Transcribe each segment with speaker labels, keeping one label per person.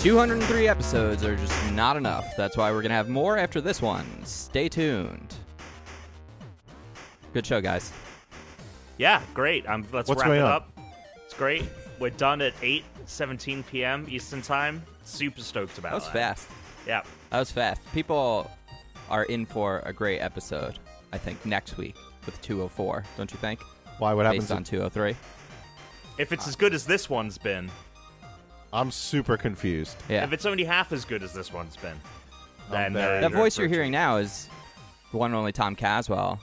Speaker 1: 203 episodes are just not enough. That's why we're going to have more after this one. Stay tuned. Good show, guys.
Speaker 2: Yeah, great. Um, let's
Speaker 3: What's
Speaker 2: wrap
Speaker 3: going
Speaker 2: it
Speaker 3: on?
Speaker 2: up. It's great. We're done at 8, 17 p.m. Eastern Time. Super stoked about
Speaker 1: That was
Speaker 2: that.
Speaker 1: fast.
Speaker 2: Yeah.
Speaker 1: That was fast. People are in for a great episode, I think, next week with 204, don't you think?
Speaker 3: Why? What happens?
Speaker 1: Based on 203.
Speaker 2: If
Speaker 1: Uh,
Speaker 2: it's as good as this one's been,
Speaker 3: I'm super confused.
Speaker 1: Yeah.
Speaker 2: if it's only half as good as this one's been, then
Speaker 3: very-
Speaker 2: uh,
Speaker 1: That
Speaker 2: you're
Speaker 1: voice you're
Speaker 2: for a treat.
Speaker 1: hearing now is the one and only Tom Caswell.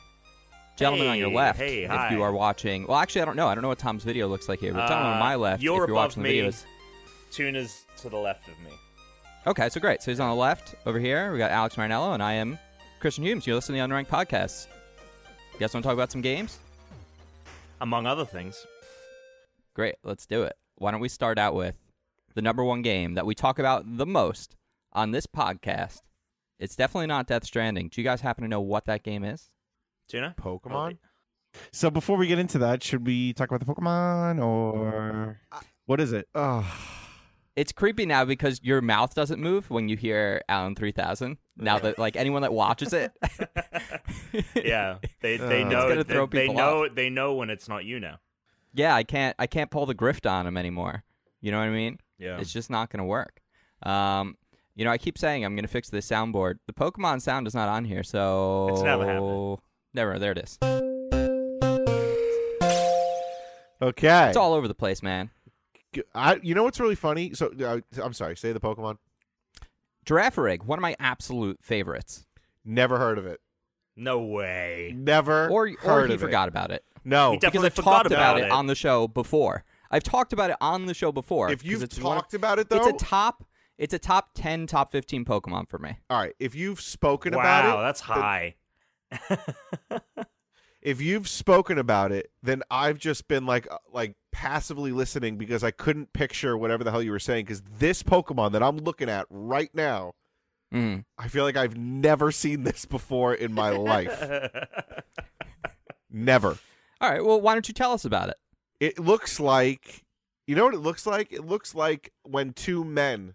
Speaker 1: Gentleman on your
Speaker 2: Hey,
Speaker 1: left,
Speaker 2: hey,
Speaker 1: if
Speaker 2: hi.
Speaker 1: you are watching. Well, actually, I don't know. I don't know what Tom's video looks like here, but gentleman on
Speaker 2: Uh,
Speaker 1: my left,
Speaker 2: you're
Speaker 1: if you're
Speaker 2: above
Speaker 1: watching
Speaker 2: me.
Speaker 1: the videos.
Speaker 2: Tuna's to the left of me.
Speaker 1: Okay, so great. So he's on the left over here. We got Alex Marinello, and I am Christian Humes. You listen to the Unranked Podcast. You guys want to talk about some games?
Speaker 2: Among other things.
Speaker 1: Great, let's do it. Why don't we start out with the number one game that we talk about the most on this podcast? It's definitely not Death Stranding. Do you guys happen to know what that game is?
Speaker 2: Tuna?
Speaker 1: Oh,
Speaker 3: Pokemon. So before we get into that, should we talk about the Pokemon or what is it? Oh,
Speaker 1: It's creepy now because your mouth doesn't move when you hear Alan 3000. Now that like anyone that watches it,
Speaker 2: Yeah. They, they
Speaker 3: Uh, It's
Speaker 2: know
Speaker 1: gonna
Speaker 2: they,
Speaker 1: throw
Speaker 2: they
Speaker 1: people
Speaker 2: know they know when it's not you now.
Speaker 1: yeah, I can't I can't pull the grift on him anymore. You know what I mean?
Speaker 2: Yeah.
Speaker 1: It's just not going to work. Um, you know, I keep saying I'm going to fix this soundboard. The Pokemon sound is not on here, so
Speaker 2: It's never happened.
Speaker 1: Never. There it is.
Speaker 3: okay.
Speaker 1: It's all over the place, man.
Speaker 3: I, you know what's really funny? So uh, I'm sorry. Say the Pokemon.
Speaker 1: Girafarig, one of my absolute favorites.
Speaker 3: Never heard of it.
Speaker 2: No way.
Speaker 3: Never
Speaker 1: Or,
Speaker 3: heard
Speaker 1: or he
Speaker 3: of
Speaker 1: forgot about it.
Speaker 3: it. No.
Speaker 2: He def-
Speaker 1: Because
Speaker 2: Definitely
Speaker 1: I've
Speaker 2: forgot
Speaker 1: talked
Speaker 2: about
Speaker 1: about it
Speaker 2: it.
Speaker 1: on the show before. I've talked about it on the show before.
Speaker 3: if
Speaker 1: 'cause
Speaker 3: you've
Speaker 1: it's one of-
Speaker 3: talked about it though,
Speaker 1: it's a top. It's a top ten, top fifteen Pokemon for me.
Speaker 3: all right. If you've spoken about it,
Speaker 2: Wow, that's high.
Speaker 3: if you've spoken about it, then I've just been like uh, like passively listening because I couldn't picture whatever the hell you were saying because this Pokemon that I'm looking at right now,
Speaker 1: Mm.
Speaker 3: I feel like I've never seen this before in my life. Never.
Speaker 1: All right. Well, why don't you tell us about it?
Speaker 3: It looks like you know what it looks like? It looks like when two men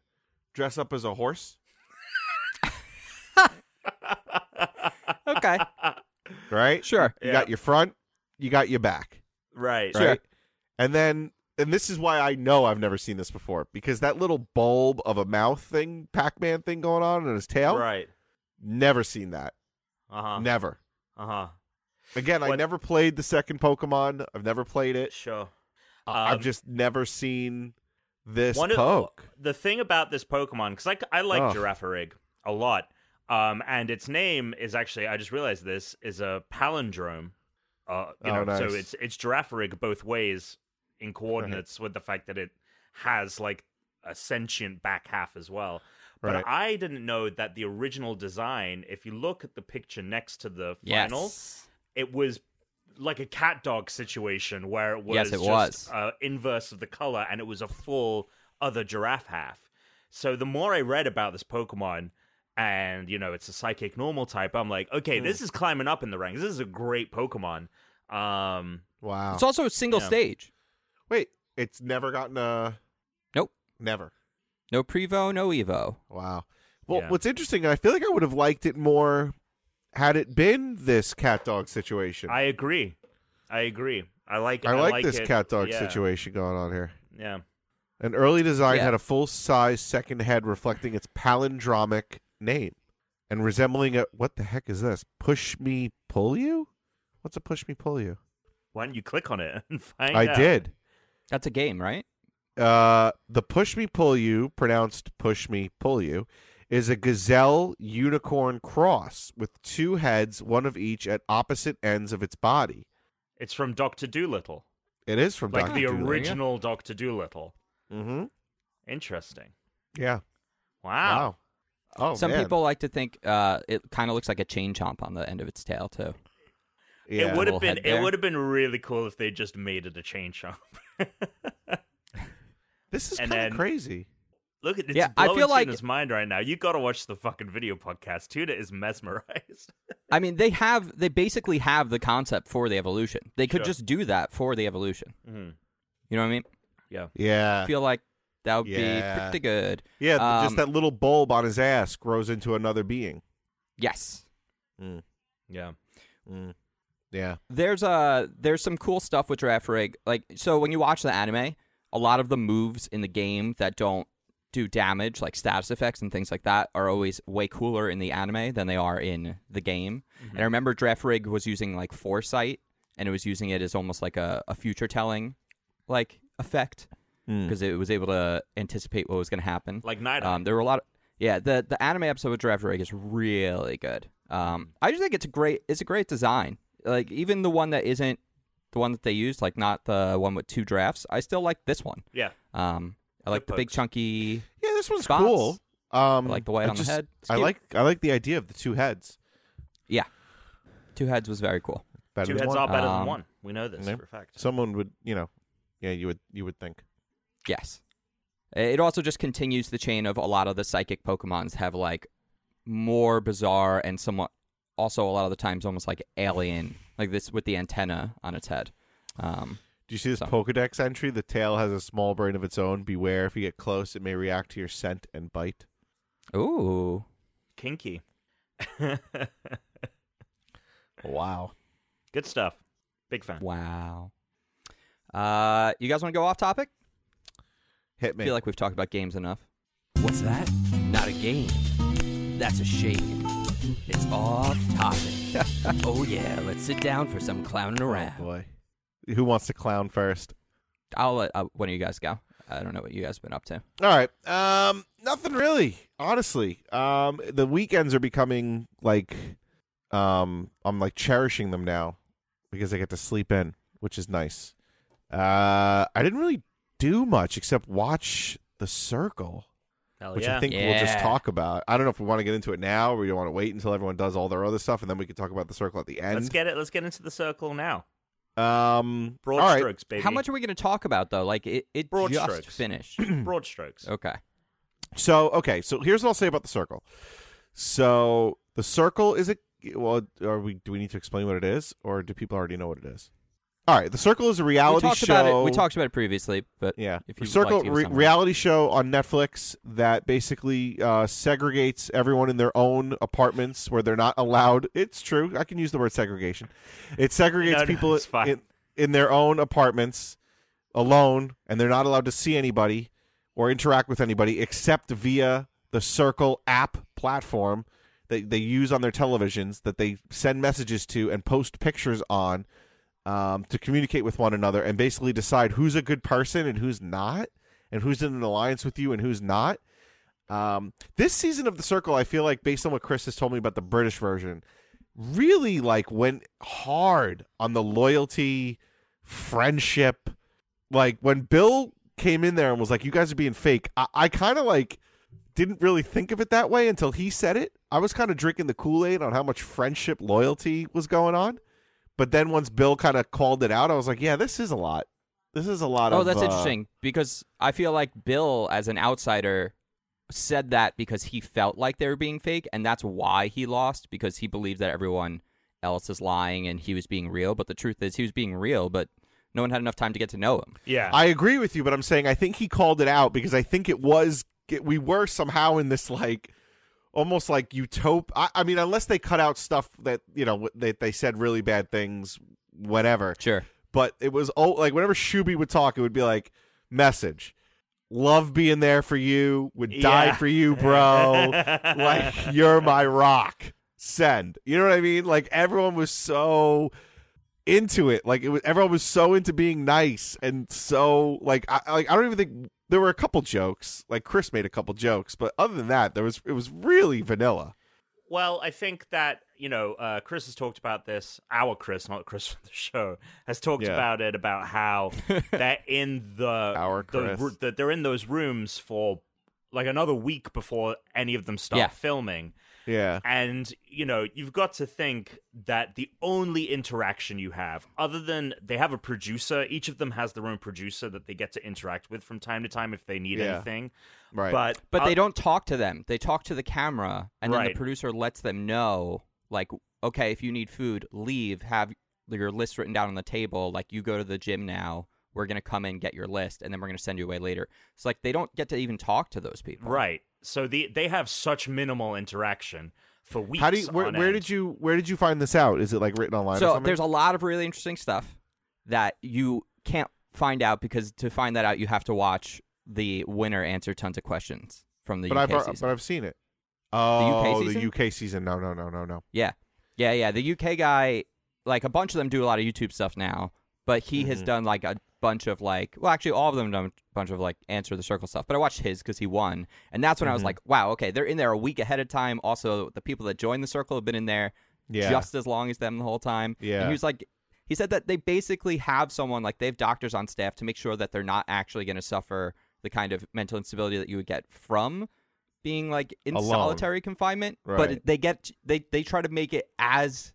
Speaker 3: dress up as a horse,
Speaker 1: Okay.
Speaker 3: right?
Speaker 1: sure.
Speaker 3: You got your front, you got your back.
Speaker 2: Right.
Speaker 1: Sure.
Speaker 3: right? And then, and this is why I know I've never seen this before because that little bulb of a mouth thing, Pac Man thing going on in his tail,
Speaker 2: Right.
Speaker 3: never seen that.
Speaker 2: Uh huh.
Speaker 3: Never.
Speaker 2: Uh huh.
Speaker 3: Again, I
Speaker 2: What-
Speaker 3: never played the second Pokemon. I've never played it.
Speaker 2: Sure.
Speaker 3: I-
Speaker 2: Um,
Speaker 3: I've just never seen this
Speaker 2: One of-
Speaker 3: poke.
Speaker 2: the thing about this Pokemon, because I, I like
Speaker 3: Oh.
Speaker 2: Girafarig a lot, um, and its name is actually I just realized this is a palindrome. Uh, you
Speaker 3: Oh,
Speaker 2: know, so
Speaker 3: nice.
Speaker 2: it's it's Girafarig both ways in coordinates with the fact that it has like a sentient back half as well. But
Speaker 3: Right.
Speaker 2: I didn't know that the original design, if you look at the picture next to the
Speaker 1: Yes.
Speaker 2: final, it was like a cat dog situation where it was
Speaker 1: Yes, it
Speaker 2: just
Speaker 1: was.
Speaker 2: Uh, inverse of the color and it was a full other giraffe half. So the more I read about this Pokemon and you know it's a psychic normal type, I'm like,
Speaker 1: Hmm.
Speaker 2: okay, this is climbing up in the ranks. This is a great Pokemon. Um
Speaker 3: Wow.
Speaker 1: It's also a single
Speaker 2: Yeah.
Speaker 1: stage.
Speaker 3: Wait, it's never gotten a.
Speaker 1: Nope.
Speaker 3: Never.
Speaker 1: No Prevo, no Evo.
Speaker 3: Wow. Well,
Speaker 2: Yeah.
Speaker 3: what's interesting, and I feel like I would have liked it more had it been this cat dog situation.
Speaker 2: I agree. I agree. I like
Speaker 3: I like, this
Speaker 2: it.
Speaker 3: cat dog
Speaker 2: Yeah,
Speaker 3: situation going on here.
Speaker 2: Yeah.
Speaker 3: An early design
Speaker 1: Yeah.
Speaker 3: had a full size second head reflecting its palindromic name and resembling a what the heck is this? Push me pull you? What's a push me pull you?
Speaker 2: Why don't you click on it and find
Speaker 3: I
Speaker 2: out?
Speaker 3: did.
Speaker 1: That's a game, right?
Speaker 3: Uh, the push me pull you, pronounced push me pull you, is a gazelle unicorn cross with two heads, one of each at opposite ends of its body.
Speaker 2: It's from Doctor Doolittle.
Speaker 3: It is from
Speaker 2: Like
Speaker 3: Dr.
Speaker 2: the
Speaker 3: Doolittle.
Speaker 2: original Doctor Doolittle.
Speaker 3: Mm-hmm.
Speaker 2: Interesting.
Speaker 3: Yeah.
Speaker 2: Wow.
Speaker 3: Wow. Oh,
Speaker 1: Some
Speaker 3: man.
Speaker 1: people like to think uh, it kind of looks like a chain chomp on the end of its tail too.
Speaker 3: Yeah.
Speaker 2: It would
Speaker 1: Little
Speaker 2: have been
Speaker 1: head
Speaker 2: it
Speaker 1: there.
Speaker 2: would have been really cool if they just made it a chain shop.
Speaker 3: This is
Speaker 2: and
Speaker 3: kind of
Speaker 2: then-
Speaker 3: crazy.
Speaker 2: Look at it's
Speaker 1: Yeah, I
Speaker 2: blowing
Speaker 1: feel like-
Speaker 2: Tuna's mind right now. You got to watch the fucking video podcast. Tuna is mesmerized.
Speaker 1: I mean, they have they basically have the concept for the evolution. They could
Speaker 2: Sure.
Speaker 1: just do that for the evolution. You know what I mean?
Speaker 2: Yeah.
Speaker 3: Yeah.
Speaker 1: I feel like That would be
Speaker 3: Yeah.
Speaker 1: pretty good.
Speaker 3: Yeah, th-
Speaker 1: Um,
Speaker 3: just that little bulb on his ass grows into another being.
Speaker 1: Yes.
Speaker 2: Yeah.
Speaker 3: Mm. Yeah.
Speaker 1: there's uh there's some cool stuff with giraffe rig like so when you watch the anime a lot of the moves in the game that don't do damage like status effects and things like that are always way cooler in the anime than they are in the game and i remember giraffe rig was using like foresight and it was using it as almost like a, a future telling like effect because it was able to anticipate what was going to happen
Speaker 2: Like Night Owl.
Speaker 1: um, there were a lot of yeah. The the anime episode of Draft Rig is really good. Um, I just think it's a great it's a great design. Like even the one that isn't the one that they used, like not the one with two drafts. I still like this one.
Speaker 2: yeah.
Speaker 1: Um, I like the big
Speaker 2: pokes.
Speaker 1: chunky.
Speaker 3: Yeah, this one's
Speaker 1: Spots.
Speaker 3: cool. Um,
Speaker 1: I like the white
Speaker 3: I
Speaker 1: on the
Speaker 3: just-
Speaker 1: head. It's
Speaker 3: I
Speaker 1: cute.
Speaker 3: like I like the idea of the two heads.
Speaker 1: Two heads was very cool.
Speaker 3: Better
Speaker 2: Two
Speaker 3: than
Speaker 2: heads
Speaker 3: one.
Speaker 2: are better
Speaker 1: Um,
Speaker 2: than one. We know this
Speaker 3: yeah.
Speaker 2: for a fact.
Speaker 3: Someone would, you know, yeah, you would you would think.
Speaker 1: Yes. It also just continues the chain of a lot of the psychic Pokemons have like more bizarre and somewhat also a lot of the times almost like alien like this with the antenna on its head. Um,
Speaker 3: Do you see this
Speaker 1: So-
Speaker 3: Pokedex entry? The tail has a small brain of its own. Beware if you get close, it may react to your scent and bite.
Speaker 1: ooh.
Speaker 2: Kinky.
Speaker 3: Wow.
Speaker 2: Good stuff. Big fan.
Speaker 1: Wow. Uh, you guys want to go off topic?
Speaker 3: Hit
Speaker 1: I
Speaker 3: me.
Speaker 1: feel like we've talked about games enough. What's that? Not a game. That's a shame. It's off topic. oh yeah, let's sit down for some clowning around.
Speaker 3: Oh, Boy. Who wants to clown first?
Speaker 1: I'll let uh, one of you guys go. I don't know what you guys have been up to.
Speaker 3: All right. Um, nothing really, honestly. Um, the weekends are becoming like, um, I'm like cherishing them now because I get to sleep in, which is nice. Uh, I didn't really do much except watch The Circle,
Speaker 2: Hell
Speaker 3: which
Speaker 2: yeah.
Speaker 3: I think we'll just
Speaker 1: Yeah.
Speaker 3: talk about. I don't know if we want to get into it now or we want to wait until everyone does all their other stuff and then we can talk about The Circle at the
Speaker 2: Let's
Speaker 3: end.
Speaker 2: get it. Let's get into the circle now.
Speaker 3: um,
Speaker 2: Broad
Speaker 3: all right.
Speaker 2: strokes, baby.
Speaker 1: How much are we going to talk about though? Like it, it
Speaker 2: Broad
Speaker 1: just
Speaker 2: strokes.
Speaker 1: finished.
Speaker 2: Broad strokes.
Speaker 1: okay.
Speaker 3: So okay, so here's what I'll say about the circle. So the circle is a well. Are we? Do we need to explain what it is, or do people already know what it is? All right, the circle is a
Speaker 1: We
Speaker 3: reality
Speaker 1: talked
Speaker 3: show.
Speaker 1: about it. We talked about it previously, but
Speaker 3: Yeah,
Speaker 1: If you'd
Speaker 3: circle
Speaker 1: like to give a
Speaker 3: re-
Speaker 1: summary.
Speaker 3: reality show on Netflix that basically uh, segregates everyone in their own apartments where they're not allowed. It's true. I can use the word segregation. It segregates
Speaker 2: No, no,
Speaker 3: people
Speaker 2: it's fine.
Speaker 3: in, in their own apartments alone, and they're not allowed to see anybody or interact with anybody except via the Circle app platform that they use on their televisions that they send messages to and post pictures on um, to communicate with one another and basically decide who's a good person and who's not, and who's in an alliance with you and who's not. Um, this season of The Circle, I feel like, based on what Chris has told me about the British version, really like went hard on the loyalty, friendship. Like when Bill came in there and was like, "You guys are being fake," I, I kind of like didn't really think of it that way until he said it. I was kind of drinking the Kool Aid on how much friendship loyalty was going on. But then once Bill kind of called it out, I was like, yeah, this is a lot. This is a lot of.
Speaker 1: Oh, that's
Speaker 3: uh,
Speaker 1: interesting because I feel like Bill, as an outsider, said that because he felt like they were being fake, and that's why he lost because he believed that everyone else is lying and he was being real. But the truth is, he was being real, but no one had enough time to get to know him.
Speaker 2: Yeah.
Speaker 3: I agree with you, but I'm saying I think he called it out because I think it was it- we were somehow in this like almost like utop. I, I mean, unless they cut out stuff that you know that they said really bad things, whatever.
Speaker 1: Sure.
Speaker 3: But it was oh, like whenever Shuby would talk, it would be like message, love being there for you, would die
Speaker 2: Yeah.
Speaker 3: for you, bro. like you're my rock send you know what i mean like everyone was so into it like it was everyone was so into being nice and so like i like i don't even think there were a couple jokes like chris made a couple jokes but other than that there was it was really vanilla
Speaker 2: Well, I think that you know, uh, Chris has talked about this. Our Chris, not Chris from the show, has talked
Speaker 3: Yeah.
Speaker 2: about it about how they're in the
Speaker 1: Uh,
Speaker 3: Our
Speaker 2: the,
Speaker 3: Chris.
Speaker 2: ru- that they're in those rooms for like another week before any of them start
Speaker 1: Yeah.
Speaker 2: filming.
Speaker 3: yeah
Speaker 2: And, you know, you've got to think that the only interaction you have, other than they have a producer, each of them has their own producer that they get to interact with from time to time if they need
Speaker 3: Yeah.
Speaker 2: anything.
Speaker 3: right
Speaker 2: But
Speaker 1: But
Speaker 2: uh,
Speaker 1: they don't talk to them. They talk to the camera, and then
Speaker 2: Right.
Speaker 1: the producer lets them know, like, okay, if you need food, leave. Have your list written down on the table. Like, you go to the gym now. we're gonna come in, get your list, and then we're gonna send you away later. It's like they don't get to even talk to those people.
Speaker 2: Right. So the they have such minimal interaction for weeks.
Speaker 3: How do you, where,
Speaker 2: on
Speaker 3: where
Speaker 2: end.
Speaker 3: did you where did you find this out? Is it like written online? or
Speaker 1: So
Speaker 3: something?
Speaker 1: there's a lot of really interesting stuff that you can't find out because to find that out you have to watch the winner answer tons of questions from the
Speaker 3: but
Speaker 1: UK
Speaker 3: I've uh,
Speaker 1: season.
Speaker 3: but I've seen it.
Speaker 1: UK
Speaker 3: Oh,
Speaker 1: season?
Speaker 3: the UK season. No, no, no, no, no.
Speaker 1: Yeah. Yeah, yeah. The UK guy, like a bunch of them do a lot of YouTube stuff now, but he has done like a bunch of like, well, actually, all of them done a bunch of like answer the circle stuff. But I watched his because he won. And that's when I was like, wow, okay, they're in there a week ahead of time. Also, the people that joined the circle have been in there
Speaker 3: Yeah.
Speaker 1: just as long as them the whole time. And
Speaker 3: Yeah.
Speaker 1: he was like, he said that they basically have someone, like they have doctors on staff to make sure that they're not actually going to suffer the kind of mental instability that you would get from being like in
Speaker 3: Alone.
Speaker 1: solitary confinement. But
Speaker 3: Right.
Speaker 1: it- they get, they, they try to make it as,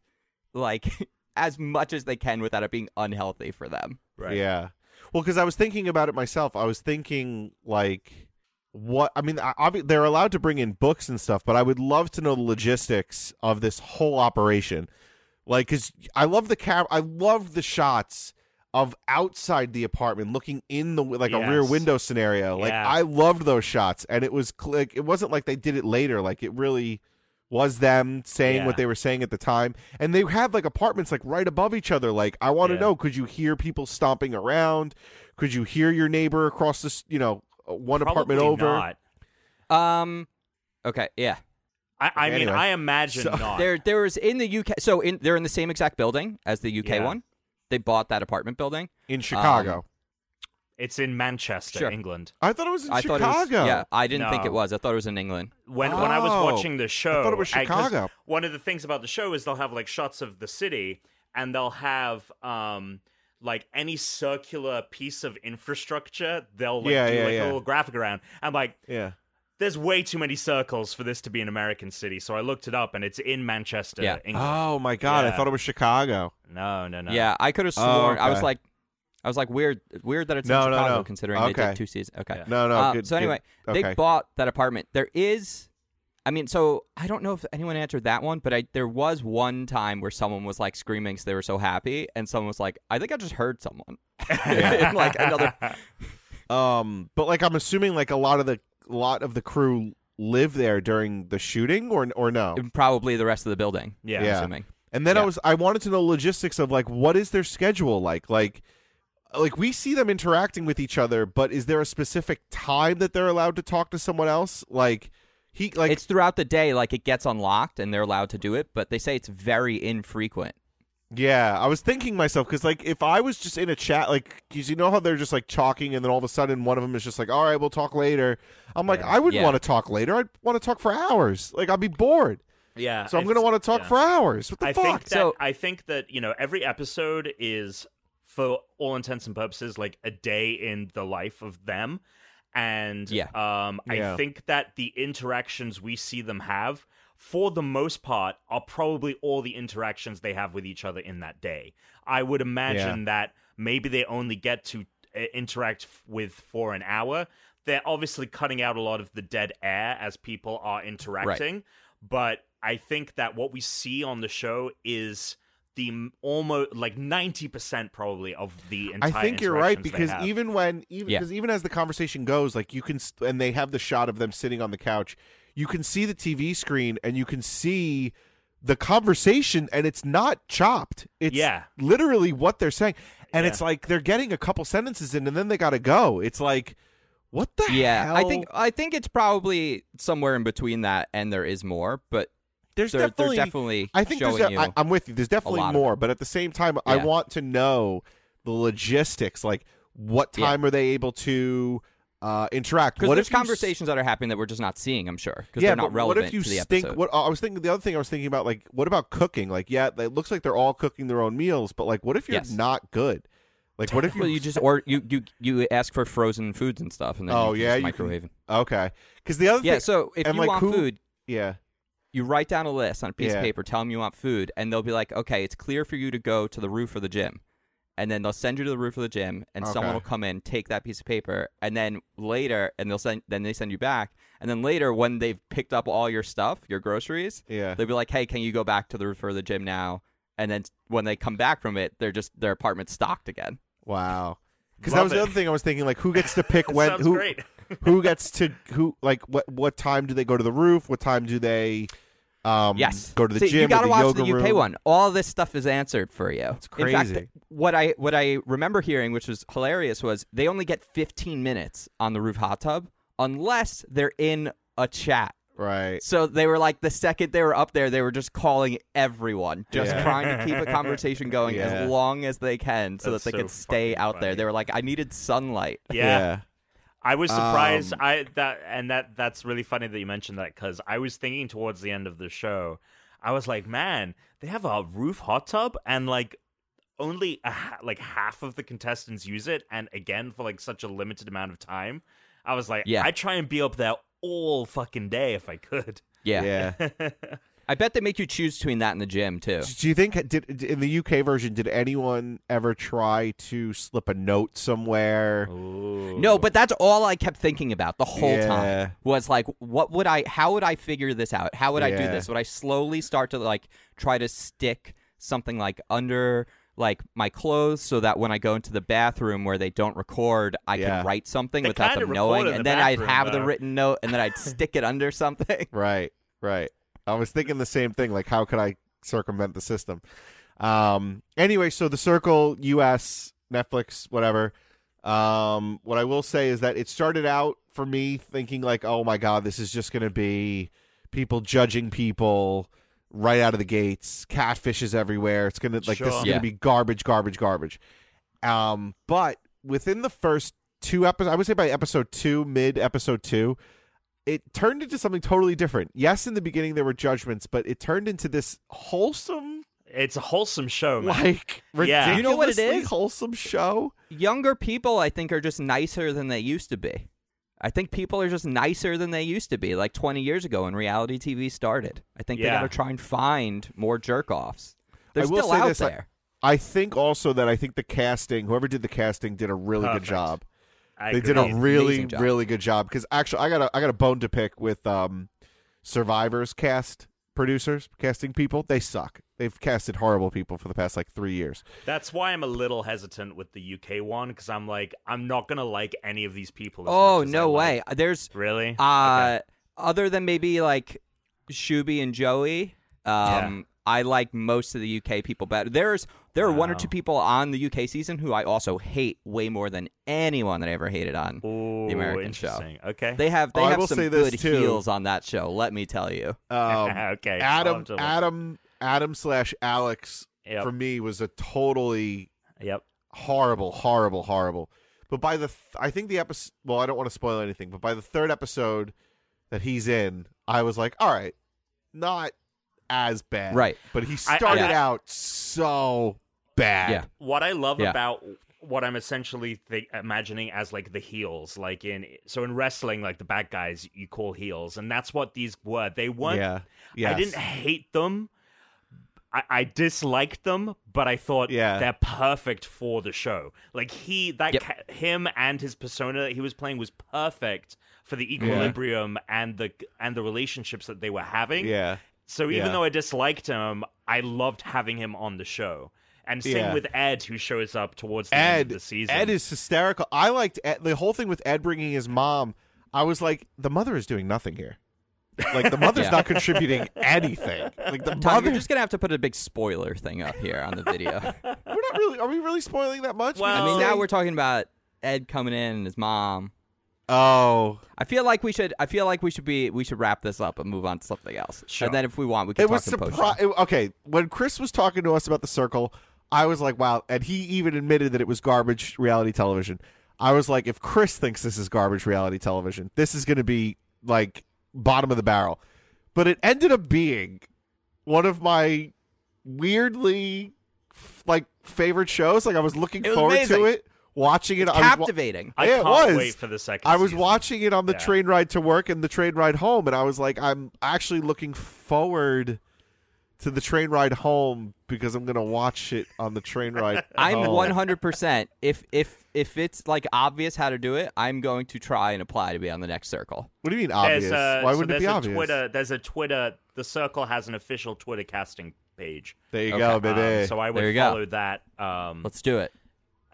Speaker 1: like, as much as they can without it being unhealthy for them.
Speaker 2: Right.
Speaker 3: Yeah. Well, because I was thinking about it myself. I was thinking like what I mean. I, obvi- they're allowed to bring in books and stuff, but I would love to know the logistics of this whole operation. Like, because I love the cam. I love the shots of outside the apartment looking in the wi- like a rear
Speaker 2: Yes.
Speaker 3: window scenario. Like
Speaker 2: Yeah.
Speaker 3: I loved those shots, and it was cl- like it wasn't like they did it later. Like it really was them saying
Speaker 2: Yeah.
Speaker 3: what they were saying at the time and they have like apartments like right above each other like i want to
Speaker 2: Yeah.
Speaker 3: know could you hear people stomping around could you hear your neighbor across this you know uh, one
Speaker 2: Probably
Speaker 3: apartment over
Speaker 2: Not.
Speaker 1: Um, okay. Yeah.
Speaker 2: I, I
Speaker 3: Okay,
Speaker 2: mean,
Speaker 3: anyway.
Speaker 2: I imagine
Speaker 3: So-
Speaker 2: not.
Speaker 1: There, there was in the UK. So in, they're in the same exact building as the UK
Speaker 2: Yeah.
Speaker 1: one. They bought that apartment building.
Speaker 3: in chicago
Speaker 2: It's in Manchester,
Speaker 1: Sure.
Speaker 2: England.
Speaker 3: i thought it was in
Speaker 1: I
Speaker 3: chicago
Speaker 1: thought it was, yeah, I didn't think
Speaker 2: No.
Speaker 1: it was. I thought it was in England.
Speaker 2: When when I was
Speaker 3: Oh.
Speaker 2: watching the show,
Speaker 3: it was
Speaker 2: 'cause
Speaker 3: Chicago.
Speaker 2: One of the things about the show is they'll have like shots of the city, and they'll have um like any circular piece of infrastructure. They'll like
Speaker 3: Yeah,
Speaker 2: do
Speaker 3: yeah,
Speaker 2: like
Speaker 3: yeah.
Speaker 2: a little graphic around. I'm like,
Speaker 3: yeah
Speaker 2: there's way too many circles for this to be an American city, so I looked it up, and it's in Manchester,
Speaker 1: Yeah.
Speaker 2: England.
Speaker 3: oh my god i
Speaker 2: Yeah.
Speaker 3: thought it was chicago
Speaker 2: No, no, no.
Speaker 1: Yeah, I could have sworn. I was
Speaker 3: Oh, okay.
Speaker 1: like, I was like, weird, weird that it's
Speaker 3: No,
Speaker 1: in
Speaker 3: no,
Speaker 1: Chicago
Speaker 3: no.
Speaker 1: considering they
Speaker 3: Okay.
Speaker 1: did two seasons. Okay.
Speaker 2: Yeah.
Speaker 3: no no
Speaker 1: Uh,
Speaker 3: good,
Speaker 1: so
Speaker 3: good-
Speaker 1: anyway,
Speaker 3: okay.
Speaker 1: they bought that apartment. There is, I mean, so I don't know if anyone answered that one, but I there was one time where someone was like screaming because they were so happy, and someone was like, I think I just heard someone. In, like another.
Speaker 3: um but like i'm assuming like a lot of the lot of the crew live there during the shooting or or no
Speaker 1: Probably the rest of the building.
Speaker 2: Yeah.
Speaker 1: I'm
Speaker 3: Oh. Yeah.
Speaker 1: assuming.
Speaker 3: And then I
Speaker 1: Yeah.
Speaker 3: was I wanted to know logistics of like what is their schedule like? Like like we see them interacting with each other, but is there a specific time that they're allowed to talk to someone else? Like he like
Speaker 1: it's throughout the day, like it gets unlocked and they're allowed to do it, but they say it's very infrequent.
Speaker 3: yeah, I was thinking myself cuz like if I was just in a chat like cuz you know how they're just like talking and then all of a sudden one of them is just like, "All right, we'll talk later." I'm like, "I wouldn't
Speaker 1: Yeah.
Speaker 3: want to talk later. I'd want to talk for hours. Like I'd be bored."
Speaker 2: yeah.
Speaker 3: So I'm
Speaker 2: it's-
Speaker 3: going to want to talk
Speaker 2: yeah.
Speaker 3: for hours. What the
Speaker 2: I
Speaker 3: fuck?
Speaker 2: think that
Speaker 1: So-
Speaker 2: I think that you know every episode is, for all intents and purposes, like a day in the life of them, and
Speaker 1: Yeah.
Speaker 2: um,
Speaker 3: Yeah.
Speaker 2: I think that the interactions we see them have, for the most part, are probably all the interactions they have with each other in that day. I would imagine that maybe they only get to uh, interact f- with for an hour. They're obviously cutting out a lot of the dead air as people are interacting, but I think that what we see on the show is the m- almost like 90% probably of the
Speaker 3: I
Speaker 2: entire
Speaker 3: think you're right
Speaker 2: interactions they
Speaker 3: because
Speaker 2: have.
Speaker 3: even when even
Speaker 1: Yeah.
Speaker 3: because even as the conversation goes, like you can st- and they have the shot of them sitting on the couch, you can see the TV screen and you can see the conversation and it's not chopped. It's
Speaker 2: Yeah.
Speaker 3: literally what they're saying, and
Speaker 2: Yeah.
Speaker 3: it's like they're getting a couple sentences in and then they gotta go. It's like what the
Speaker 1: Yeah,
Speaker 3: hell?
Speaker 1: I think I think it's probably somewhere in between that, and there is more, but
Speaker 3: there's
Speaker 1: they're
Speaker 3: definitely
Speaker 1: they're definitely
Speaker 3: I think
Speaker 1: showing
Speaker 3: there's a,
Speaker 1: you.
Speaker 3: I, I'm with you. There's definitely
Speaker 1: lot of
Speaker 3: more, but at the same time, I
Speaker 1: Yeah.
Speaker 3: want to know the logistics. Like, what
Speaker 1: Yeah.
Speaker 3: time are they able to uh, interact?
Speaker 1: because
Speaker 3: What
Speaker 1: there's
Speaker 3: if you s-
Speaker 1: conversations that are happening that we're just not seeing. I'm sure because
Speaker 3: yeah,
Speaker 1: they're not
Speaker 3: but what
Speaker 1: relevant
Speaker 3: if you
Speaker 1: to the
Speaker 3: stink?
Speaker 1: episode.
Speaker 3: What uh, I was thinking, the other thing I was thinking about, like, what about cooking? Like, yeah, it looks like they're all cooking their own meals, but like, what if you're
Speaker 1: Yes.
Speaker 3: not good? Like, what if you?
Speaker 1: well, you just or you, you you ask for frozen foods and stuff, and then
Speaker 3: oh
Speaker 1: you
Speaker 3: yeah,
Speaker 1: just
Speaker 3: you can-
Speaker 1: microwave. 'em.
Speaker 3: okay, because the other
Speaker 1: Yeah,
Speaker 3: thing,
Speaker 1: so if
Speaker 3: and,
Speaker 1: you
Speaker 3: like,
Speaker 1: want
Speaker 3: who-
Speaker 1: food,
Speaker 3: yeah,
Speaker 1: you write down a list on a piece
Speaker 3: Yeah.
Speaker 1: of paper. Tell them you want food, and they'll be like, "Okay, it's clear for you to go to the roof of the gym." And then they'll send you to the roof of the gym, and someone
Speaker 3: Okay.
Speaker 1: will come in, take that piece of paper, and then later, and they'll send, then they send you back, and then later, when they've picked up all your stuff, your groceries,
Speaker 3: yeah,
Speaker 1: they'll be like, "Hey, can you go back to the roof of the gym now?" And then when they come back from it, they're just their apartment's stocked again.
Speaker 3: wow. Because that
Speaker 2: Love
Speaker 3: was
Speaker 2: it.
Speaker 3: the other thing I was thinking, like who gets to pick when
Speaker 2: Sounds
Speaker 3: who
Speaker 2: great.
Speaker 3: who gets to who like what what time do they go to the roof? What time do they um
Speaker 1: Yes.
Speaker 3: go to the
Speaker 1: See,
Speaker 3: gym?
Speaker 1: You gotta
Speaker 3: or the
Speaker 1: watch
Speaker 3: yoga
Speaker 1: the UK
Speaker 3: room?
Speaker 1: one. All this stuff is answered for you. It's In
Speaker 3: crazy.
Speaker 1: fact, th- what I what I remember hearing, which was hilarious, was they only get 15 minutes on the roof hot tub unless they're in a chat.
Speaker 3: Right.
Speaker 1: So they were like the second they were up there, they were just calling everyone, just
Speaker 3: Yeah.
Speaker 1: trying to keep a conversation going
Speaker 3: Yeah.
Speaker 1: as long as they can, so
Speaker 2: That's
Speaker 1: that they
Speaker 2: so
Speaker 1: could stay
Speaker 2: fucking
Speaker 1: out there.
Speaker 2: funny.
Speaker 1: They were like, I needed sunlight.
Speaker 2: yeah. I was surprised.
Speaker 3: Um,
Speaker 2: I that and that that's really funny that you mentioned that because I was thinking towards the end of the show, I was like, man, they have a roof hot tub and like only a, ha- like half of the contestants use it, and again for like such a limited amount of time. I was like,
Speaker 1: Yeah.
Speaker 2: I'd try and be up there all fucking day if I could.
Speaker 1: Yeah.
Speaker 3: yeah.
Speaker 1: I bet they make you choose between that and the gym too.
Speaker 3: Do you think did in the UK version did anyone ever try to slip a note somewhere?
Speaker 1: No, but that's all I kept thinking about the whole
Speaker 3: Yeah.
Speaker 1: time was like, what would I, how would I figure this out? How would I do
Speaker 3: Yeah.
Speaker 1: this? Would I slowly start to like try to stick something like under like my clothes so that when I go into the bathroom where they don't record, I
Speaker 3: Yeah.
Speaker 1: can write something
Speaker 2: They
Speaker 1: without
Speaker 2: kinda
Speaker 1: them
Speaker 2: record
Speaker 1: knowing,
Speaker 2: in the
Speaker 1: and then I'd
Speaker 2: bathroom,
Speaker 1: have the
Speaker 2: though.
Speaker 1: written note, and then I'd stick it under something.
Speaker 3: Right, right. I was thinking the same thing. Like, how could I circumvent the system? Um. Anyway, so the Circle U.S. Netflix, whatever. Um. What I will say is that it started out for me thinking like, oh my god, this is just going to be people judging people right out of the gates, catfishes everywhere. It's gonna like this is
Speaker 2: Sure.
Speaker 1: Yeah.
Speaker 3: gonna be garbage, garbage, garbage. Um. But within the first two episodes, I would say by episode two, mid episode two, it turned into something totally different. Yes, in the beginning there were judgments, but it turned into this wholesome,
Speaker 2: it's a wholesome show, man.
Speaker 3: like
Speaker 2: Yeah.
Speaker 3: ridiculously
Speaker 1: You know what it is?
Speaker 3: wholesome show.
Speaker 1: Younger people, I think, are just nicer than they used to be. I think people are just nicer than they used to be, like 20 years ago when reality TV started. I think they
Speaker 2: Yeah.
Speaker 1: got to try and find more jerk offs. They're
Speaker 3: I will
Speaker 1: still
Speaker 3: say
Speaker 1: out
Speaker 3: this, I-
Speaker 1: there.
Speaker 3: I think also that I think the casting, whoever did the casting, did a really
Speaker 2: Perfect.
Speaker 3: good job.
Speaker 2: I
Speaker 3: they did a
Speaker 2: agree.
Speaker 3: really,
Speaker 1: Amazing job.
Speaker 3: really good job. Because actually, I got a I got a bone to pick with um, Survivors cast producers, casting people. They suck. They've casted horrible people for the past like three years.
Speaker 2: That's why I'm a little hesitant with the UK one because I'm like, I'm not gonna like any of these people. as
Speaker 1: Oh,
Speaker 2: much as I
Speaker 1: no
Speaker 2: like
Speaker 1: way. There's,
Speaker 2: Really?
Speaker 1: uh, other than maybe like Shuby and Joey, um, I like most of the UK people better. There's There are one or
Speaker 2: Wow.
Speaker 1: two people on the UK season who I also hate way more than anyone that I ever hated on.
Speaker 2: Ooh,
Speaker 1: American show.
Speaker 2: interesting. Okay.
Speaker 1: They have they
Speaker 3: Oh, I
Speaker 1: have
Speaker 3: will
Speaker 1: some
Speaker 3: say this,
Speaker 1: good
Speaker 3: too.
Speaker 1: heels on that show. Let me tell you.
Speaker 3: Um,
Speaker 2: okay.
Speaker 3: Adam,
Speaker 2: I'll have to-
Speaker 3: Adam, Adam slash Alex
Speaker 2: Yep.
Speaker 3: for me was a totally
Speaker 2: yep.
Speaker 3: horrible, horrible, horrible. But by the, th- I think the episode. Well, I don't want to spoil anything, but by the third episode that he's in, I was like, all right, not as bad,
Speaker 1: Right.
Speaker 3: But he
Speaker 2: I- I-
Speaker 3: started out so bad.
Speaker 1: Yeah.
Speaker 2: What I love
Speaker 1: Yeah.
Speaker 2: about what I'm essentially th- imagining as like the heels, like in so in wrestling, like the bad guys you call heels, and that's what these were. They weren't.
Speaker 3: Yeah. Yes.
Speaker 2: I didn't hate them. I, I disliked them, but I thought
Speaker 3: Yeah.
Speaker 2: they're perfect for the show. Like he, that
Speaker 1: Yep.
Speaker 2: ca- him and his persona that he was playing was perfect for the equilibrium and the and the relationships that they were having.
Speaker 3: Yeah.
Speaker 2: So even
Speaker 3: Yeah.
Speaker 2: though I disliked him, I loved having him on the show. And same
Speaker 3: Yeah.
Speaker 2: with Ed, who shows up towards the end
Speaker 3: Ed,
Speaker 2: of the season.
Speaker 3: Ed is hysterical. I liked Ed, the whole thing with Ed bringing his mom. I was like, the mother is doing nothing here. Like the mother's
Speaker 1: Yeah.
Speaker 3: not contributing anything. Like the
Speaker 1: Tom,
Speaker 3: mother.
Speaker 1: you're just gonna have to put a big spoiler thing up here on the video.
Speaker 3: We're not really. Are we really spoiling that much?
Speaker 2: Well-
Speaker 1: I mean,
Speaker 2: Oh.
Speaker 1: now we're talking about Ed coming in and his mom.
Speaker 3: Oh,
Speaker 1: I feel like we should. I feel like we should be. We should wrap this up and move on to something else.
Speaker 2: Sure.
Speaker 1: And then if we want, we can
Speaker 3: it
Speaker 1: talk
Speaker 3: was
Speaker 1: in post.
Speaker 3: surprising. Okay, when Chris was talking to us about the circle, I was like, "Wow!" And he even admitted that it was garbage reality television. I was like, "If Chris thinks this is garbage reality television, this is going to be like bottom of the barrel." But it ended up being one of my weirdly f- like favorite shows. Like I was looking
Speaker 1: It was
Speaker 3: forward to
Speaker 1: amazing.
Speaker 3: it, watching it. I was wa-
Speaker 1: Captivating.
Speaker 2: I
Speaker 3: yeah, it
Speaker 2: can't
Speaker 3: was.
Speaker 2: wait for the second.
Speaker 3: I was
Speaker 2: season.
Speaker 3: watching it on the
Speaker 2: Yeah.
Speaker 3: train ride to work and the train ride home, and I was like, I'm actually looking forward to the train ride home because I'm gonna watch it on the train ride.
Speaker 1: I'm
Speaker 3: home.
Speaker 1: 100. percent If if if it's like obvious how to do it, I'm going to try and apply to be on the next circle.
Speaker 3: What do you mean
Speaker 2: There's,
Speaker 3: obvious?
Speaker 2: uh,
Speaker 3: Why
Speaker 2: so
Speaker 3: wouldn't it
Speaker 2: there's
Speaker 3: be
Speaker 2: a
Speaker 3: obvious?
Speaker 2: Twitter, there's a Twitter. The Circle has an official Twitter casting page.
Speaker 3: There you
Speaker 1: Okay.
Speaker 3: go,
Speaker 1: Um,
Speaker 3: Oh, baby.
Speaker 2: Um, so I would
Speaker 1: There you go.
Speaker 2: follow that. Um,
Speaker 1: Let's do it.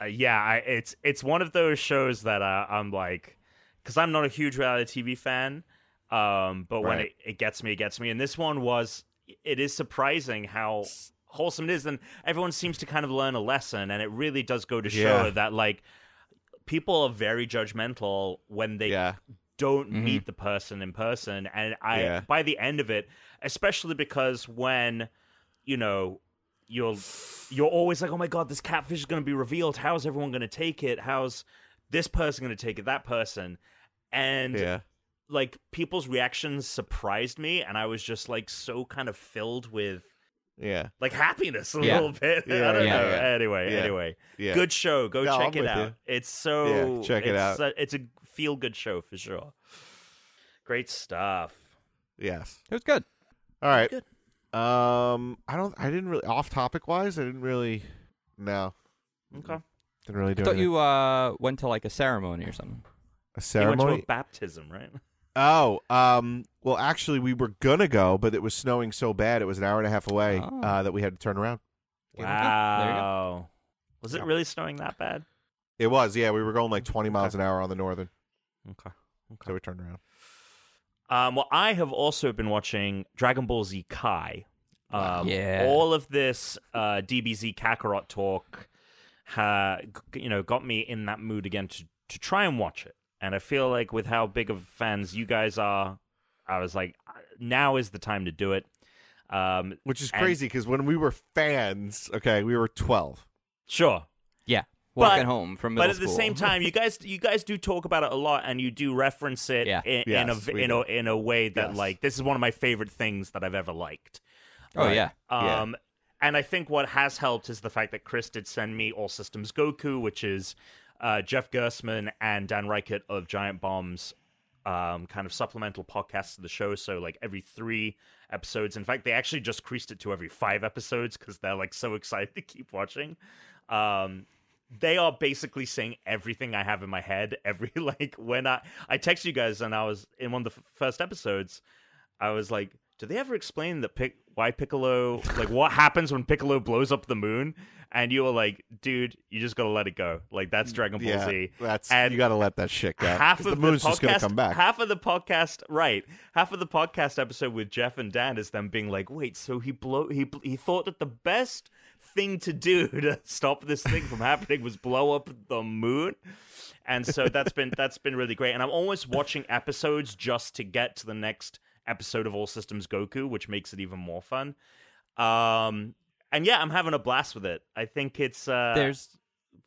Speaker 2: uh, yeah, I, it's it's one of those shows that uh, I'm like, because I'm not a huge reality TV fan, um, but when
Speaker 3: Right.
Speaker 2: it, it gets me, it gets me. And this one was, it is surprising how wholesome it is, and everyone seems to kind of learn a lesson, and it really does go to show
Speaker 3: Yeah.
Speaker 2: that like people are very judgmental when they
Speaker 3: yeah.
Speaker 2: don't
Speaker 1: Mhm.
Speaker 2: meet the person in person and i
Speaker 3: Yeah.
Speaker 2: by the end of it especially because when you know you're you're always like oh my god this catfish is going to be revealed how's everyone going to take it how's this person going to take it that person and
Speaker 3: Yeah.
Speaker 2: like people's reactions surprised me and i was just like so kind of filled with
Speaker 3: Yeah.
Speaker 2: like happiness a
Speaker 1: Yeah.
Speaker 2: little bit
Speaker 3: Yeah,
Speaker 2: i don't
Speaker 1: yeah,
Speaker 2: know
Speaker 3: yeah.
Speaker 2: anyway
Speaker 3: Yeah.
Speaker 2: anyway
Speaker 3: Yeah.
Speaker 2: good show go
Speaker 3: No,
Speaker 2: check
Speaker 3: I'm
Speaker 2: it
Speaker 3: with
Speaker 2: out
Speaker 3: you.
Speaker 2: it's so
Speaker 3: Yeah, check it
Speaker 2: it's
Speaker 3: out.
Speaker 2: a, it's a feel good show for sure great stuff
Speaker 3: Yes.
Speaker 1: It was good.
Speaker 3: All right. Um, I don't. I didn't really off topic wise. I didn't really. No,
Speaker 1: Mm-hmm.
Speaker 2: okay
Speaker 3: didn't really do
Speaker 1: I thought
Speaker 3: anything.
Speaker 1: you uh, went to like a ceremony or something.
Speaker 3: a
Speaker 2: you went to
Speaker 3: ceremony.
Speaker 2: a baptism right
Speaker 3: Oh, um, well, actually, we were gonna go, but it was snowing so bad it was an hour and a half away
Speaker 1: Oh.
Speaker 3: uh, that we had to turn around.
Speaker 1: Yeah, okay. There you go.
Speaker 2: wow was it really snowing that bad
Speaker 3: It was, yeah, we were going like twenty miles an hour on the northern,
Speaker 2: okay
Speaker 3: so we turned around.
Speaker 2: um well i have also been watching dragon ball z kai um
Speaker 1: Yeah.
Speaker 2: all of this uh dbz kakarot talk ha, g- you know got me in that mood again to to try and watch it and i feel like with how big of fans you guys are i was like "Uh, now is the time to do it um
Speaker 3: Which is
Speaker 2: And-
Speaker 3: crazy because when we were fans, okay, we were twelve.
Speaker 2: sure
Speaker 1: Yeah,
Speaker 2: But-
Speaker 1: walking home from middle
Speaker 2: but at the
Speaker 1: school.
Speaker 2: same time, you guys you guys do talk about it a lot, and you do reference it
Speaker 1: Yeah.
Speaker 2: in, in a
Speaker 3: Yes,
Speaker 2: v-
Speaker 3: we
Speaker 2: in a in a way that
Speaker 3: Yes.
Speaker 2: like this is one of my favorite things that I've ever liked.
Speaker 1: oh yeah,
Speaker 3: Yeah.
Speaker 2: Um, and I think what has helped is the fact that Chris did send me All Systems Goku, which is uh, Jeff Gersman and Dan Reichert of Giant Bombs, um, kind of supplemental podcasts to the show. So like every three episodes. In fact, they actually just creased it to every five episodes because they're like so excited to keep watching. Um, they are basically saying everything I have in my head. Every like when I I text you guys and I was in one of the f- first episodes, I was like, do they ever explain that Pic- why Piccolo like what happens when Piccolo blows up the moon? And you were like, dude, you just gotta let it go. Like that's Dragon Ball
Speaker 3: Mm, Yeah,
Speaker 2: Z.
Speaker 3: that's
Speaker 2: And
Speaker 3: you got to let that shit go. 'cause
Speaker 2: Half
Speaker 3: the
Speaker 2: of
Speaker 3: moon's
Speaker 2: podcast,
Speaker 3: just gonna come back.
Speaker 2: half of the podcast, right? Half of the podcast episode with Jeff and Dan is them being like, "Wait, so he blow he he thought that the best thing to do to stop this thing from happening was blow up the moon." And so that's been that's been really great. And I'm always watching episodes just to get to the next episode of All Systems Goku, which makes it even more fun. Um and yeah, I'm having a blast with it. I think it's uh
Speaker 1: there's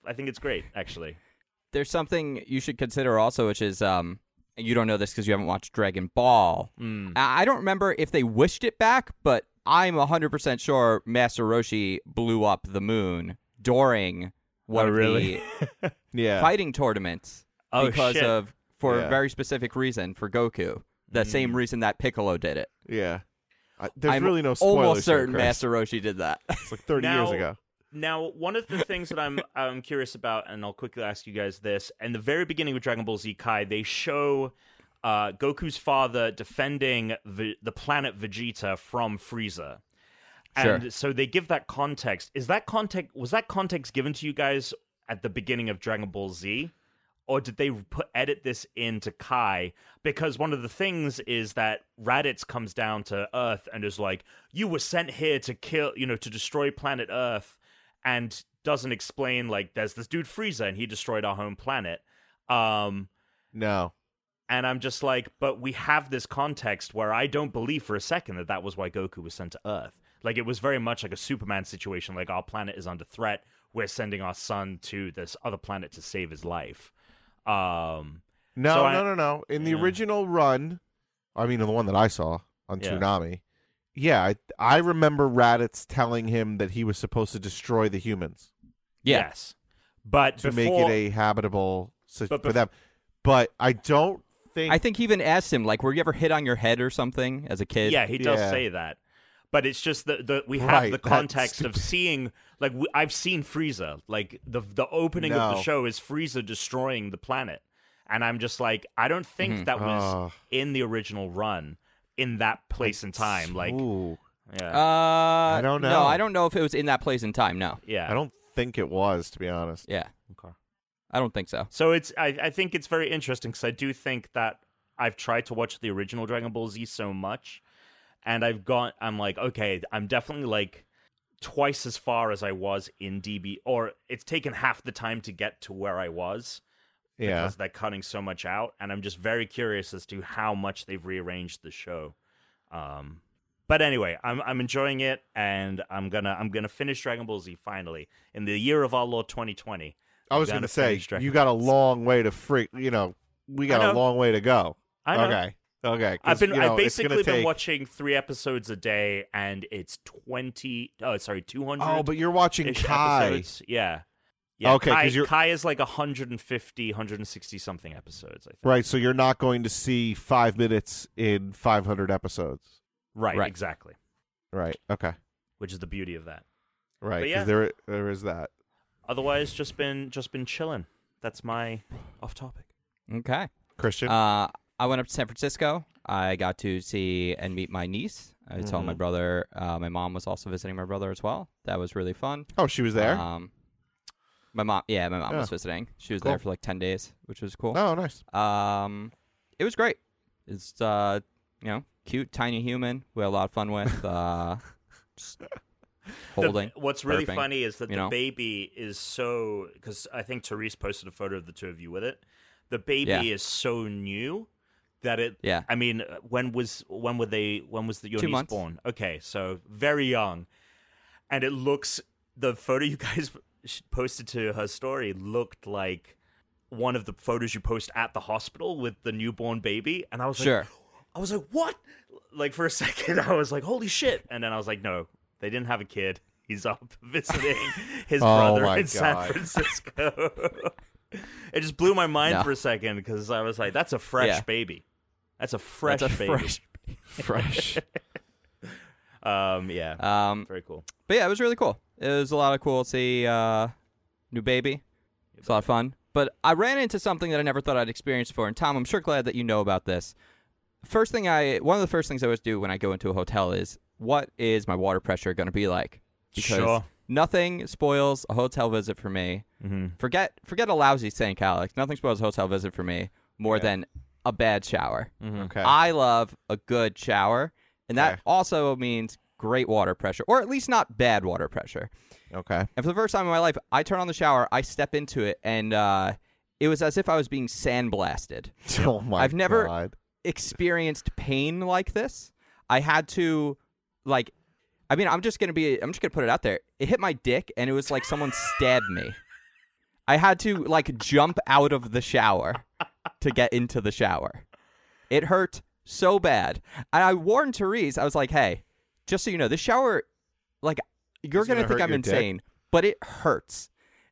Speaker 2: I think it's great actually.
Speaker 1: there's something you should consider also, which is um, you don't know this because you haven't watched Dragon Ball.
Speaker 3: Mm-hmm.
Speaker 2: Mm.
Speaker 1: I I don't remember if they wished it back, but I'm 100% sure Master Roshi blew up the moon during one
Speaker 2: Oh,
Speaker 1: of
Speaker 2: really?
Speaker 1: the
Speaker 3: yeah,
Speaker 1: fighting tournaments
Speaker 2: Oh,
Speaker 1: because
Speaker 2: shit.
Speaker 1: of for
Speaker 3: Yeah.
Speaker 1: a very specific reason for Goku. The same reason that Piccolo did it.
Speaker 3: yeah. I, there's
Speaker 1: I'm
Speaker 3: really no spoilers.
Speaker 1: Almost
Speaker 3: here,
Speaker 1: certain
Speaker 3: Chris.
Speaker 1: Master Roshi did that.
Speaker 3: It's like thirty years
Speaker 2: Now-
Speaker 3: ago.
Speaker 2: Now, one of the things that I'm I'm curious about, and I'll quickly ask you guys this: in the very beginning of Dragon Ball Z Kai, they show uh, Goku's father defending the the planet Vegeta from Frieza, and
Speaker 1: Sure.
Speaker 2: so they give that context. Is that context was that context given to you guys at the beginning of Dragon Ball Z? Or did they put edit this into Kai? Because one of the things is that Raditz comes down to Earth and is like, "You were sent here to kill, you know, to destroy planet Earth," and doesn't explain like, "There's this dude Frieza and he destroyed our home planet." Um,
Speaker 3: No,
Speaker 2: and I'm just like, but we have this context where I don't believe for a second that that was why Goku was sent to Earth. Like it was very much like a Superman situation. Like our planet is under threat. We're sending our son to this other planet to save his life. Um,
Speaker 3: No,
Speaker 2: So
Speaker 3: no,
Speaker 2: I-
Speaker 3: no, no. In the
Speaker 2: Yeah.
Speaker 3: original run, I mean, the one that I saw on
Speaker 2: Yeah.
Speaker 3: Toonami, yeah, I, I remember Raditz telling him that he was supposed to destroy the humans
Speaker 1: yeah.
Speaker 2: Yes, but
Speaker 3: to
Speaker 2: before,
Speaker 3: make it a habitable si-
Speaker 2: But
Speaker 3: for
Speaker 2: bef-
Speaker 3: them. But I don't think.
Speaker 1: I think he even asked him, like, were you ever hit on your head or something as a kid?
Speaker 2: yeah, he does
Speaker 3: yeah.
Speaker 2: say that. But it's just that the, we have
Speaker 3: Right,
Speaker 2: the
Speaker 3: that's
Speaker 2: context of seeing, like, we, I've seen Frieza. Like, the the opening of
Speaker 3: No.
Speaker 2: the show is Frieza destroying the planet. And I'm just like, I don't think
Speaker 1: Mhm.
Speaker 2: that was
Speaker 3: Oh.
Speaker 2: in the original run in that place and time. Like,
Speaker 3: Ooh,
Speaker 2: yeah,
Speaker 1: Uh,
Speaker 3: I don't
Speaker 1: No,
Speaker 3: know.
Speaker 1: I don't know if it was in that place in time. No.
Speaker 2: yeah,
Speaker 3: I don't think it was to be honest.
Speaker 1: Yeah.
Speaker 2: Okay.
Speaker 1: I don't think so.
Speaker 2: So it's I, I think it's very interesting because I do think that I've tried to watch the original Dragon Ball Z so much, and I've got I'm like okay I'm definitely like twice as far as I was in DB or it's taken half the time to get to where I was
Speaker 3: Yeah.
Speaker 2: because they're cutting so much out, and I'm just very curious as to how much they've rearranged the show. Um, but anyway, I'm I'm enjoying it, and I'm gonna I'm gonna finish Dragon Ball Z finally in the year of our Lord 2020.
Speaker 3: I was
Speaker 2: I'm
Speaker 3: going to
Speaker 2: gonna
Speaker 3: say
Speaker 2: finish Dragon
Speaker 3: you got a long way to freak. You know, we got
Speaker 2: I
Speaker 3: a
Speaker 2: know.
Speaker 3: long way to go.
Speaker 2: I know.
Speaker 3: Okay. Okay. 'Cause,
Speaker 2: I've been
Speaker 3: you know,
Speaker 2: I've
Speaker 3: it's gonna
Speaker 2: basically been
Speaker 3: take-
Speaker 2: watching three episodes a day, and it's twenty. Oh, sorry, two hundred.
Speaker 3: Oh, but you're watching Kai.
Speaker 2: Episodes. Yeah. Yeah,
Speaker 3: Okay,
Speaker 2: Kai,
Speaker 3: 'cause you're-
Speaker 2: Kai is like 150, 160 something episodes, I think.
Speaker 3: Right, so you're not going to see five minutes in 500 episodes.
Speaker 2: Right,
Speaker 1: Right.
Speaker 2: exactly.
Speaker 3: Right. Okay.
Speaker 2: Which is the beauty of that.
Speaker 3: Right.
Speaker 2: But
Speaker 3: Because
Speaker 2: yeah.
Speaker 3: there, there is that.
Speaker 2: Otherwise, just been just been chilling. That's my off topic.
Speaker 1: Okay.
Speaker 3: Christian.
Speaker 1: Uh, I went up to San Francisco. I got to see and meet my niece. I saw
Speaker 2: Mm-hmm.
Speaker 1: my brother. Uh, my mom was also visiting my brother as well. That was really fun.
Speaker 3: oh, she was there.
Speaker 1: Um, my mom, yeah, my mom
Speaker 3: Yeah.
Speaker 1: was visiting. She was
Speaker 3: Cool.
Speaker 1: there for like ten days, which was cool.
Speaker 3: oh, nice.
Speaker 1: Um, it was great. It's uh, you know, cute, tiny human. We had a lot of fun with. Uh, just
Speaker 2: The-
Speaker 1: holding.
Speaker 2: what's really
Speaker 1: burping,
Speaker 2: funny is that
Speaker 1: you
Speaker 2: the
Speaker 1: know?
Speaker 2: baby is so because I think Therese posted a photo of the two of you with it. The baby
Speaker 1: Yeah.
Speaker 2: is so new that it.
Speaker 1: Yeah.
Speaker 2: I mean, uh, when was when were they? When was the, your
Speaker 1: Two
Speaker 2: niece
Speaker 1: months.
Speaker 2: born? Okay, so very young, and it looks the photo you guys sh- posted to her story looked like one of the photos you post at the hospital with the newborn baby, and I was like,
Speaker 1: Sure.
Speaker 2: I was like, what? Like for a second, I was like, holy shit. And then I was like, no, they didn't have a kid. He's up visiting his
Speaker 3: Oh
Speaker 2: brother
Speaker 3: my
Speaker 2: in San
Speaker 3: God.
Speaker 2: Francisco. it just blew my mind
Speaker 1: No.
Speaker 2: for a second because I was like, that's a fresh
Speaker 1: Yeah.
Speaker 2: baby. That's a fresh
Speaker 1: That's a
Speaker 2: baby.
Speaker 1: fresh- fresh.
Speaker 2: Um, yeah.
Speaker 1: um,
Speaker 2: Very cool.
Speaker 1: But yeah, it was really cool. It was a lot of cool to see uh, new baby. It's a lot of fun. But I ran into something that I never thought I'd experience before. And Tom, I'm sure glad that you know about this. First thing I, one of the first things I always do when I go into a hotel is, what is my water pressure going to be like? Because
Speaker 2: Sure.
Speaker 1: nothing spoils a hotel visit for me.
Speaker 3: Mm-hmm.
Speaker 1: Forget, forget a lousy St. Alex. Nothing spoils a hotel visit for me more than a bad shower.
Speaker 3: Okay.
Speaker 1: mm-hmm. I love a good shower, and that
Speaker 3: Okay.
Speaker 1: also means great water pressure, or at least not bad water pressure.
Speaker 3: okay.
Speaker 1: And for the first time in my life, I turn on the shower, I step into it, and uh, it was as if I was being sandblasted.
Speaker 3: Oh my
Speaker 1: I've never-
Speaker 3: God.
Speaker 1: Experienced pain like this. I had to, like, I mean, I'm just gonna be, I'm just gonna put it out there. It hit my dick, and it was like someone stabbed me. I had to like jump out of the shower to get into the shower. It hurt so bad. And I warned Therese, I was like, hey, just so you know, this shower, like, you're
Speaker 3: It's
Speaker 1: going
Speaker 3: gonna
Speaker 1: to think
Speaker 3: hurt
Speaker 1: I'm
Speaker 3: your dick.
Speaker 1: insane, but it hurts.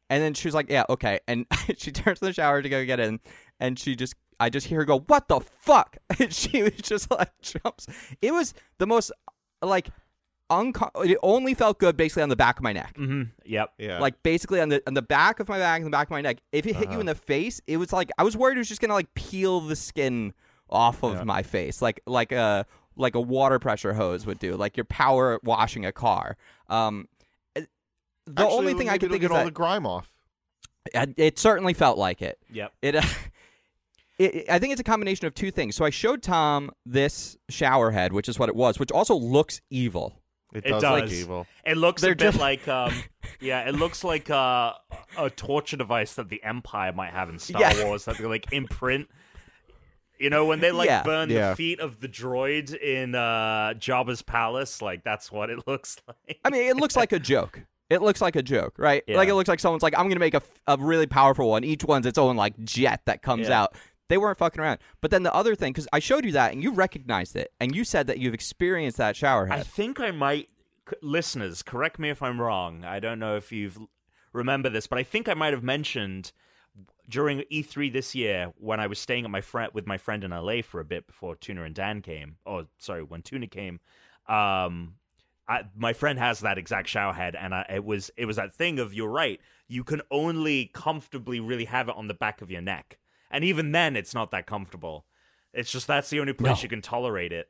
Speaker 1: And then she was like, yeah, okay. And she turns to the shower to go get in. And she just, I just hear her go, what the fuck? And she was just like, jumps. It was the most, like, unco- it only felt good basically on the back of my neck
Speaker 2: hmm Yep.
Speaker 3: Yeah. Uh-huh.
Speaker 1: like basically on the on the back of my back and the back of my neck. If it hit you in the face, it was like I was worried it was just gonna like peel the skin off of my face, like like a like a water pressure hose would do, like your power washing a car. Um, it- the
Speaker 3: Actually,
Speaker 1: only thing I
Speaker 3: maybe
Speaker 1: could
Speaker 3: it'll
Speaker 1: think
Speaker 3: get
Speaker 1: is
Speaker 3: all
Speaker 1: that
Speaker 3: the grime off.
Speaker 1: I- it certainly felt like it.
Speaker 2: Yep.
Speaker 1: It, uh, it, it- I think it's a combination of two things. So I showed Tom this shower head, which is what it was, which also looks evil.
Speaker 3: It,
Speaker 2: It
Speaker 3: does, look
Speaker 2: does.
Speaker 3: evil.
Speaker 2: It looks
Speaker 1: They're
Speaker 2: a bit
Speaker 1: just-
Speaker 2: like, um, yeah, it looks like uh, a torture device that the Empire might have in Star
Speaker 1: Yeah.
Speaker 2: Wars that they like imprint. You know, when they like
Speaker 1: Yeah.
Speaker 2: burn
Speaker 3: Yeah.
Speaker 2: the feet of the droid in uh, Jabba's palace, like that's what it looks like.
Speaker 1: I mean, it looks like a joke. It looks like a joke, right?
Speaker 2: Yeah.
Speaker 1: Like it looks like someone's like, I'm gonna make a, f- a really powerful one. Each one's its own like jet that comes
Speaker 2: Yeah.
Speaker 1: out. They weren't fucking around. But then the other thing, because I showed you that and you recognized it, and you said that you've experienced that shower
Speaker 2: I
Speaker 1: head.
Speaker 2: think I might, c- listeners, correct me if I'm wrong. I don't know if you've remember this, but I think I might have mentioned during E3 this year when I was staying at my friend with my friend in LA for a bit before Tuna and Dan came. Oh, sorry, when Tuna came, um, I, my friend has that exact shower head, and I, it was it was that thing of you're right. You can only comfortably really have it on the back of your neck, and even then, it's not that comfortable. It's just that's the only place
Speaker 1: No.
Speaker 2: you can tolerate it.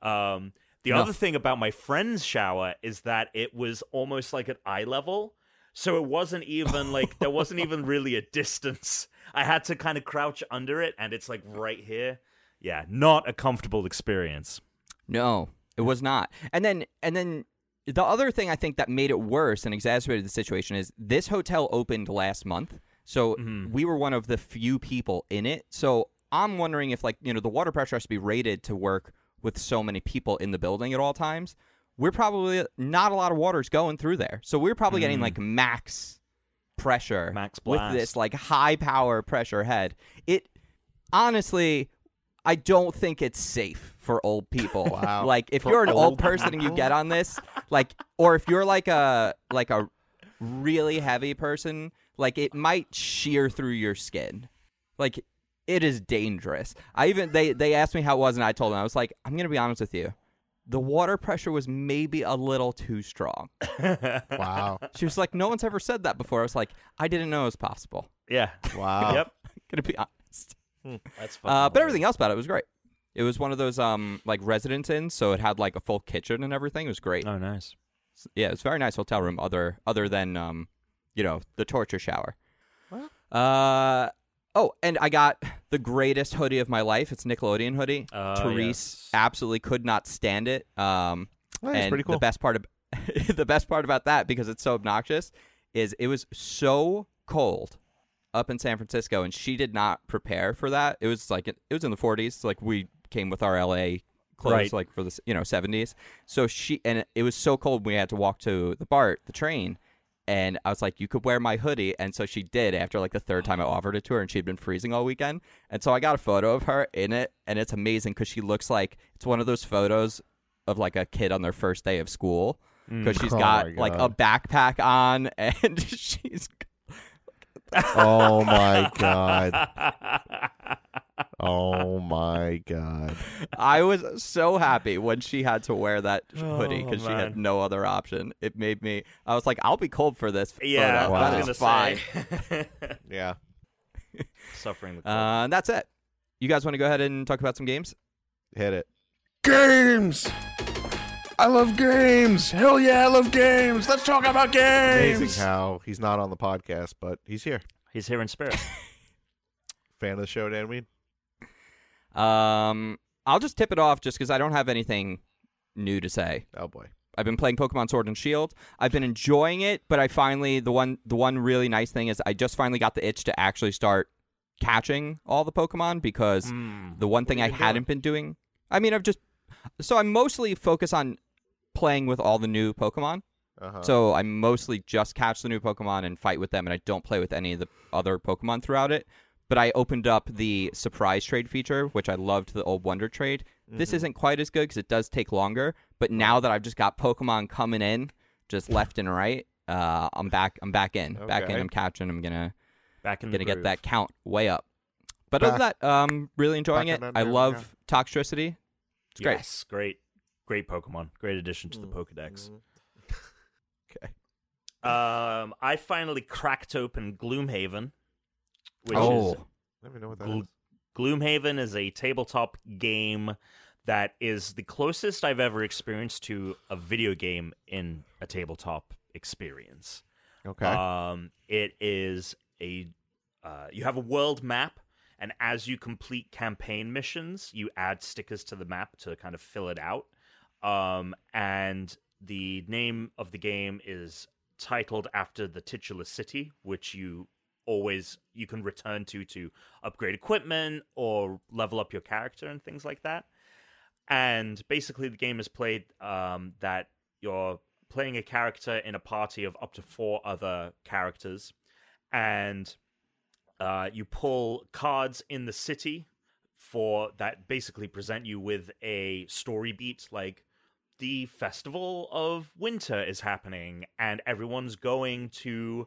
Speaker 2: Um, the
Speaker 1: No.
Speaker 2: other thing about my friend's shower is that it was almost like at eye level, So it wasn't even like there wasn't even really a distance. I had to kind of crouch under it, and it's like right here. Yeah, not a comfortable experience.
Speaker 1: No, it was not. And then and then the other thing I think that made it worse and exacerbated the situation is this hotel opened last month. So
Speaker 2: Mm-hmm.
Speaker 1: we were one of the few people in it. So I'm wondering if like, you know, the water pressure has to be rated to work with so many people in the building at all times. We're probably not a lot of water's going through there. So we're probably getting like max pressure
Speaker 2: Mm. Max blast.
Speaker 1: with this like high power pressure head. It honestly, I don't think it's safe for old people.
Speaker 3: Wow.
Speaker 1: Like if
Speaker 3: For
Speaker 1: you're an old
Speaker 3: old
Speaker 1: person and you get on this, like or if you're like a like a really heavy person, like it might shear through your skin. Like it is dangerous. I even they they asked me how it was and I told them I was like, I'm going to be honest with you. The water pressure was maybe a little too strong.
Speaker 3: Wow.
Speaker 1: She was like, "No one's ever said that before." I was like, "I didn't know it was possible."
Speaker 2: Yeah.
Speaker 3: Wow.
Speaker 2: Yep.
Speaker 1: Gonna
Speaker 3: uh,
Speaker 1: be honest.
Speaker 2: That's fine.
Speaker 1: Oh. Uh, but everything else about it was great. It was one of those um like residence inns, so it had like a full kitchen and everything. It was great.
Speaker 2: Oh, nice.
Speaker 1: Yeah, it was a very nice hotel room. Other other than um, you know, the torture shower. Uh oh, and I got the greatest hoodie of my life. It's a Nickelodeon hoodie.
Speaker 2: Oh,
Speaker 1: Therese
Speaker 2: yes.
Speaker 1: absolutely could not stand it. Um,
Speaker 3: Well, that's
Speaker 1: and
Speaker 3: pretty cool.
Speaker 1: The best part of the best part about that because it's so obnoxious is it was so cold up in San Francisco, and she did not prepare for that. It was like it was in the 40s. Like we came with our LA clothes,
Speaker 2: Right.
Speaker 1: like for the you know 70s. So she and it was so cold we had to walk to the BART, the train. And I was like, "You could wear my hoodie," and so she did. After like the third time I offered it to her, and she'd been freezing all weekend, and so I got a photo of her in it, and it's amazing because she looks like it's one of those photos of like a kid on their first day of school because she's
Speaker 3: Oh
Speaker 1: got
Speaker 3: my
Speaker 1: like a backpack on and she's
Speaker 3: oh my god. Oh my god.
Speaker 1: I was so happy when she had to wear that hoodie because she had
Speaker 2: Oh, man.
Speaker 1: no other option. It made me. I was like, I'll be cold for this.
Speaker 2: Yeah,
Speaker 1: photo. That
Speaker 2: I was
Speaker 1: is
Speaker 2: gonna
Speaker 1: fine.
Speaker 2: say
Speaker 3: Yeah.
Speaker 2: suffering the cold.
Speaker 1: Uh, and that's it. You guys want to go ahead and talk about some games?
Speaker 3: Hit it.
Speaker 4: Games! I love games! Hell yeah, I love games! Let's talk about games!
Speaker 3: Amazing how he's not on the podcast, but he's here.
Speaker 2: He's here in spirit.
Speaker 3: Fan of the show, Dan Weed.
Speaker 1: Um, I'll just tip it off just because I don't have anything new to say.
Speaker 3: Oh boy.
Speaker 1: I've been playing Pokemon Sword and Shield. I've been enjoying it, but I finally the one the one really nice thing is I just finally got the itch to actually start catching all the Pokemon because
Speaker 2: Hmm,
Speaker 1: the one thing I hadn't been doing. I mean, I've just so I'm mostly focused on playing with all the new Pokemon.
Speaker 3: Uh-huh.
Speaker 1: So I mostly just catch the new Pokemon and fight with them, and I don't play with any of the other Pokemon throughout it. But I opened up the surprise trade feature, which I loved the old Wonder Trade. This isn't quite as good because it does take longer. But now that I've just got Pokemon coming in, just left and right, uh, I'm back. I'm back in. Back in.
Speaker 3: Okay.
Speaker 1: I'm catching. I'm gonna
Speaker 2: Back in the
Speaker 1: gonna get
Speaker 2: groove.
Speaker 1: that count way up. But other than
Speaker 3: Back-
Speaker 1: that, um, really enjoying
Speaker 3: back
Speaker 1: it.
Speaker 3: in that
Speaker 1: I
Speaker 3: groove,
Speaker 1: love Toxtricity. It's great.
Speaker 2: Yes, great, great Pokemon. Great addition to the Pokedex.
Speaker 3: Okay.
Speaker 2: Um, I finally cracked open Gloomhaven, which is
Speaker 1: oh,
Speaker 3: Let me know what that
Speaker 2: Gl-
Speaker 3: is.
Speaker 2: Gloomhaven is a tabletop game that is the closest I've ever experienced to a video game in a tabletop experience.
Speaker 3: Okay.
Speaker 2: Um, it is a uh, you have a world map, and as you complete campaign missions, you add stickers to the map to kind of fill it out. Um, and the name of the game is titled after the titular city, which you always you can return to to upgrade equipment or level up your character and things like that. And basically, the game is played um, that you're playing a character in a party of up to four other characters, and uh, you pull cards in the city for that basically present you with a story beat like the festival of winter is happening and everyone's going to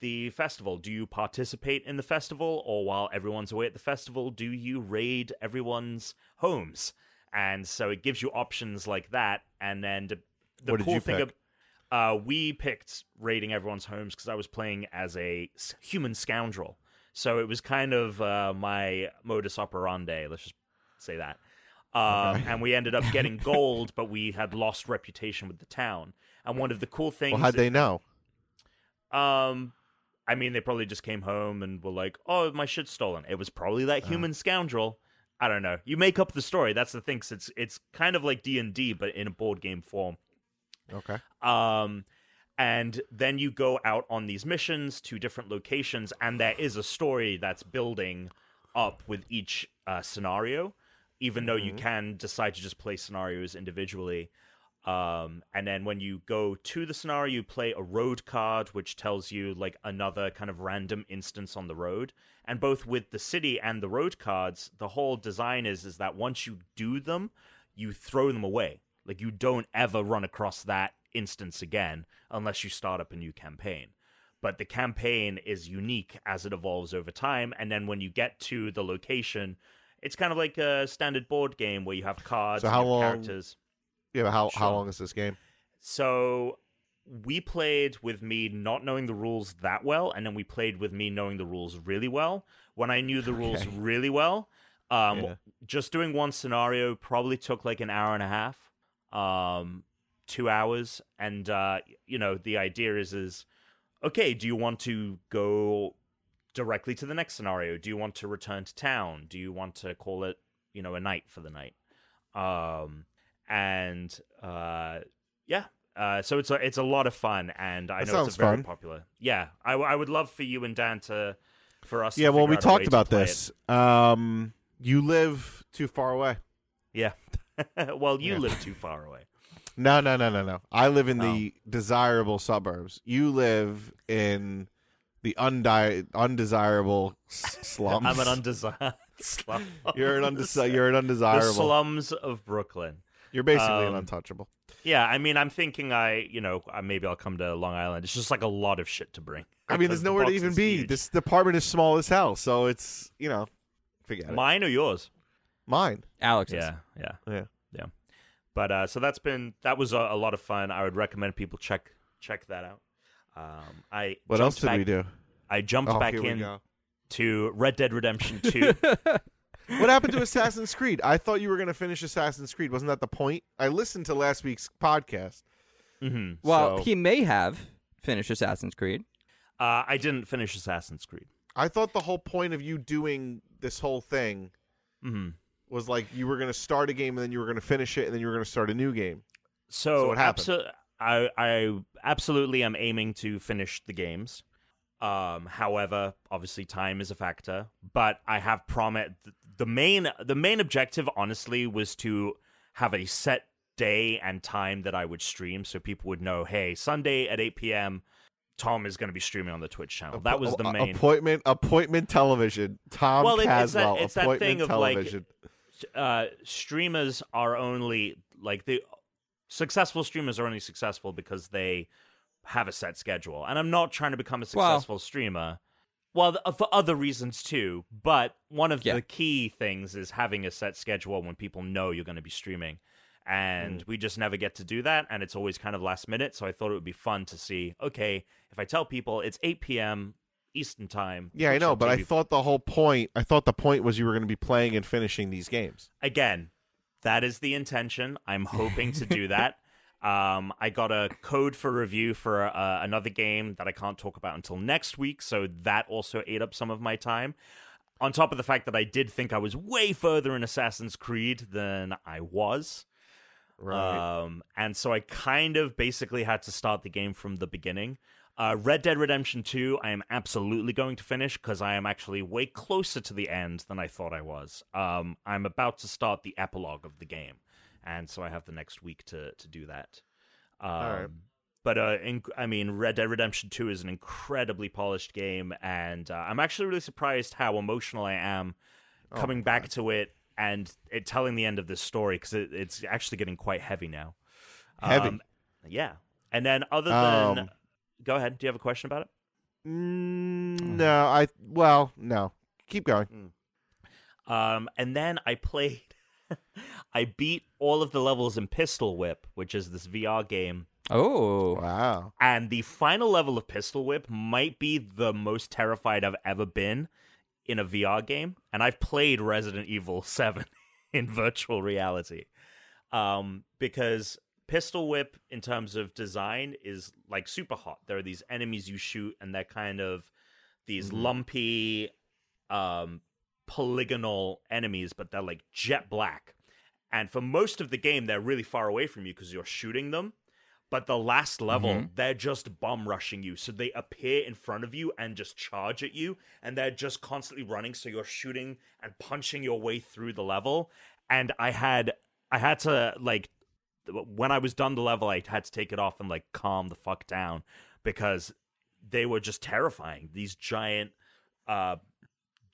Speaker 2: the festival do you participate in the festival or while everyone's away at the festival do you raid everyone's homes and so it gives you options like that and then the, the
Speaker 3: What did
Speaker 2: cool
Speaker 3: you
Speaker 2: thing
Speaker 3: pick?
Speaker 2: ab- uh, we picked raiding everyone's homes because I was playing as a s- human scoundrel. So it was kind of uh, my modus operandi. Let's just say that. Um,
Speaker 3: Okay.
Speaker 2: And we ended up getting gold, but we had lost reputation with the town. And one of the cool things,
Speaker 3: well, how'd they know?
Speaker 2: Um, I mean, they probably just came home and were like, "Oh, my shit's stolen." It was probably that human scoundrel. I don't know. You make up the story. That's the thing. 'cause It's it's kind of like D and D, but in a board game form.
Speaker 3: Okay.
Speaker 2: Um, and then you go out on these missions to different locations, and there is a story that's building up with each uh, scenario, even though you can decide to just play scenarios individually. Um, and then when you go to the scenario, you play a road card, which tells you like another kind of random instance on the road. And both with the city and the road cards, the whole design is is that once you do them, you throw them away. Like you don't ever run across that instance again unless you start up a new campaign. But the campaign is unique as it evolves over time. And then when you get to the location, it's kind of like a standard board game where you have cards
Speaker 3: So
Speaker 2: and
Speaker 3: how
Speaker 2: you have
Speaker 3: long-
Speaker 2: characters.
Speaker 3: Yeah, but how
Speaker 2: Sure.
Speaker 3: how long is this game?
Speaker 2: So we played with me not knowing the rules that well, and then we played with me knowing the rules really well. When I knew the rules really well, um,
Speaker 3: Yeah.
Speaker 2: just doing one scenario probably took like an hour and a half, um, two hours, and uh, you know the idea is is okay. Do you want to go directly to the next scenario? Do you want to return to town? Do you want to call it you know a night for the night? Um, and uh, yeah. Uh, so it's a it's a lot of fun, and I
Speaker 3: That
Speaker 2: know
Speaker 3: sounds
Speaker 2: it's a very
Speaker 3: fun.
Speaker 2: popular. Yeah, I, w- I would love for you and Dan to for us. to
Speaker 3: yeah,
Speaker 2: figure
Speaker 3: well, we
Speaker 2: out a way
Speaker 3: talked
Speaker 2: to
Speaker 3: about
Speaker 2: play it.
Speaker 3: this. Um, you live too far away.
Speaker 2: well, you
Speaker 3: Yeah.
Speaker 2: live too far away.
Speaker 3: No, no, no, no, no. I live in the
Speaker 2: Oh.
Speaker 3: desirable suburbs. You live in the undi- undesirable s- slums.
Speaker 2: I'm an undesired slum.
Speaker 3: you're an undesi- you're an
Speaker 2: the
Speaker 3: undesirable.
Speaker 2: slums of Brooklyn.
Speaker 3: you're basically
Speaker 2: um,
Speaker 3: an untouchable.
Speaker 2: Yeah, I mean, I'm thinking I, you know, uh, maybe I'll come to Long Island. It's just like a lot of shit to bring.
Speaker 3: I
Speaker 2: because
Speaker 3: mean, there's
Speaker 2: the
Speaker 3: nowhere to
Speaker 2: box
Speaker 3: even
Speaker 2: is
Speaker 3: be.
Speaker 2: huge.
Speaker 3: This department is small as hell, so it's you know, forget it.
Speaker 2: mine or yours?
Speaker 3: Mine.
Speaker 1: Alex's.
Speaker 2: Yeah, yeah,
Speaker 3: Yeah.
Speaker 2: yeah. But uh, so that's been that was a, a lot of fun. I would recommend people check check that out. Um, I
Speaker 3: What else
Speaker 2: jumped
Speaker 3: did
Speaker 2: back-
Speaker 3: we do?
Speaker 2: I jumped
Speaker 3: Oh,
Speaker 2: back
Speaker 3: here we
Speaker 2: in
Speaker 3: go.
Speaker 2: to Red Dead Redemption Two.
Speaker 3: What happened to Assassin's Creed? I thought you were going to finish Assassin's Creed. Wasn't that the point? I listened to last week's podcast.
Speaker 2: hmm
Speaker 1: Well,
Speaker 3: So-
Speaker 1: he may have finished Assassin's Creed.
Speaker 2: uh, I didn't finish Assassin's Creed.
Speaker 3: I thought the whole point of you doing this whole thing
Speaker 2: hmm
Speaker 3: was like you were going to start a game and then you were going to finish it and then you were going to start a new game.
Speaker 2: So,
Speaker 3: So what happened?
Speaker 2: abso- I, I absolutely am aiming to finish the games. Um, however, obviously time is a factor, but I have promised the main the main objective honestly was to have a set day and time that I would stream so people would know, hey, Sunday at 8 p.m. Tom is going to be streaming on the Twitch channel. Oh, That was the
Speaker 3: A-
Speaker 2: main
Speaker 3: appointment. Appointment television. Tom
Speaker 2: Well, it- it's that-
Speaker 3: Caswell.
Speaker 2: it's that
Speaker 3: appointment
Speaker 2: thing of, like,
Speaker 3: television.
Speaker 2: uh, streamers are only like the successful streamers are only successful because they have a set schedule. And I'm not trying to become a
Speaker 1: Well-
Speaker 2: successful streamer. Well, th- uh, for other reasons too, but one of
Speaker 1: Yeah.
Speaker 2: the key things is having a set schedule when people know you're going to be streaming. And
Speaker 3: Mm.
Speaker 2: we just never get to do that. And it's always kind of last minute. So I thought it would be fun to see okay, if I tell people it's 8 p.m. Eastern time.
Speaker 3: yeah, I
Speaker 2: which
Speaker 3: know,
Speaker 2: I'll
Speaker 3: but
Speaker 2: tell
Speaker 3: I
Speaker 2: people-
Speaker 3: thought the whole point. I thought the point was you were going to be playing and finishing these games.
Speaker 2: again, that is the intention. I'm hoping to do that. Um, I got a code for review for uh, another game that I can't talk about until next week, so that also ate up some of my time. On top of the fact that I did think I was way further in Assassin's Creed than I was. Um, and so I kind of basically had to start the game from the beginning. Uh, Red Dead Redemption 2, I am absolutely going to finish because I am actually way closer to the end than I thought I was. Um, I'm about to start the epilogue of the game, and so I have the next week to to do that. Um,
Speaker 3: right.
Speaker 2: But uh, in, I mean, Red Dead Redemption 2 is an incredibly polished game, and uh, I'm actually really surprised how emotional I am
Speaker 3: Oh
Speaker 2: coming back to it and it telling the end of this story because it, it's actually getting quite heavy now.
Speaker 3: Heavy?
Speaker 2: Um, yeah. And then other than,
Speaker 3: Um,
Speaker 2: go ahead. Do you have a question about it?
Speaker 3: Mm, no, I. Well, no. Keep going.
Speaker 2: Um, and then I played. I beat all of the levels in Pistol Whip, which is this VR game.
Speaker 1: Oh,
Speaker 3: Wow.
Speaker 2: And the final level of Pistol Whip might be the most terrified I've ever been in a VR game. And I've played Resident Evil 7 in virtual reality. Um, because Pistol Whip, in terms of design, is like super hot. There are these enemies you shoot, and they're kind of these lumpy, um, polygonal enemies, but they're like jet black. And for most of the game, they're really far away from you because you're shooting them. But the last level, they're just bomb rushing you. So they appear in front of you and just charge at you. And they're just constantly running. So you're shooting and punching your way through the level. And I had I had to like th- when I was done the level, I had to take it off and like calm the fuck down because they were just terrifying. These giant uh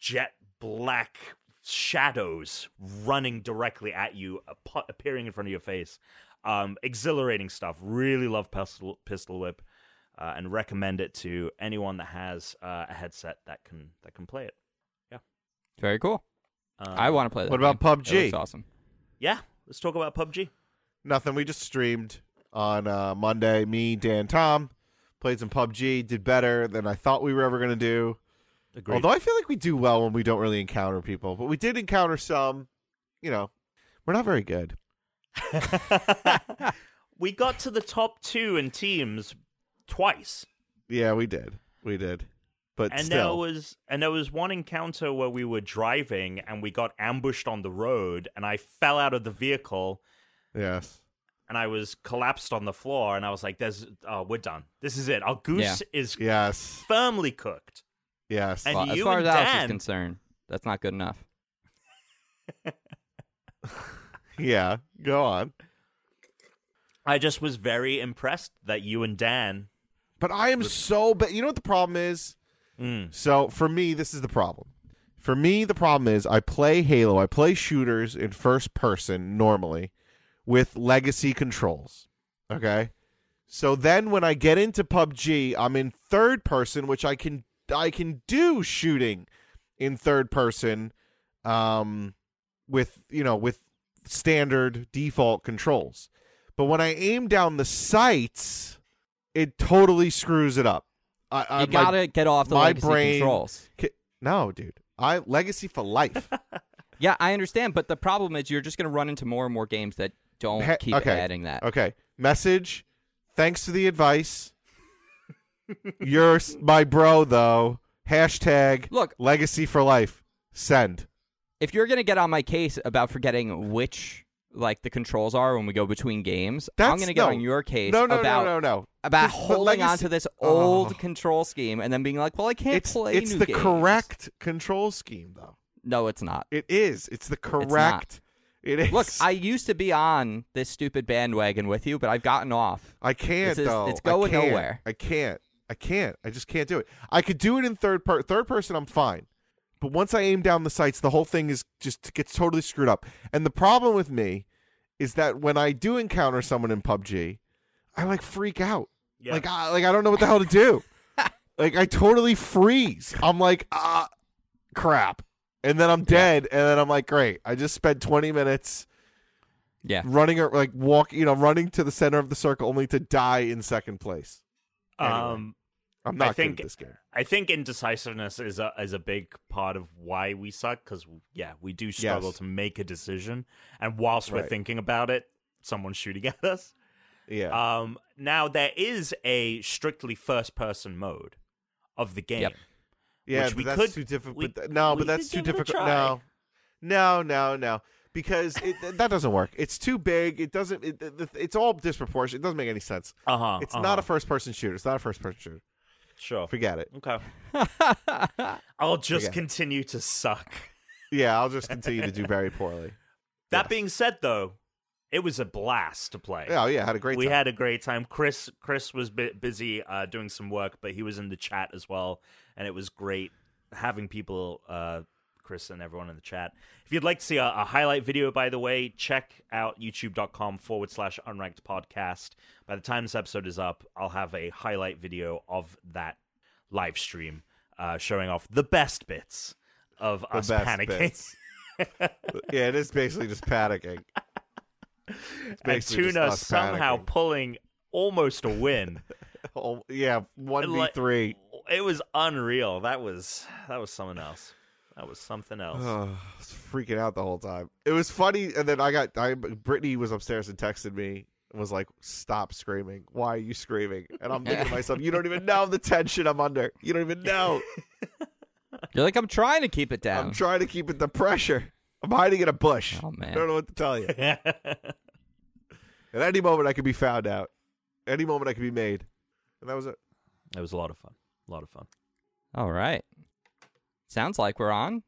Speaker 2: jet black shadows running directly at you, ap- appearing in front of your face. Um, exhilarating stuff. Really love Pistol, pistol Whip, uh, and recommend it to anyone that has uh, a headset that can that can play it.
Speaker 1: Very cool.
Speaker 2: Um,
Speaker 1: I want to play that.
Speaker 3: What about
Speaker 1: game.
Speaker 3: PUBG?
Speaker 1: It looks awesome.
Speaker 2: yeah. Let's talk about PUBG.
Speaker 3: Nothing. We just streamed on uh, Monday. Me, Dan, Tom played some PUBG. Did better than I thought we were ever going to do.
Speaker 2: Agreed.
Speaker 3: Although I feel like we do well when we don't really encounter people, but we did encounter some. You know, we're not very good.
Speaker 2: we got to the top two in teams twice,
Speaker 3: Yeah, we did. We did. But
Speaker 2: and there
Speaker 3: still,
Speaker 2: was and there was one encounter where we were driving and we got ambushed on the road, and I fell out of the vehicle
Speaker 3: yes.
Speaker 2: and I was collapsed on the floor, and I was like, "There's, oh, we're done. This is it. Our goose is
Speaker 3: Yes.
Speaker 2: firmly cooked."
Speaker 3: Yes.
Speaker 2: And
Speaker 1: Well, as
Speaker 2: you
Speaker 1: far
Speaker 2: and
Speaker 1: as Alex is
Speaker 2: Dan,
Speaker 1: concerned, that's not good enough.
Speaker 3: yeah. Go on.
Speaker 2: I just was very impressed that you and Dan.
Speaker 3: But I am so bad. You know what the problem is?
Speaker 2: Mm,
Speaker 3: So for me, this is the problem. For me, the problem is I play Halo. I play shooters in first person normally with legacy controls. Okay. So then when I get into PUBG, I'm in third person, which I can I can do shooting in third person um with you know with standard default controls. But when I aim down the sights, it totally screws it up. I, I
Speaker 1: You
Speaker 3: Uh, my-
Speaker 1: gotta get off the
Speaker 3: my
Speaker 1: legacy
Speaker 3: brain-
Speaker 1: controls.
Speaker 3: Ki- No, dude. I legacy for life.
Speaker 1: Yeah, I understand, but the problem is you're just gonna run into more and more games that don't
Speaker 3: He-
Speaker 1: keep
Speaker 3: okay.
Speaker 1: adding that.
Speaker 3: okay. Message. Thanks for the advice. You're s- my bro though. Hashtag
Speaker 1: Look.
Speaker 3: legacy for life. Send.
Speaker 1: If you're gonna get on my case about forgetting which like the controls are when we go between games, I'm
Speaker 3: That's-
Speaker 1: gonna get
Speaker 3: no.
Speaker 1: on your case
Speaker 3: No, no,
Speaker 1: about
Speaker 3: no, no, no.
Speaker 1: about
Speaker 3: This- the
Speaker 1: holding
Speaker 3: legacy-
Speaker 1: on to this old
Speaker 3: Oh.
Speaker 1: control scheme and then being like, "Well, I can't
Speaker 3: It's
Speaker 1: play
Speaker 3: it's
Speaker 1: new
Speaker 3: the
Speaker 1: games."
Speaker 3: correct control scheme though.
Speaker 1: No, it's not.
Speaker 3: It is. It's the
Speaker 1: not.
Speaker 3: correct. It is.
Speaker 1: Look, I used to be on this stupid bandwagon with you, but I've gotten off.
Speaker 3: I can't
Speaker 1: This is-
Speaker 3: though.
Speaker 1: it's going
Speaker 3: I can't.
Speaker 1: nowhere.
Speaker 3: I can't. I can't. I just can't do it. I could do it in third per third person. I'm fine, but once I aim down the sights, the whole thing is just gets totally screwed up. And the problem with me is that when I do encounter someone in PUBG, I like freak out.
Speaker 2: yeah.
Speaker 3: Like I like I don't know what the hell to do. like I totally freeze. I'm like ah, crap, and then I'm dead. And then I'm like, great. I just spent 20 minutes
Speaker 1: Yeah.
Speaker 3: running or like walk, you know, running to the center of the circle only to die in second place. anyway.
Speaker 2: um,
Speaker 3: I'm
Speaker 2: I
Speaker 3: not
Speaker 2: think-
Speaker 3: good at this game.
Speaker 2: I think indecisiveness is a is a big part of why we suck because yeah, we do struggle
Speaker 3: Yes.
Speaker 2: to make a decision, and whilst we're
Speaker 3: Right.
Speaker 2: thinking about it, someone's shooting at us.
Speaker 3: Yeah.
Speaker 2: Um, now there is a strictly first person mode of the game.
Speaker 1: Yep.
Speaker 3: yeah,
Speaker 2: which
Speaker 3: but
Speaker 2: we
Speaker 3: that's
Speaker 2: could-
Speaker 3: too difficult.
Speaker 2: we-
Speaker 3: no,
Speaker 2: we
Speaker 3: but that's
Speaker 2: could
Speaker 3: too
Speaker 2: give it a
Speaker 3: difficult.
Speaker 2: try.
Speaker 3: No. No, no, no. Because it, th- that doesn't work. It's too big. It doesn't it, it, it's all disproportionate. It doesn't make any sense.
Speaker 2: Uh huh.
Speaker 3: It's not a first person shooter. It's not a first person shooter.
Speaker 2: sure.
Speaker 3: Forget it.
Speaker 2: Okay. I'll just
Speaker 3: Okay.
Speaker 2: continue to suck.
Speaker 3: Yeah, I'll just continue to do very poorly.
Speaker 2: That
Speaker 3: Yeah.
Speaker 2: being said, though, it was a blast to play.
Speaker 3: Yeah, oh, yeah, I had a great
Speaker 2: we
Speaker 3: time.
Speaker 2: had a great time. Chris Chris was bu- busy uh, doing some work, but he was in the chat as well, and it was great having people, uh, Chris and everyone in the chat. If you'd like to see a, a highlight video, by the way, check out youtube.com forward slash unranked podcast. By the time this episode is up, I'll have a highlight video of that live stream uh, showing off the best bits of
Speaker 3: the
Speaker 2: us
Speaker 3: best
Speaker 2: panicking.
Speaker 3: bits. yeah, it is basically just panicking. It's
Speaker 2: and
Speaker 3: basically just
Speaker 2: Tuna
Speaker 3: us
Speaker 2: somehow
Speaker 3: panicking.
Speaker 2: pulling almost a win.
Speaker 3: Oh, yeah, one v
Speaker 2: Like-
Speaker 3: three.
Speaker 2: it was unreal. That was that was something else. That was something else.
Speaker 3: Ugh, I was freaking out the whole time. It was funny, and then I got I Brittany was upstairs and texted me was like, "Stop screaming! Why are you screaming?" And I'm thinking to myself, "You don't even know the tension I'm under. You don't even know.
Speaker 1: You're like, I'm trying to keep it down.
Speaker 3: I'm trying to keep it the pressure. I'm hiding in a bush.
Speaker 1: oh
Speaker 3: I
Speaker 1: man.
Speaker 3: don't know what to tell you.
Speaker 2: That's
Speaker 3: At any moment, I could be found out. Any moment, I could be made." And that was it.
Speaker 2: It was a lot of fun. A lot of fun.
Speaker 1: All right. Sounds like we're on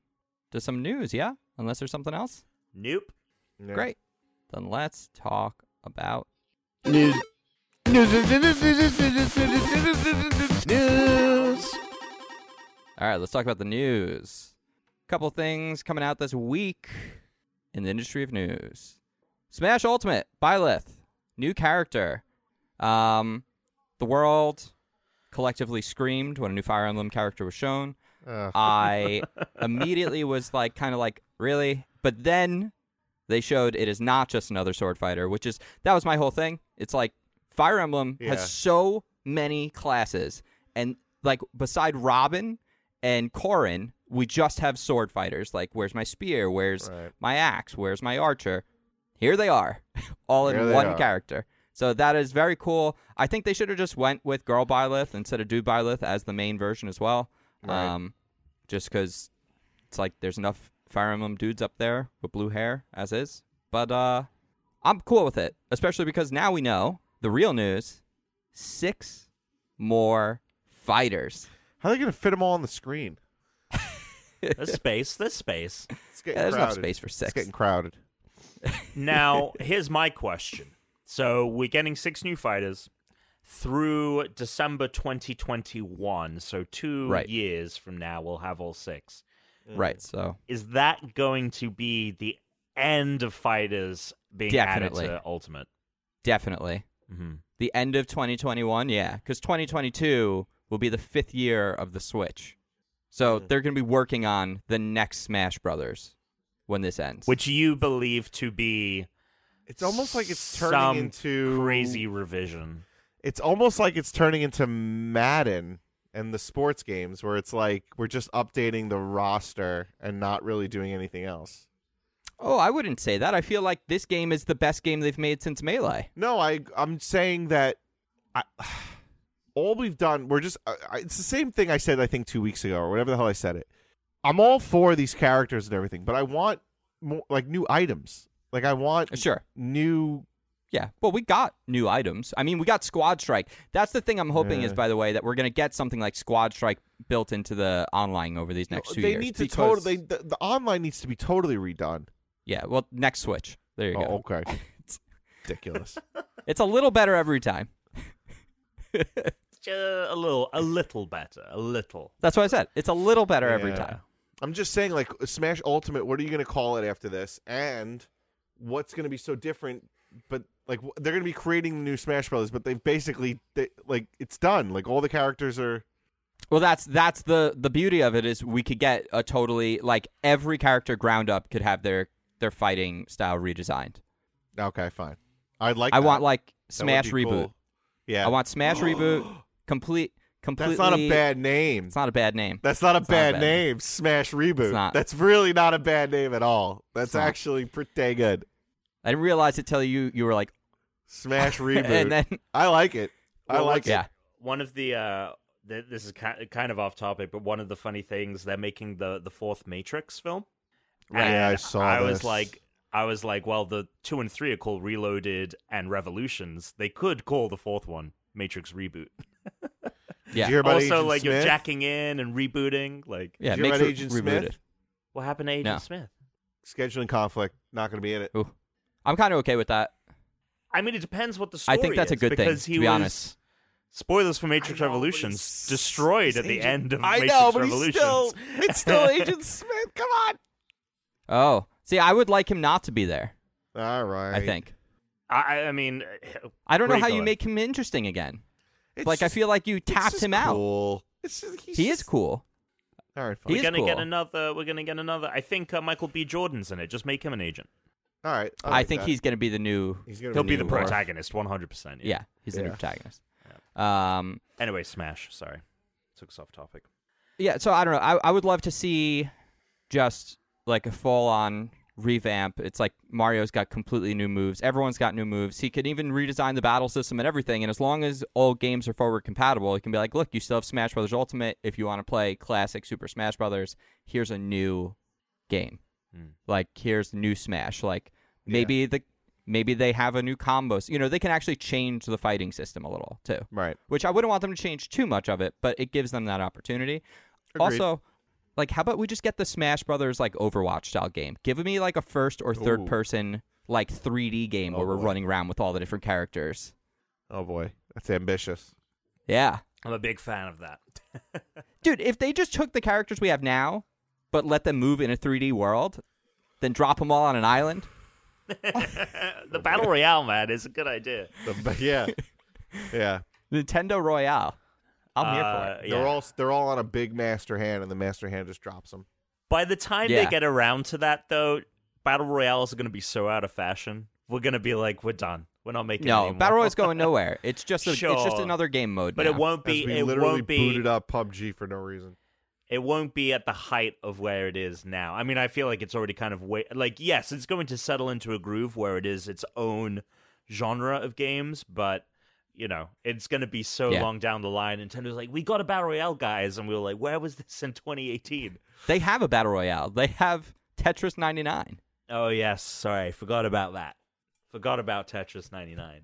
Speaker 1: to some news, yeah? Unless there's something else?
Speaker 2: Nope.
Speaker 3: Yeah.
Speaker 1: Great. Then let's talk about
Speaker 4: News. News. News. News. News. News. News. News. News.
Speaker 1: All right, let's talk about the news. Couple things coming out this week in the industry of news. Smash Ultimate, Byleth, new character. Um, the world collectively screamed when a new Fire Emblem character was shown.
Speaker 3: Ugh.
Speaker 1: I immediately was like, kind of like, really? But then they showed it is not just another sword fighter, which is that was my whole thing. It's like Fire Emblem
Speaker 3: Yeah.
Speaker 1: has so many classes, and like beside Robin and Corin, we just have sword fighters. Like, where's my spear? Where's
Speaker 3: Right.
Speaker 1: my axe? Where's my archer? Here they are, all
Speaker 3: Here
Speaker 1: in
Speaker 3: they
Speaker 1: one
Speaker 3: are.
Speaker 1: character. So that is very cool. I think they should have just went with girl Byleth instead of dude Byleth as the main version as well.
Speaker 3: Right.
Speaker 1: Um, just because it's like there's enough Fire Emblem dudes up there with blue hair as is. But uh, I'm cool with it, especially because now we know the real news: six more fighters.
Speaker 3: How are they going to fit them all on the screen?
Speaker 2: There's space. There's space.
Speaker 3: It's getting
Speaker 1: Yeah, there's enough
Speaker 3: crowded.
Speaker 1: space for
Speaker 3: It's
Speaker 1: six.
Speaker 3: getting crowded.
Speaker 2: Now, here's my question. So we're getting six new fighters through December 2021. So two
Speaker 1: Right.
Speaker 2: years from now, we'll have all six.
Speaker 1: Right. So
Speaker 2: Is that going to be the end of fighters being
Speaker 1: Definitely.
Speaker 2: added to Ultimate?
Speaker 1: definitely
Speaker 2: Mm-hmm.
Speaker 1: the end of 2021. Yeah, because 2022 will be the fifth year of the Switch. So
Speaker 3: Hmm.
Speaker 1: they're going to be working on the next Smash Brothers when this ends.
Speaker 2: Which you believe to be
Speaker 3: It's almost like it's turning
Speaker 2: some
Speaker 3: into
Speaker 2: crazy revision.
Speaker 3: It's almost like it's turning into Madden and the sports games, where it's like we're just updating the roster and not really doing anything else.
Speaker 1: oh, I wouldn't say that. I feel like this game is the best game they've made since Melee.
Speaker 3: No, I I'm saying that I, all we've done we're just uh, I, I- it's the same thing I said I think 2 weeks ago or whatever the hell I said it. I'm all for these characters and everything, but I want more like new items. Like I want
Speaker 1: Uh, Sure.
Speaker 3: new
Speaker 1: Yeah. Well, we got new items. I mean, we got Squad Strike. That's the thing I'm hoping is,
Speaker 3: Yeah.
Speaker 1: by the way, that we're going to get something like Squad Strike built into the online over these next two
Speaker 3: they
Speaker 1: years.
Speaker 3: need to
Speaker 1: because-
Speaker 3: totally the, the online needs to be totally redone.
Speaker 1: Yeah. Well, next Switch. There you go.
Speaker 3: Oh, okay. Ridiculous.
Speaker 1: It's a little better every time.
Speaker 2: Ju- a little, a little better, a little.
Speaker 1: That's what I said. It's a little better every
Speaker 3: Yeah.
Speaker 1: time.
Speaker 3: I'm just saying, like Smash Ultimate. What are you going to call it after this? And what's going to be so different? But like wh- they're going to be creating the new Smash Brothers, but they've basically they, like it's done. Like all the characters are
Speaker 1: Well, that's that's the the beauty of it is we could get a totally like every character ground up could have their their fighting style redesigned.
Speaker 3: okay. Fine. I'd like.
Speaker 1: I
Speaker 3: that.
Speaker 1: want like
Speaker 3: That would
Speaker 1: Smash
Speaker 3: be
Speaker 1: reboot.
Speaker 3: cool. Yeah,
Speaker 1: I want Smash reboot complete completely.
Speaker 3: That's not a bad name.
Speaker 1: It's not a bad name.
Speaker 3: That's not a
Speaker 1: not a
Speaker 3: bad
Speaker 1: bad
Speaker 3: name. Smash reboot.
Speaker 1: not.
Speaker 3: That's really not a bad name at all. That's
Speaker 1: It's not.
Speaker 3: actually pretty good.
Speaker 1: I didn't realize it till you you were like
Speaker 3: Smash reboot.
Speaker 1: and then
Speaker 3: I like it. I
Speaker 2: Well,
Speaker 3: like it.
Speaker 1: yeah.
Speaker 2: one of the uh th- this is ki- kind of off topic but one of the funny things they're making the the fourth matrix film
Speaker 3: Right. Yeah, I
Speaker 2: And
Speaker 3: saw
Speaker 2: i was
Speaker 3: this.
Speaker 2: like i was like well the two and three are called reloaded and revolutions they could call the fourth one matrix reboot
Speaker 1: Yeah.
Speaker 3: Did you hear about
Speaker 2: also
Speaker 3: Agent
Speaker 2: like you're
Speaker 3: Smith?
Speaker 2: jacking in and rebooting like
Speaker 1: Yeah,
Speaker 3: Did
Speaker 1: make
Speaker 3: you hear
Speaker 1: sure
Speaker 3: about Agent
Speaker 1: reboot
Speaker 3: Smith?
Speaker 1: it.
Speaker 2: what happened to agent
Speaker 1: No.
Speaker 2: smith
Speaker 3: scheduling conflict. Not going to be in it.
Speaker 1: I'm kind of okay with that.
Speaker 2: i mean it depends what the story
Speaker 1: I think that's a
Speaker 2: is,
Speaker 1: good thing.
Speaker 2: because he
Speaker 1: To be
Speaker 2: was
Speaker 1: honest,
Speaker 2: spoilers for
Speaker 3: I know,
Speaker 2: matrix
Speaker 3: but
Speaker 2: revolutions
Speaker 3: he's-
Speaker 2: destroyed
Speaker 3: he's
Speaker 2: at the
Speaker 3: Agent-
Speaker 2: end of
Speaker 3: I
Speaker 2: matrix
Speaker 3: know, but
Speaker 2: revolutions
Speaker 3: he's still it's still Agent Smith. Come on.
Speaker 1: oh, see, I would like him not to be there.
Speaker 3: All right.
Speaker 1: I think
Speaker 2: I, I mean uh,
Speaker 1: I don't know
Speaker 2: Great
Speaker 1: how you
Speaker 2: villain.
Speaker 1: make him interesting again.
Speaker 3: It's
Speaker 1: like I
Speaker 3: just-
Speaker 1: feel like you
Speaker 3: it's
Speaker 1: tapped
Speaker 3: just
Speaker 1: him out.
Speaker 3: cool. It's just, he's
Speaker 1: He
Speaker 3: just-
Speaker 1: is cool.
Speaker 3: All right.
Speaker 1: He
Speaker 3: Fine.
Speaker 1: is
Speaker 2: We're gonna get
Speaker 1: cool.
Speaker 2: another. We're gonna get another. I think uh, Michael B. Jordan's in it. Just make him an agent.
Speaker 3: All right. I,
Speaker 1: I,
Speaker 3: like
Speaker 1: think
Speaker 3: that.
Speaker 1: he's going to be the new.
Speaker 3: He's gonna
Speaker 2: He'll be
Speaker 1: new
Speaker 2: the
Speaker 1: Worf.
Speaker 2: protagonist, one hundred percent.
Speaker 1: Yeah, he's the new
Speaker 3: Yeah.
Speaker 1: protagonist. Um,
Speaker 2: Anyway, Smash. Sorry, took us off topic.
Speaker 1: yeah so i don't know i, I would love to see just like a full on revamp. It's like Mario's got completely new moves. Everyone's got new moves. He can even redesign the battle system and everything. And as long as all games are forward compatible, he can be like, look, you still have Smash Brothers Ultimate. If you want to play classic Super Smash Brothers, here's a new game. Like here's new Smash. Like maybe the maybe they have a new combos. You know, they can actually change the fighting system a little too
Speaker 3: Right.
Speaker 1: which I wouldn't want them to change too much of it, but it gives them that opportunity. Also, like, how about we just get the Smash Brothers like Overwatch style game? Give me like a first or third
Speaker 3: Ooh.
Speaker 1: person like 3D game where we're
Speaker 3: boy.
Speaker 1: running around with all the different characters.
Speaker 3: Oh boy, that's ambitious.
Speaker 1: Yeah,
Speaker 2: I'm a big fan of that.
Speaker 1: dude, if they just took the characters we have now, but let them move in a 3D world, then drop them all on an island.
Speaker 2: the battle royale, man, is a good idea.
Speaker 3: The- yeah, yeah.
Speaker 1: Nintendo Royale. I'm here for it.
Speaker 2: Uh, yeah.
Speaker 3: They're all they're all on a big master hand, and the master hand just drops them.
Speaker 2: By the time
Speaker 1: Yeah.
Speaker 2: they get around to that, though, battle royales are going to be so out of fashion. We're going to be like, we're done. We're not making
Speaker 1: No,
Speaker 2: anymore.
Speaker 1: Battle Royale's going nowhere. It's just a, it's just
Speaker 2: Sure.
Speaker 1: another game mode.
Speaker 2: But
Speaker 1: now.
Speaker 2: it won't
Speaker 3: As
Speaker 2: be.
Speaker 3: we
Speaker 2: It
Speaker 3: literally
Speaker 2: won't be.
Speaker 3: booted up PUBG for no reason.
Speaker 2: it won't be at the height of where it is now. I mean, I feel like it's already kind of way like yes, it's going to settle into a groove where it is its own genre of games, but you know, it's going to be so
Speaker 1: Yeah.
Speaker 2: long down the line. Nintendo's like, we got a battle royale, guys, and we were like, where was this in 2018?
Speaker 1: They have a Battle Royale. They have Tetris 99.
Speaker 2: Oh yes, sorry, forgot about that. Forgot about Tetris 99.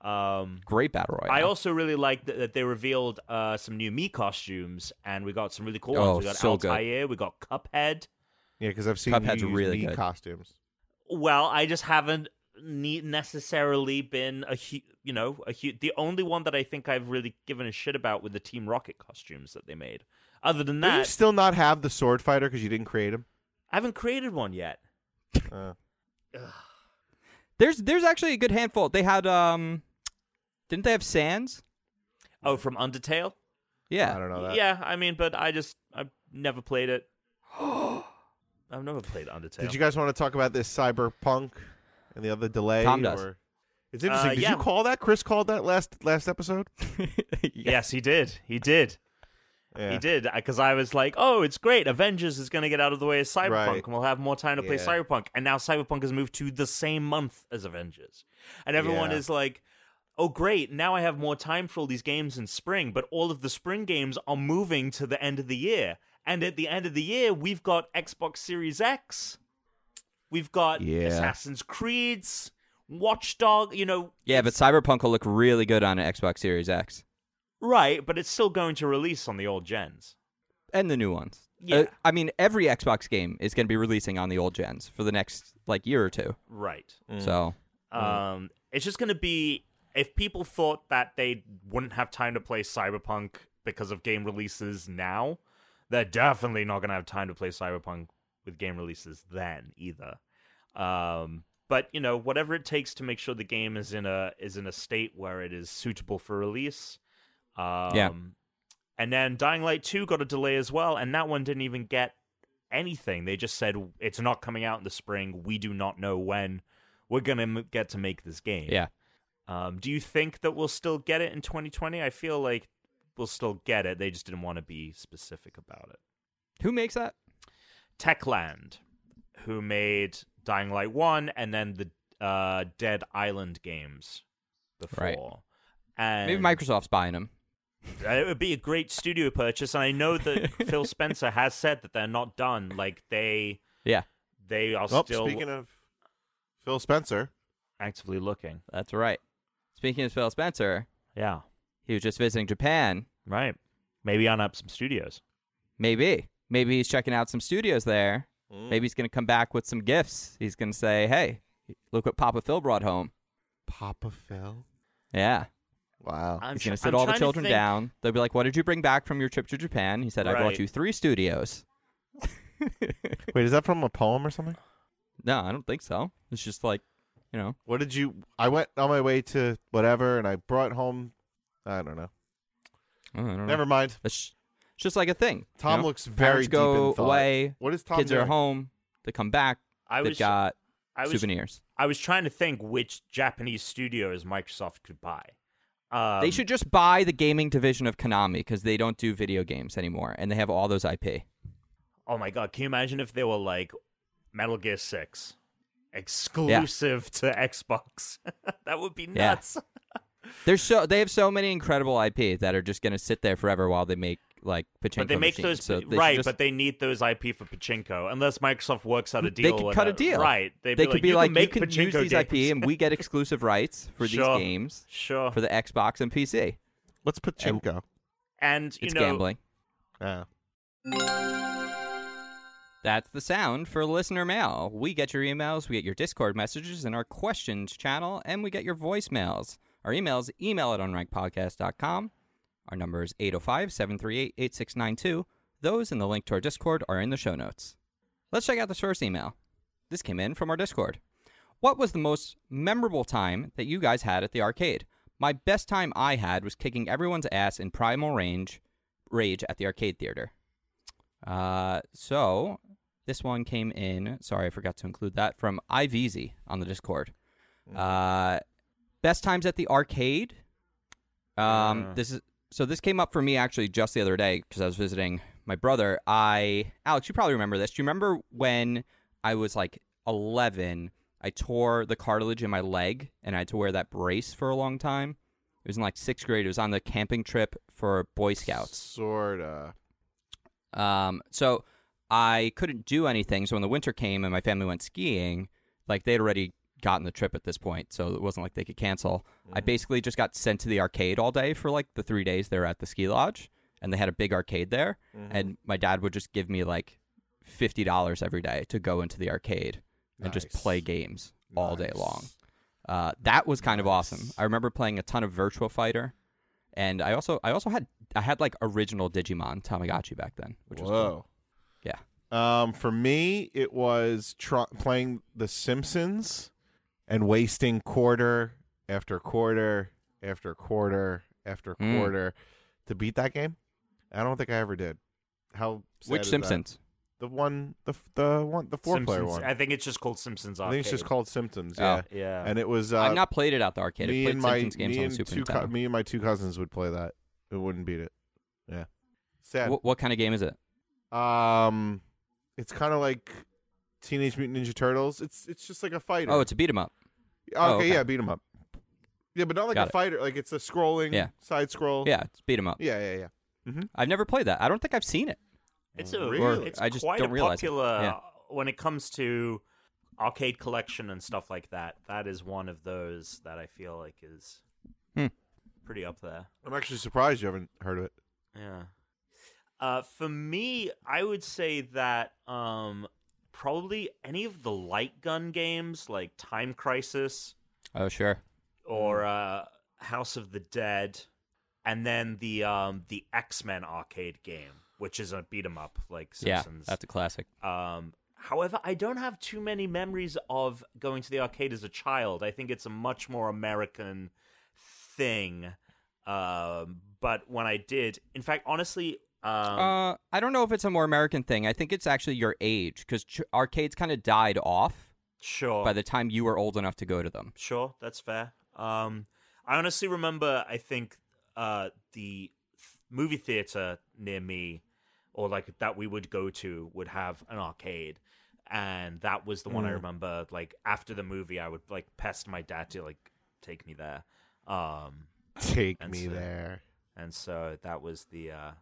Speaker 2: Um,
Speaker 1: Great Battle Royale.
Speaker 2: I also really like that, that they revealed uh, some new Mii costumes, and we got some really cool
Speaker 1: Oh,
Speaker 2: ones. We got
Speaker 1: so good.
Speaker 2: Altair, we got Cuphead.
Speaker 3: Yeah, because I've seen
Speaker 1: Cuphead's
Speaker 3: you use
Speaker 1: really
Speaker 3: Mii
Speaker 1: good.
Speaker 3: costumes.
Speaker 2: Well, I just haven't ne- necessarily been a hu- you know a hu- the only one that I think I've really given a shit about with the Team Rocket costumes that they made. Other than
Speaker 3: Do you
Speaker 2: that,
Speaker 3: still not have the sword fighter because you didn't create him?
Speaker 2: I haven't created one yet.
Speaker 3: Uh,
Speaker 1: There's there's actually a good handful. They had um didn't they have Sands?
Speaker 2: Oh, from Undertale?
Speaker 3: I
Speaker 1: Yeah.
Speaker 3: don't know that.
Speaker 2: Yeah, I mean, but I just I've never played it. I've never played Undertale.
Speaker 3: Did you guys want to talk about this cyberpunk and the other delay?
Speaker 1: Tom does.
Speaker 3: or- It's interesting.
Speaker 2: Uh,
Speaker 3: Did
Speaker 2: yeah.
Speaker 3: you call that? Chris called that last last episode.
Speaker 2: Yes, he did. He did.
Speaker 3: Yeah.
Speaker 2: He did because I was like, "Oh, it's great! Avengers is going to get out of the way of Cyberpunk,
Speaker 3: Right.
Speaker 2: and we'll have more time to play
Speaker 3: Yeah.
Speaker 2: Cyberpunk." And now Cyberpunk has moved to the same month as Avengers, and everyone
Speaker 3: Yeah.
Speaker 2: is like, "Oh, great! Now I have more time for all these games in spring." But all of the spring games are moving to the end of the year, and at the end of the year, we've got Xbox Series X, we've got
Speaker 3: Yeah.
Speaker 2: Assassin's Creeds, Watchdog. You know,
Speaker 1: Yeah, but Cyberpunk will look really good on an Xbox Series X
Speaker 2: right? But it's still going to release on the old gens.
Speaker 1: and the new ones. Uh,
Speaker 2: Yeah.
Speaker 1: I mean, every Xbox game is going to be releasing on the old gens for the next like year or two.
Speaker 2: Right.
Speaker 1: So
Speaker 2: Um, it's just going to be if people thought that they wouldn't have time to play Cyberpunk because of game releases now, they're definitely not going to have time to play Cyberpunk with game releases then either. Um, but you know, whatever it takes to make sure the game is in a is in a state where it is suitable for release. Um, And then Dying Light Two got a delay as well, and that one didn't even get anything. They just said it's not coming out in the spring. We do not know when we're gonna m- get to make this game.
Speaker 1: yeah,
Speaker 2: Um, do you think that we'll still get it in 2020? I feel like we'll still get it. They just didn't want to be specific about it.
Speaker 1: who makes that?
Speaker 2: Techland, who made Dying Light One and then the uh, Dead Island games before.
Speaker 1: Right.
Speaker 2: And
Speaker 1: Maybe Microsoft's buying them.
Speaker 2: Uh, It would be a great studio purchase, and I know that Phil Spencer has said that they're not done. Like they,
Speaker 1: Yeah.
Speaker 2: they are
Speaker 3: Oh,
Speaker 2: still
Speaker 3: speaking of Phil Spencer,
Speaker 2: actively looking.
Speaker 1: That's right. Speaking of Phil Spencer,
Speaker 2: Yeah,
Speaker 1: he was just visiting Japan.
Speaker 2: right. Maybe on up some studios.
Speaker 1: Maybe, maybe he's checking out some studios there.
Speaker 2: Mm.
Speaker 1: Maybe he's going to come back with some gifts. He's going to say, "Hey, look what Papa Phil brought home."
Speaker 3: Papa Phil.
Speaker 1: Yeah.
Speaker 3: Wow.
Speaker 2: I'm
Speaker 1: He's going to
Speaker 2: tr-
Speaker 1: sit
Speaker 2: I'm
Speaker 1: all the
Speaker 2: trying to
Speaker 1: children
Speaker 2: think-
Speaker 1: down. They'll be like, What did you bring back from your trip to Japan? He said, I brought
Speaker 2: Right.
Speaker 1: you three studios.
Speaker 3: Wait, is that from a poem or something?
Speaker 1: No, I don't think so. It's just like, you know,
Speaker 3: What did you? I went on my way to whatever, and I brought home. I don't know.
Speaker 1: I don't know.
Speaker 3: Never mind.
Speaker 1: It's, sh- it's just like a thing. you
Speaker 3: Tom
Speaker 1: know?
Speaker 3: looks very
Speaker 1: Parents go
Speaker 3: deep in thought.
Speaker 1: away.
Speaker 3: What is Tom
Speaker 1: Kids
Speaker 3: doing?
Speaker 1: are home. They come back.
Speaker 2: I
Speaker 1: They've
Speaker 2: was,
Speaker 1: got
Speaker 2: I was
Speaker 1: souvenirs.
Speaker 2: I was trying to think which Japanese studios Microsoft could buy. Um,
Speaker 1: they should just buy the gaming division of Konami because they don't do video games anymore and they have all those IP.
Speaker 2: Oh my god! Can you imagine if they were like, Metal Gear Six, exclusive to Xbox. that would be
Speaker 1: Yeah.
Speaker 2: nuts.
Speaker 1: There's so they have so many incredible IPs that are just going to sit there forever while they make like pachinko
Speaker 2: But they make
Speaker 1: machines.
Speaker 2: those
Speaker 1: so they should
Speaker 2: right,
Speaker 1: just-
Speaker 2: but they need those IP for pachinko unless Microsoft works out a
Speaker 1: They
Speaker 2: deal.
Speaker 1: could
Speaker 2: with
Speaker 1: cut a
Speaker 2: it.
Speaker 1: deal.
Speaker 2: right? They'd
Speaker 1: they
Speaker 2: be
Speaker 1: could
Speaker 2: like,
Speaker 1: be
Speaker 2: you
Speaker 1: like
Speaker 2: can make
Speaker 1: you can use
Speaker 2: pachinko
Speaker 1: these
Speaker 2: games."
Speaker 1: IP and we get exclusive rights for
Speaker 2: Sure.
Speaker 1: these games
Speaker 2: sure.
Speaker 1: for the Xbox and PC.
Speaker 3: What's pachinko?
Speaker 2: and you
Speaker 1: It's
Speaker 2: know,
Speaker 1: gambling.
Speaker 3: Ah.
Speaker 1: That's the sound for listener mail. We get your emails, we get your Discord messages in our questions channel, and we get your voicemails. Our emails, email at unrankedpodcast.com. Our number is 805 738 8692. Those and the link to our Discord are in the show notes. Let's check out this first email. This came in from our Discord. What was the most memorable time that you guys had at the arcade? My best time I had was kicking everyone's ass in Primal Range Rage at the arcade theater. Uh, so this one came in. Sorry, I forgot to include that from Iveezy on the Discord. Uh, best times at the arcade. Um,
Speaker 2: Uh.
Speaker 1: this is so. This came up for me actually just the other day because I was visiting my brother. I Alex, you probably remember this. Do you remember when I was like 11? I tore the cartilage in my leg and I had to wear that brace for a long time. It was in like sixth grade. It was on the camping trip for Boy Scouts.
Speaker 3: Sorta.
Speaker 1: Um, so I couldn't do anything. So when the winter came and my family went skiing, like they'd already gotten the trip at this point, so it wasn't like they could cancel. I
Speaker 3: Mm-hmm.
Speaker 1: basically just got sent to the arcade all day for like the three days they were at the ski lodge, and they had a big arcade there.
Speaker 3: Mm-hmm.
Speaker 1: And my dad would just give me like fifty dollars every day to go into the arcade and just
Speaker 3: Nice.
Speaker 1: play games all day
Speaker 3: Nice.
Speaker 1: long. Uh, that was kind of awesome. I remember playing a ton of Virtual Fighter, and I also I also had I had like original Digimon Tamagotchi back then, which was cool.
Speaker 3: Whoa.
Speaker 1: Yeah.
Speaker 3: Um, for me, it was tr- playing The Simpsons and wasting quarter after quarter after quarter after
Speaker 1: Mm.
Speaker 3: quarter to beat that game. I don't think I ever did. How? sad
Speaker 1: Which
Speaker 3: is that?
Speaker 1: Simpsons?
Speaker 3: The one, the f- the one, the four player
Speaker 2: Simpsons-
Speaker 3: one.
Speaker 2: I think it's just called Simpsons Arcade.
Speaker 3: I think it's just called Simpsons.
Speaker 1: Oh.
Speaker 3: Yeah.
Speaker 2: Yeah.
Speaker 3: And it was uh,
Speaker 1: I've not played it out the arcade.
Speaker 3: me
Speaker 1: I've
Speaker 3: and
Speaker 1: played
Speaker 3: my
Speaker 1: Simpsons games
Speaker 3: me
Speaker 1: on
Speaker 3: and
Speaker 1: the Super
Speaker 3: two co-
Speaker 1: Nintendo.
Speaker 3: me and my two cousins would play that. It wouldn't beat it. Yeah. Sad.
Speaker 1: Wh- what kind of game is it?
Speaker 3: Um, it's kind of like Teenage Mutant Ninja Turtles. It's it's just like a fighter.
Speaker 1: Oh, it's a beat 'em up.
Speaker 3: okay,
Speaker 1: oh, okay.
Speaker 3: yeah, beat 'em up. Yeah, but not like
Speaker 1: Got
Speaker 3: a
Speaker 1: it.
Speaker 3: fighter. Like it's a scrolling
Speaker 1: Yeah.
Speaker 3: side scroll.
Speaker 1: Yeah, it's beat 'em up.
Speaker 3: yeah, yeah, yeah.
Speaker 1: I've never played that. I don't think I've seen it.
Speaker 2: It's a
Speaker 3: Really?
Speaker 2: it's
Speaker 1: I just
Speaker 2: quite
Speaker 1: don't
Speaker 2: a
Speaker 1: realize it.
Speaker 2: popular
Speaker 1: Yeah.
Speaker 2: when it comes to arcade collection and stuff like that. That is one of those that I feel like is
Speaker 1: Hmm.
Speaker 2: pretty up there.
Speaker 3: I'm actually surprised you haven't heard of it.
Speaker 2: Yeah. Uh, for me, I would say that um, probably any of the light gun games like Time Crisis
Speaker 1: Oh, sure. Hmm.
Speaker 2: or uh, House of the Dead, and then the um, the X Men arcade game, which is a beat 'em up like Simpsons.
Speaker 1: Yeah, that's a classic.
Speaker 2: Um, however, I don't have too many memories of going to the arcade as a child. I think it's a much more American thing. Um, but when I did, in fact, honestly, um,
Speaker 1: uh, I don't know if it's a more American thing. I think it's actually your age because ch- arcades kind of died off
Speaker 3: Oh.
Speaker 2: sure,
Speaker 1: by the time you were old enough to go to them.
Speaker 2: sure, that's fair. Um, I honestly remember, I think uh, the th- movie theater near me, or like that we would go to, would have an arcade. And that was the one I
Speaker 3: Mm.
Speaker 2: remember. Like after the movie, I would like pest my dad to like take me there. Um,
Speaker 3: Take
Speaker 2: That's
Speaker 3: me
Speaker 2: it.
Speaker 3: there.
Speaker 2: and so that was the uh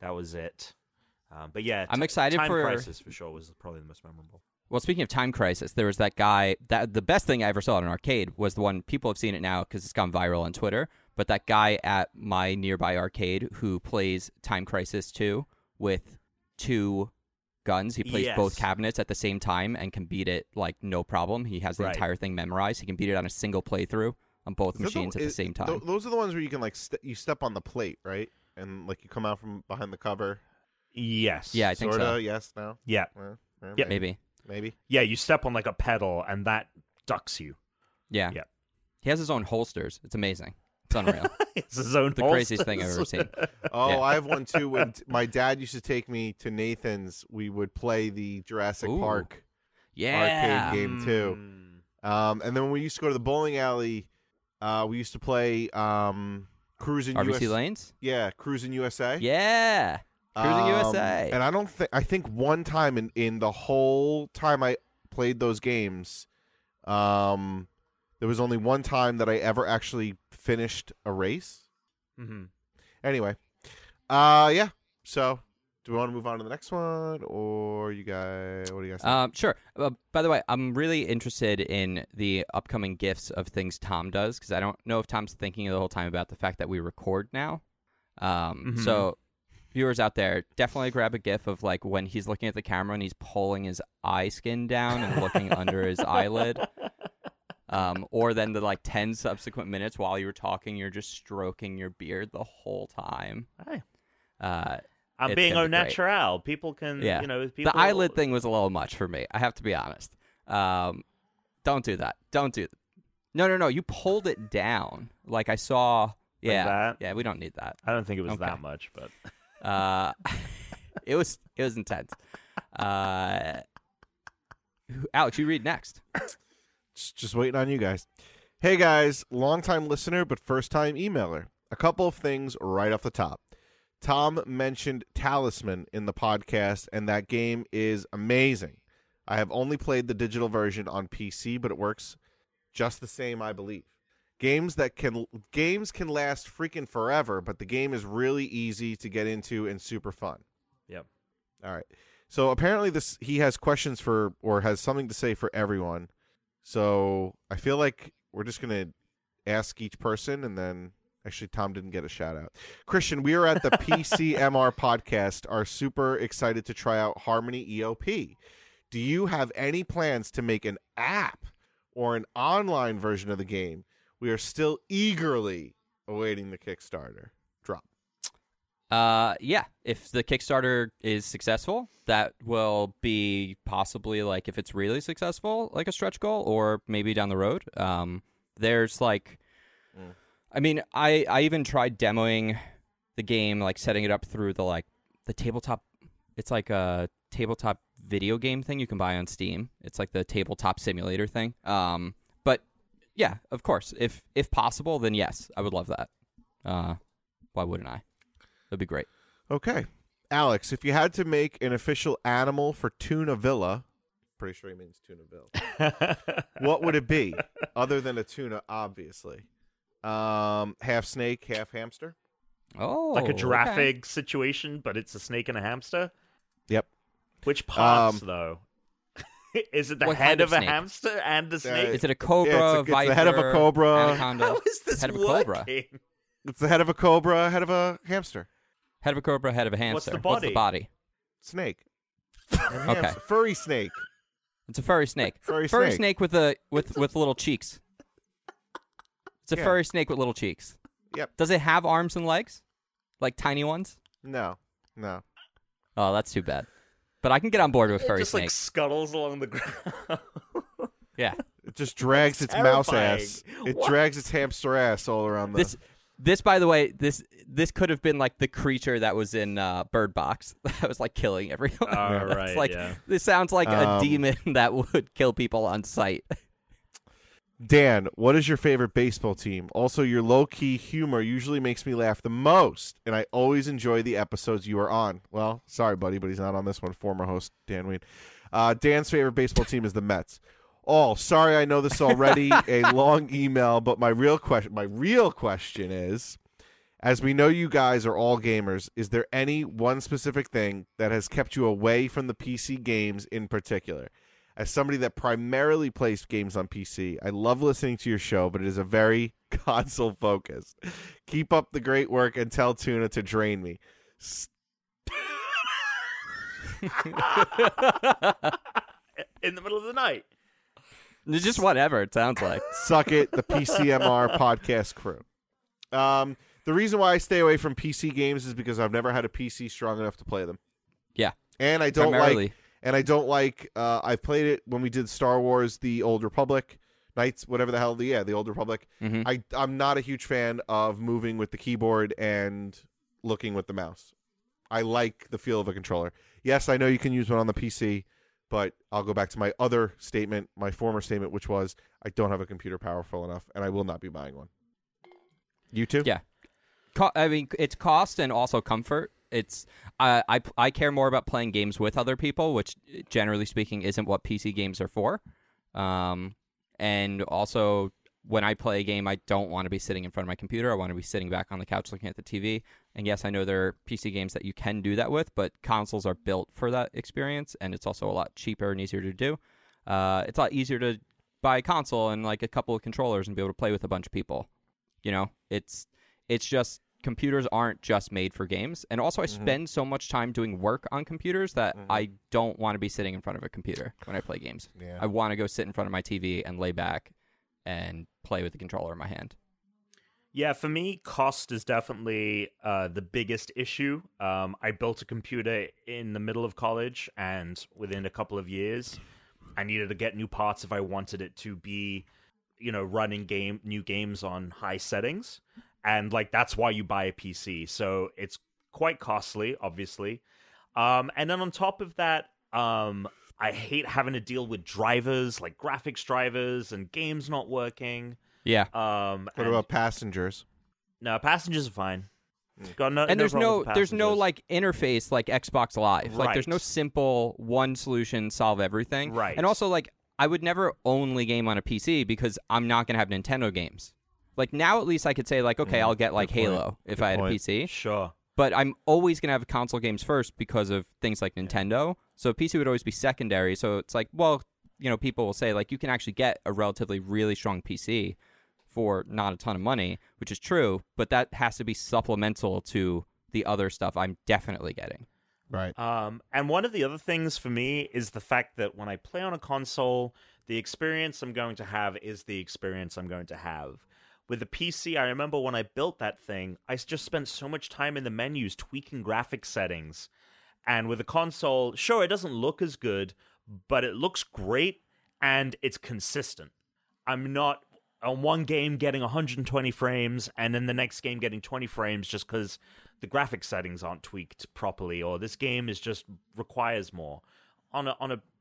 Speaker 2: that was it um, but yeah
Speaker 1: I'm
Speaker 2: Ti-
Speaker 1: excited
Speaker 2: Time
Speaker 1: for-
Speaker 2: crisis for sure was probably the most memorable
Speaker 1: Well, speaking of Time Crisis, there was that guy. That the best thing I ever saw at an arcade was the one people have seen it now because it's gone viral on Twitter. But that guy at my nearby arcade who plays Time Crisis two with two guns. He plays
Speaker 2: Yes.
Speaker 1: both cabinets at the same time and can beat it like no problem. He has the
Speaker 2: Right.
Speaker 1: entire thing memorized. He can beat it on a single playthrough on both
Speaker 3: Is that
Speaker 1: machines at the
Speaker 3: is-
Speaker 1: same time.
Speaker 3: tho- those are the ones where you can like st- you step on the plate, right? And like you come out from behind the cover.
Speaker 2: yes
Speaker 1: yeah, I think
Speaker 3: sorta,
Speaker 1: so.
Speaker 3: yes, no.
Speaker 2: yeah
Speaker 3: Eh, eh,
Speaker 2: Yeah.
Speaker 1: Maybe.
Speaker 3: Maybe.
Speaker 2: yeah you step on like a pedal and that ducks you
Speaker 1: Yeah.
Speaker 2: Yeah.
Speaker 1: He has his own holsters. It's amazing. It's unreal.
Speaker 2: it's his own
Speaker 1: the craziest thing I've ever
Speaker 2: holsters.
Speaker 1: seen.
Speaker 3: Oh,
Speaker 1: Yeah.
Speaker 3: I have one too. When t- my dad used to take me to Nathan's, we would play the Jurassic
Speaker 1: Ooh.
Speaker 3: Park,
Speaker 1: Yeah.
Speaker 3: game too.
Speaker 2: Mm.
Speaker 3: um, and then when we used to go to the bowling alley, uh, we used to play um, Cruising
Speaker 1: RBC
Speaker 3: USA.
Speaker 1: lanes.
Speaker 3: Yeah, Cruising USA.
Speaker 1: Yeah. Cruising
Speaker 3: Um,
Speaker 1: USA.
Speaker 3: And I don't think I think one time in in the whole time I played those games, um, there was only one time that I ever actually finished a race.
Speaker 2: Mhm.
Speaker 3: Anyway, uh, yeah. So, do we want to move on to the next one, or you guys? What do you guys? think?
Speaker 1: Um, sure. Uh, by the way, I'm really interested in the upcoming gifts of things Tom does because I don't know if Tom's thinking the whole time about the fact that we record now. Um, So, viewers out there, definitely grab a gif of like when he's looking at the camera and he's pulling his eye skin down and looking under his eyelid. Um, or then the like 10 subsequent minutes while you were talking, you're just stroking your beard the whole time.
Speaker 2: Hey,
Speaker 1: Uh,
Speaker 2: I'm
Speaker 1: It's
Speaker 2: being
Speaker 1: gonna
Speaker 2: au
Speaker 1: be great.
Speaker 2: natural. People can,
Speaker 1: Yeah.
Speaker 2: you know, people.
Speaker 1: The eyelid thing was a little much for me. I have to be honest. Um, don't do that. Don't do. No, no, no. You pulled it down. Like I saw. Yeah,
Speaker 2: that?
Speaker 1: yeah. We don't need that.
Speaker 2: I don't think it was
Speaker 1: Okay.
Speaker 2: that much, but
Speaker 1: Uh, it was it was intense. Uh, who- Alex, you read next.
Speaker 3: just, just waiting on you guys. Hey guys, longtime listener but first time emailer. A couple of things right off the top. Tom mentioned Talisman in the podcast, and that game is amazing. I have only played the digital version on PC, but it works just the same, I believe. Games that can games can last freaking forever, but the game is really easy to get into and super fun.
Speaker 2: Yep.
Speaker 3: All right. So apparently this he has questions for or has something to say for everyone. So I feel like we're just gonna ask each person, and then actually Tom didn't get a shout out. Christian, we are at the PCMR podcast. Are super excited to try out Harmony EOP. Do you have any plans to make an app or an online version of the game? We are still eagerly awaiting the Kickstarter drop.
Speaker 1: Uh, yeah. If the Kickstarter is successful, that will be possibly like if it's really successful, like a stretch goal, or maybe down the road. Um, there's like,
Speaker 3: Mm.
Speaker 1: I mean, I I even tried demoing the game, like setting it up through the like the tabletop. It's like a tabletop video game thing you can buy on Steam. It's like the tabletop simulator thing. Um, but yeah, of course, if if possible, then yes, I would love that. Uh, why wouldn't I? That'd be great.
Speaker 3: Okay. Alex, if you had to make an official animal for Tuna Villa, pretty sure he means Tuna Villa. what would it be other than a tuna obviously um half snake half hamster
Speaker 1: Oh,
Speaker 2: like a giraffe
Speaker 1: okay.
Speaker 2: egg situation, but it's a snake and a hamster.
Speaker 3: yep
Speaker 2: Which parts
Speaker 3: Um,
Speaker 2: though? is it the
Speaker 1: What
Speaker 2: head
Speaker 1: kind of
Speaker 2: a
Speaker 1: snake?
Speaker 2: hamster and the snake?
Speaker 1: Is it a cobra?
Speaker 3: Yeah, it's a- it's the head of a
Speaker 1: viper,
Speaker 3: cobra.
Speaker 1: Anaconda.
Speaker 2: How is this
Speaker 1: Head of a cobra.
Speaker 2: working?
Speaker 3: it's the head of a cobra head of a hamster
Speaker 1: Head of a cobra. Head of a hamster.
Speaker 2: What's the body?
Speaker 3: snake
Speaker 1: Okay.
Speaker 3: Hamster. furry snake
Speaker 1: It's a furry snake.
Speaker 3: Furry snake.
Speaker 1: with a with with little cheeks. It's a
Speaker 3: Yeah.
Speaker 1: furry snake with little cheeks.
Speaker 3: Yep.
Speaker 1: Does it have arms and legs, like tiny ones?
Speaker 3: no no
Speaker 1: Oh, that's too bad. But I can get on board with
Speaker 2: It
Speaker 1: furry
Speaker 2: just like
Speaker 1: snakes.
Speaker 2: scuttles along the ground.
Speaker 1: yeah.
Speaker 3: it just drags its mouse ass
Speaker 2: terrifying.
Speaker 3: it
Speaker 2: What?
Speaker 3: drags its hamster ass all around the
Speaker 1: This this by the way this this could have been like the creature that was in uh, Bird Box that was like killing everyone.
Speaker 2: All
Speaker 1: That's
Speaker 2: right,
Speaker 1: like
Speaker 2: yeah.
Speaker 1: this sounds like
Speaker 3: Uh, Um,
Speaker 1: a demon that would kill people on sight.
Speaker 3: dan what is your favorite baseball team also your low-key humor usually makes me laugh the most and i always enjoy the episodes you are on well sorry buddy but he's not on this one former host dan weed Uh, Dan's favorite baseball team is the Mets. Oh, sorry, I know this already. a long email, but my real question, my real question is, as we know you guys are all gamers, is there any one specific thing that has kept you away from the PC games in particular? As somebody that primarily plays games on PC, I love listening to your show, but it is a very console focused. Keep up the great work and tell Tuna to drain me. S-
Speaker 2: in the middle of the night.
Speaker 1: It's just whatever it sounds like.
Speaker 3: Suck it, the PCMR podcast crew. Um, the reason why I stay away from PC games is because I've never had a PC strong enough to play them.
Speaker 1: Yeah.
Speaker 3: and I don't
Speaker 1: Primarily.
Speaker 3: like, and I don't like. Uh, I played it when we did Star Wars: The Old Republic, Knights, whatever the hell. The yeah, the Old Republic.
Speaker 1: Mhm.
Speaker 3: I I'm not a huge fan of moving with the keyboard and looking with the mouse. I like the feel of a controller. Yes, I know you can use one on the PC, but I'll go back to my other statement, my former statement, which was I don't have a computer powerful enough, and I will not be buying one. You too?
Speaker 1: Yeah. Co- I mean, it's cost and also comfort. it's I, I I care more about playing games with other people, which generally speaking isn't what PC games are for. Um, and also when I play a game, I don't want to be sitting in front of my computer. I want to be sitting back on the couch looking at the TV. And yes, I know there are PC games that you can do that with, but consoles are built for that experience, and it's also a lot cheaper and easier to do. Uh, it's a lot easier to buy a console and like a couple of controllers and be able to play with a bunch of people. You know, it's it's just computers aren't just made for games. And also, I
Speaker 3: Mm-hmm.
Speaker 1: spend so much time doing work on computers that I don't want to be sitting in front of a computer when I play games.
Speaker 3: Yeah.
Speaker 1: I want to go sit in front of my TV and lay back and play with the controller in my hand.
Speaker 2: Yeah, for me, cost is definitely uh, the biggest issue. Um, I built a computer in the middle of college, and within a couple of years, I needed to get new parts if I wanted it to be, you know, running game new games on high settings, and like that's why you buy a PC. So it's quite costly, obviously. Um, and then on top of that, um, I hate having to deal with drivers, like graphics drivers, and games not working.
Speaker 1: Yeah.
Speaker 2: Um,
Speaker 3: What
Speaker 2: and-
Speaker 3: about passengers?
Speaker 2: no, passengers are fine. Got no,
Speaker 1: and there's
Speaker 2: problem
Speaker 1: no
Speaker 2: with
Speaker 1: there's no
Speaker 2: passengers.
Speaker 1: like interface like Xbox Live. Like there's
Speaker 2: Right.
Speaker 1: no simple one solution solve everything.
Speaker 2: Right.
Speaker 1: And also like I would never only game on a PC because I'm not gonna have Nintendo games. Like now at least I could say like okay I'll get like
Speaker 3: Mm-hmm. good point.
Speaker 1: Halo if
Speaker 3: Good
Speaker 1: I had
Speaker 3: point.
Speaker 1: a PC,
Speaker 2: sure.
Speaker 1: but I'm always gonna have console games first because of things like Nintendo. So PC would always be secondary. So it's like well you know people will say like you can actually get a relatively really strong PC for not a ton of money, which is true, but that has to be supplemental to the other stuff I'm definitely getting.
Speaker 3: Right.
Speaker 2: Um, and one of the other things for me is the fact that when I play on a console, the experience I'm going to have is the experience I'm going to have. With the PC, I remember when I built that thing, I s- just spent so much time in the menus tweaking graphic settings. And with a console, sure, it doesn't look as good, but it looks great and it's consistent. I'm not on one game getting 120 frames and then the next game getting 20 frames just because the graphic settings aren't tweaked properly or this game is just requires more. On a on a p-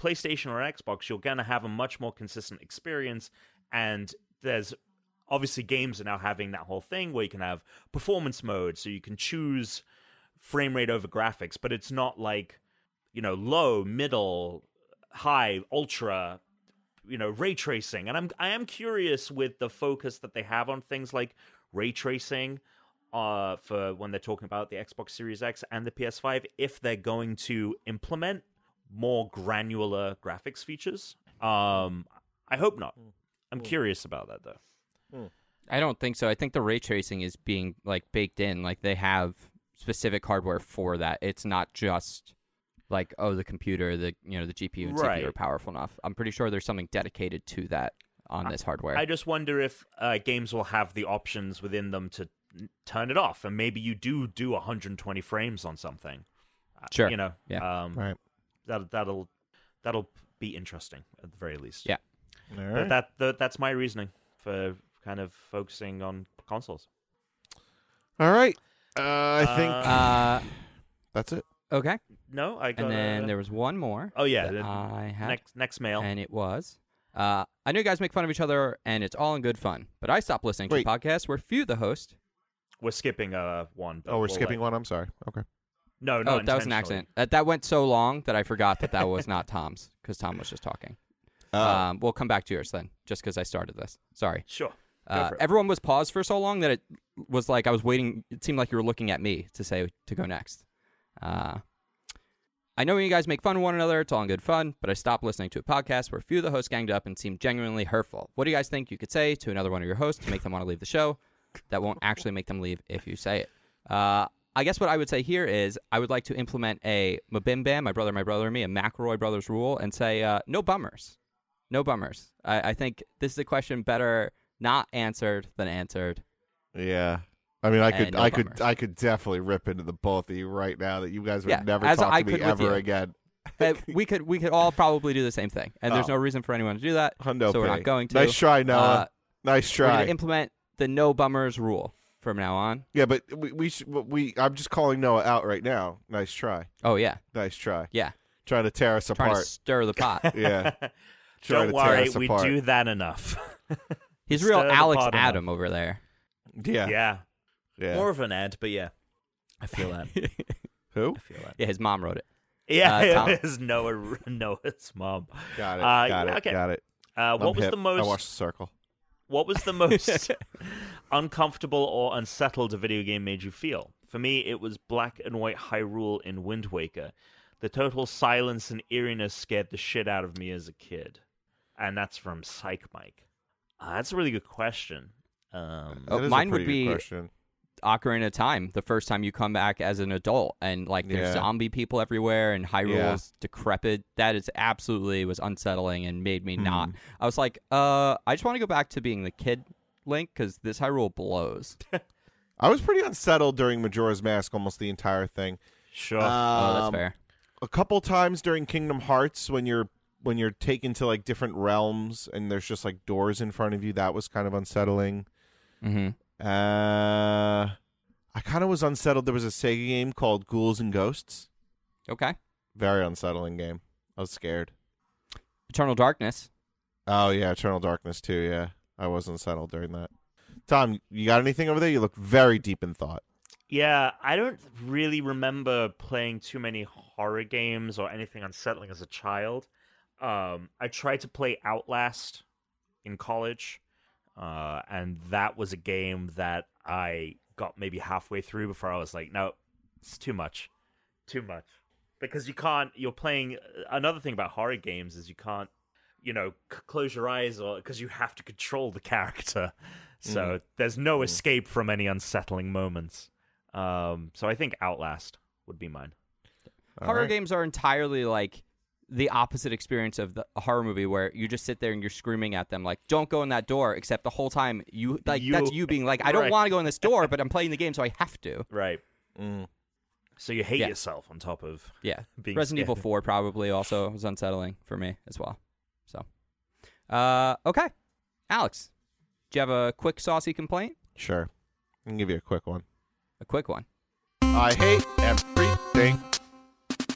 Speaker 2: PlayStation or Xbox, you're gonna have a much more consistent experience, and there's obviously games are now having that whole thing where you can have performance mode, so you can choose frame rate over graphics, but it's not like you know low, middle, high, ultra, you know ray tracing and i'm i am curious with the focus that they have on things like ray tracing uh for when they're talking about the xbox series x and the ps5 if they're going to implement more granular graphics features um i hope not i'm curious about that though
Speaker 1: I don't think so. I think the ray tracing is being like baked in. Like they have specific hardware for that. It's not just like oh the computer, the you know the GPU and CPU are
Speaker 2: Right.
Speaker 1: powerful enough. I'm pretty sure there's something dedicated to that on this hardware.
Speaker 2: I just wonder if uh, games will have the options within them to n- turn it off, and maybe you do do 120 frames on something. Uh,
Speaker 1: Sure.
Speaker 2: you know,
Speaker 1: Yeah.
Speaker 2: um,
Speaker 3: Right.
Speaker 2: That that'll that'll be interesting at the very least.
Speaker 1: Yeah.
Speaker 3: All
Speaker 2: but
Speaker 3: right.
Speaker 2: that, that that's my reasoning for kind of focusing on consoles.
Speaker 3: All right. Uh, I think
Speaker 1: uh,
Speaker 3: that's it.
Speaker 1: okay.
Speaker 2: No, I got.
Speaker 1: And then
Speaker 2: uh,
Speaker 1: there was one more.
Speaker 2: oh yeah,
Speaker 1: that
Speaker 2: the
Speaker 1: I had.
Speaker 2: next next mail.
Speaker 1: And it was. Uh, I know you guys make fun of each other, and it's all in good fun. But I stopped listening
Speaker 3: Wait.
Speaker 1: to podcasts where few the host.
Speaker 2: We're skipping uh one. but
Speaker 3: Oh, we're
Speaker 2: we'll
Speaker 3: skipping
Speaker 2: let-
Speaker 3: one. I'm sorry. Okay.
Speaker 2: No,
Speaker 1: Oh,
Speaker 2: not
Speaker 1: that was an
Speaker 2: intentionally.
Speaker 1: accident. That that went so long that I forgot that that was not Tom's because Tom was just talking.
Speaker 3: Oh.
Speaker 1: Um, we'll come back to yours then, just because I started this. Sorry.
Speaker 2: Sure. Go
Speaker 1: Uh,
Speaker 2: for it.
Speaker 1: everyone was paused for so long that it was like I was waiting. It seemed like you were looking at me to say to go next. Uh, I know you guys make fun of one another. It's all in good fun, but I stopped listening to a podcast where a few of the hosts ganged up and seemed genuinely hurtful. What do you guys think you could say to another one of your hosts to make them want to leave the show that won't actually make them leave if you say it? Uh, I guess what I would say here is I would like to implement a Mabim Bam, my brother, my brother, and me, a McElroy brothers rule, and say uh, no bummers. No bummers. I, I think this is a question better not answered than answered.
Speaker 3: Yeah. I mean, I could,
Speaker 1: And no
Speaker 3: I could,
Speaker 1: bummers.
Speaker 3: I could definitely rip into the both of you right now that you guys would
Speaker 1: Yeah,
Speaker 3: never
Speaker 1: as
Speaker 3: talk
Speaker 1: I
Speaker 3: to me
Speaker 1: could with
Speaker 3: ever
Speaker 1: you.
Speaker 3: again.
Speaker 1: Uh, we could we could all probably do the same thing, and there's
Speaker 3: Oh.
Speaker 1: no reason for anyone to do that.
Speaker 3: Hundo
Speaker 1: so we're
Speaker 3: pity.
Speaker 1: not going to.
Speaker 3: Nice try, Noah.
Speaker 1: Uh,
Speaker 3: nice
Speaker 1: we're going
Speaker 3: try.
Speaker 1: to implement the no bummers rule from now on.
Speaker 3: yeah, but we, we, sh- we, I'm just calling Noah out right now. Nice try.
Speaker 1: Oh yeah,
Speaker 3: Nice try.
Speaker 1: yeah.
Speaker 3: Trying to tear us
Speaker 1: Trying to
Speaker 3: apart.
Speaker 1: stir the pot.
Speaker 3: yeah. Trying
Speaker 2: Don't
Speaker 3: to tear
Speaker 2: worry,
Speaker 3: us
Speaker 2: we
Speaker 3: apart.
Speaker 2: do that enough.
Speaker 1: He's
Speaker 2: Stir
Speaker 1: real
Speaker 2: the
Speaker 1: Alex
Speaker 2: pot enough.
Speaker 1: Adam over there.
Speaker 3: Yeah.
Speaker 2: yeah.
Speaker 3: Yeah.
Speaker 2: more of an ad, but yeah. I feel that. I
Speaker 3: Who?
Speaker 2: feel that.
Speaker 1: Yeah, his mom wrote it.
Speaker 2: Yeah,
Speaker 1: Uh, Tom.
Speaker 2: it is Noah Noah's mom.
Speaker 3: Got it.
Speaker 2: Uh,
Speaker 3: got it.
Speaker 2: okay.
Speaker 3: Got it.
Speaker 2: Uh, what
Speaker 3: I'm
Speaker 2: was
Speaker 3: hip.
Speaker 2: the
Speaker 3: I
Speaker 2: most?
Speaker 3: watched the circle.
Speaker 2: What was the most uncomfortable or unsettled a video game made you feel? For me, it was Black and White Hyrule in Wind Waker. The total silence and eeriness scared the shit out of me as a kid. And that's from Psych Mike. Uh, that's a really good question. Um,
Speaker 1: Oh,
Speaker 3: That is a
Speaker 1: mine would
Speaker 3: pretty good
Speaker 1: be-
Speaker 3: question.
Speaker 1: Ocarina of Time, the first time you come back as an adult, and like there's
Speaker 3: Yeah.
Speaker 1: zombie people everywhere, and
Speaker 3: Yeah.
Speaker 1: Hyrule's decrepit. That is absolutely was unsettling and made me not.
Speaker 3: Hmm.
Speaker 1: I was like, uh, I just want to go back to being the kid Link because this Hyrule blows.
Speaker 3: I was pretty unsettled during Majora's Mask almost the entire thing.
Speaker 2: sure.
Speaker 1: oh, that's
Speaker 3: Um,
Speaker 1: fair.
Speaker 3: a couple times during Kingdom Hearts when you're when you're taken to like different realms and there's just like doors in front of you. That was kind of unsettling.
Speaker 1: Mm-hmm.
Speaker 3: Uh, I kind of was unsettled. There was a Sega game called Ghouls and Ghosts.
Speaker 1: Okay,
Speaker 3: Very unsettling game. I was scared.
Speaker 1: Eternal Darkness.
Speaker 3: Oh yeah, Eternal Darkness too. Yeah, I was unsettled during that. Tom, you got anything over there? You look very deep in thought.
Speaker 2: yeah, I don't really remember playing too many horror games or anything unsettling as a child. Um, I tried to play Outlast in college, uh, and that was a game that I got maybe halfway through before I was like, no, it's too much, too much, because you can't. You're playing. uh, Another thing about horror games is you can't, you know, c- close your eyes or because you have to control the character, so there's no escape from any unsettling moments. Um, so I think Outlast would be mine.
Speaker 3: All
Speaker 1: horror
Speaker 3: right.
Speaker 1: games are entirely like the opposite experience of the a horror movie where you just sit there and you're screaming at them like don't go in that door except the whole time you like
Speaker 2: You-
Speaker 1: that's you being like i
Speaker 2: Right.
Speaker 1: don't want to go in this door but i'm playing the game so i have to
Speaker 2: Right.
Speaker 3: Mm.
Speaker 2: So you hate
Speaker 1: Yeah.
Speaker 2: yourself on top of
Speaker 1: yeah
Speaker 2: being
Speaker 1: resident evil
Speaker 2: scared.
Speaker 1: 4 probably also was unsettling for me as well so uh okay alex do you have a quick saucy complaint
Speaker 3: Sure, I can give you a quick one.
Speaker 1: a quick one
Speaker 3: I hate everything.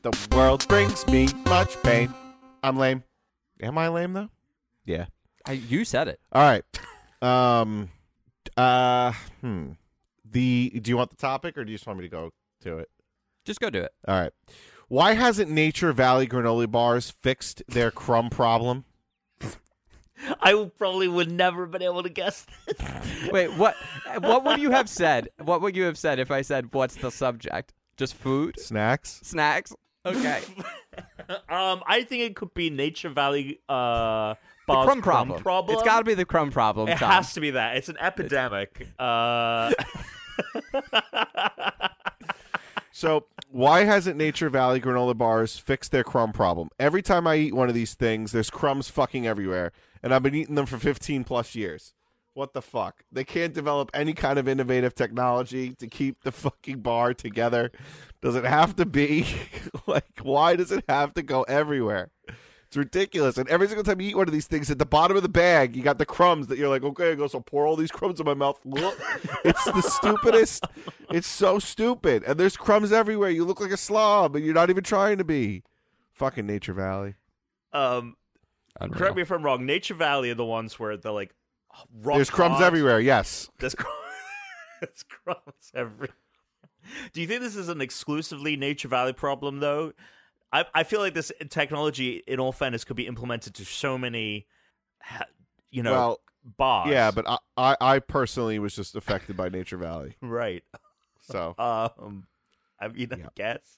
Speaker 3: The world brings me much pain. I'm lame. Am I lame though? Yeah.
Speaker 1: I, you said it
Speaker 3: All right. Um. Uh. Hmm. The. Do you want the topic, or do you just want me to go to it?
Speaker 1: just go do it
Speaker 3: All right. Why hasn't Nature Valley Granola Bars fixed their crumb problem?
Speaker 2: I would- probably would never have been able to guess this.
Speaker 1: wait what what would you have said what would you have said if i said what's the subject just food
Speaker 3: Snacks.
Speaker 1: snacks okay
Speaker 2: um, I think it could be Nature Valley. Uh,
Speaker 1: the
Speaker 2: Bob's
Speaker 1: crumb problem. It's got to be the crumb problem.
Speaker 2: It
Speaker 1: Tom.
Speaker 2: has to be that. It's an epidemic. Uh,
Speaker 3: So, why hasn't Nature Valley granola bars fixed their crumb problem? Every time I eat one of these things, there's crumbs fucking everywhere, and I've been eating them for 15 plus years. What the fuck? They can't develop any kind of innovative technology to keep the fucking bar together. Does it have to be like why does it have to go everywhere? It's ridiculous. And every single time you eat one of these things, at the bottom of the bag, you got the crumbs that you're like, okay, I go, so pour all these crumbs in my mouth. Look, it's the stupidest. It's so stupid. And there's crumbs everywhere. You look like a slob, and you're not even trying to be. Fucking Nature Valley.
Speaker 2: um,
Speaker 1: Unreal.
Speaker 2: correct me if I'm wrong. Nature Valley are the ones where they're like rock
Speaker 3: there's crumbs
Speaker 2: hard.
Speaker 3: everywhere, yes.
Speaker 2: There's, cr- there's crumbs everywhere. Do you think this is an exclusively Nature Valley problem, though? I, I feel like this technology, in all fairness, could be implemented to so many, ha- you know,
Speaker 3: well,
Speaker 2: bars.
Speaker 3: yeah, but I, I, I personally was just affected by Nature Valley.
Speaker 2: right.
Speaker 3: So,
Speaker 2: Um, I mean, I
Speaker 3: Yeah.
Speaker 2: guess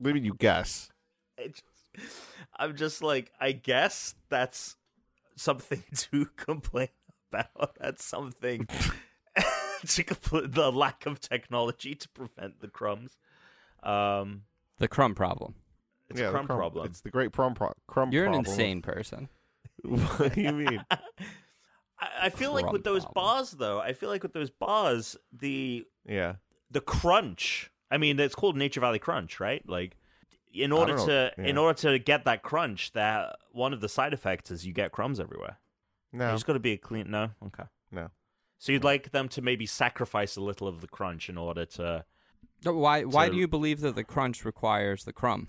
Speaker 3: maybe you guess.
Speaker 2: I just, I'm just like, I guess that's something to complain about. That's something to compl- the lack of technology to prevent the crumbs. Um,
Speaker 1: The crumb problem.
Speaker 2: it's a
Speaker 3: Yeah, the
Speaker 2: crumb, problem.
Speaker 3: It's the great crumb, pro- crumb
Speaker 1: You're
Speaker 3: problem.
Speaker 1: an insane person.
Speaker 3: what do you mean?
Speaker 2: I, I feel like with
Speaker 1: crumb
Speaker 2: those
Speaker 1: problem.
Speaker 2: bars, though, I feel like with those bars, the
Speaker 3: Yeah.
Speaker 2: the crunch. I mean, it's called Nature Valley Crunch, right? Like, in
Speaker 3: I
Speaker 2: order
Speaker 3: don't
Speaker 2: to
Speaker 3: know.
Speaker 2: in
Speaker 3: Yeah.
Speaker 2: order to get that crunch, that one of the side effects is you get crumbs everywhere.
Speaker 3: No.
Speaker 2: There's got to be a clean. No, okay,
Speaker 3: No.
Speaker 2: So you'd like them to maybe sacrifice a little of the crunch in order to
Speaker 1: No, Why? Why
Speaker 2: So-
Speaker 1: do you believe that the crunch requires the crumb?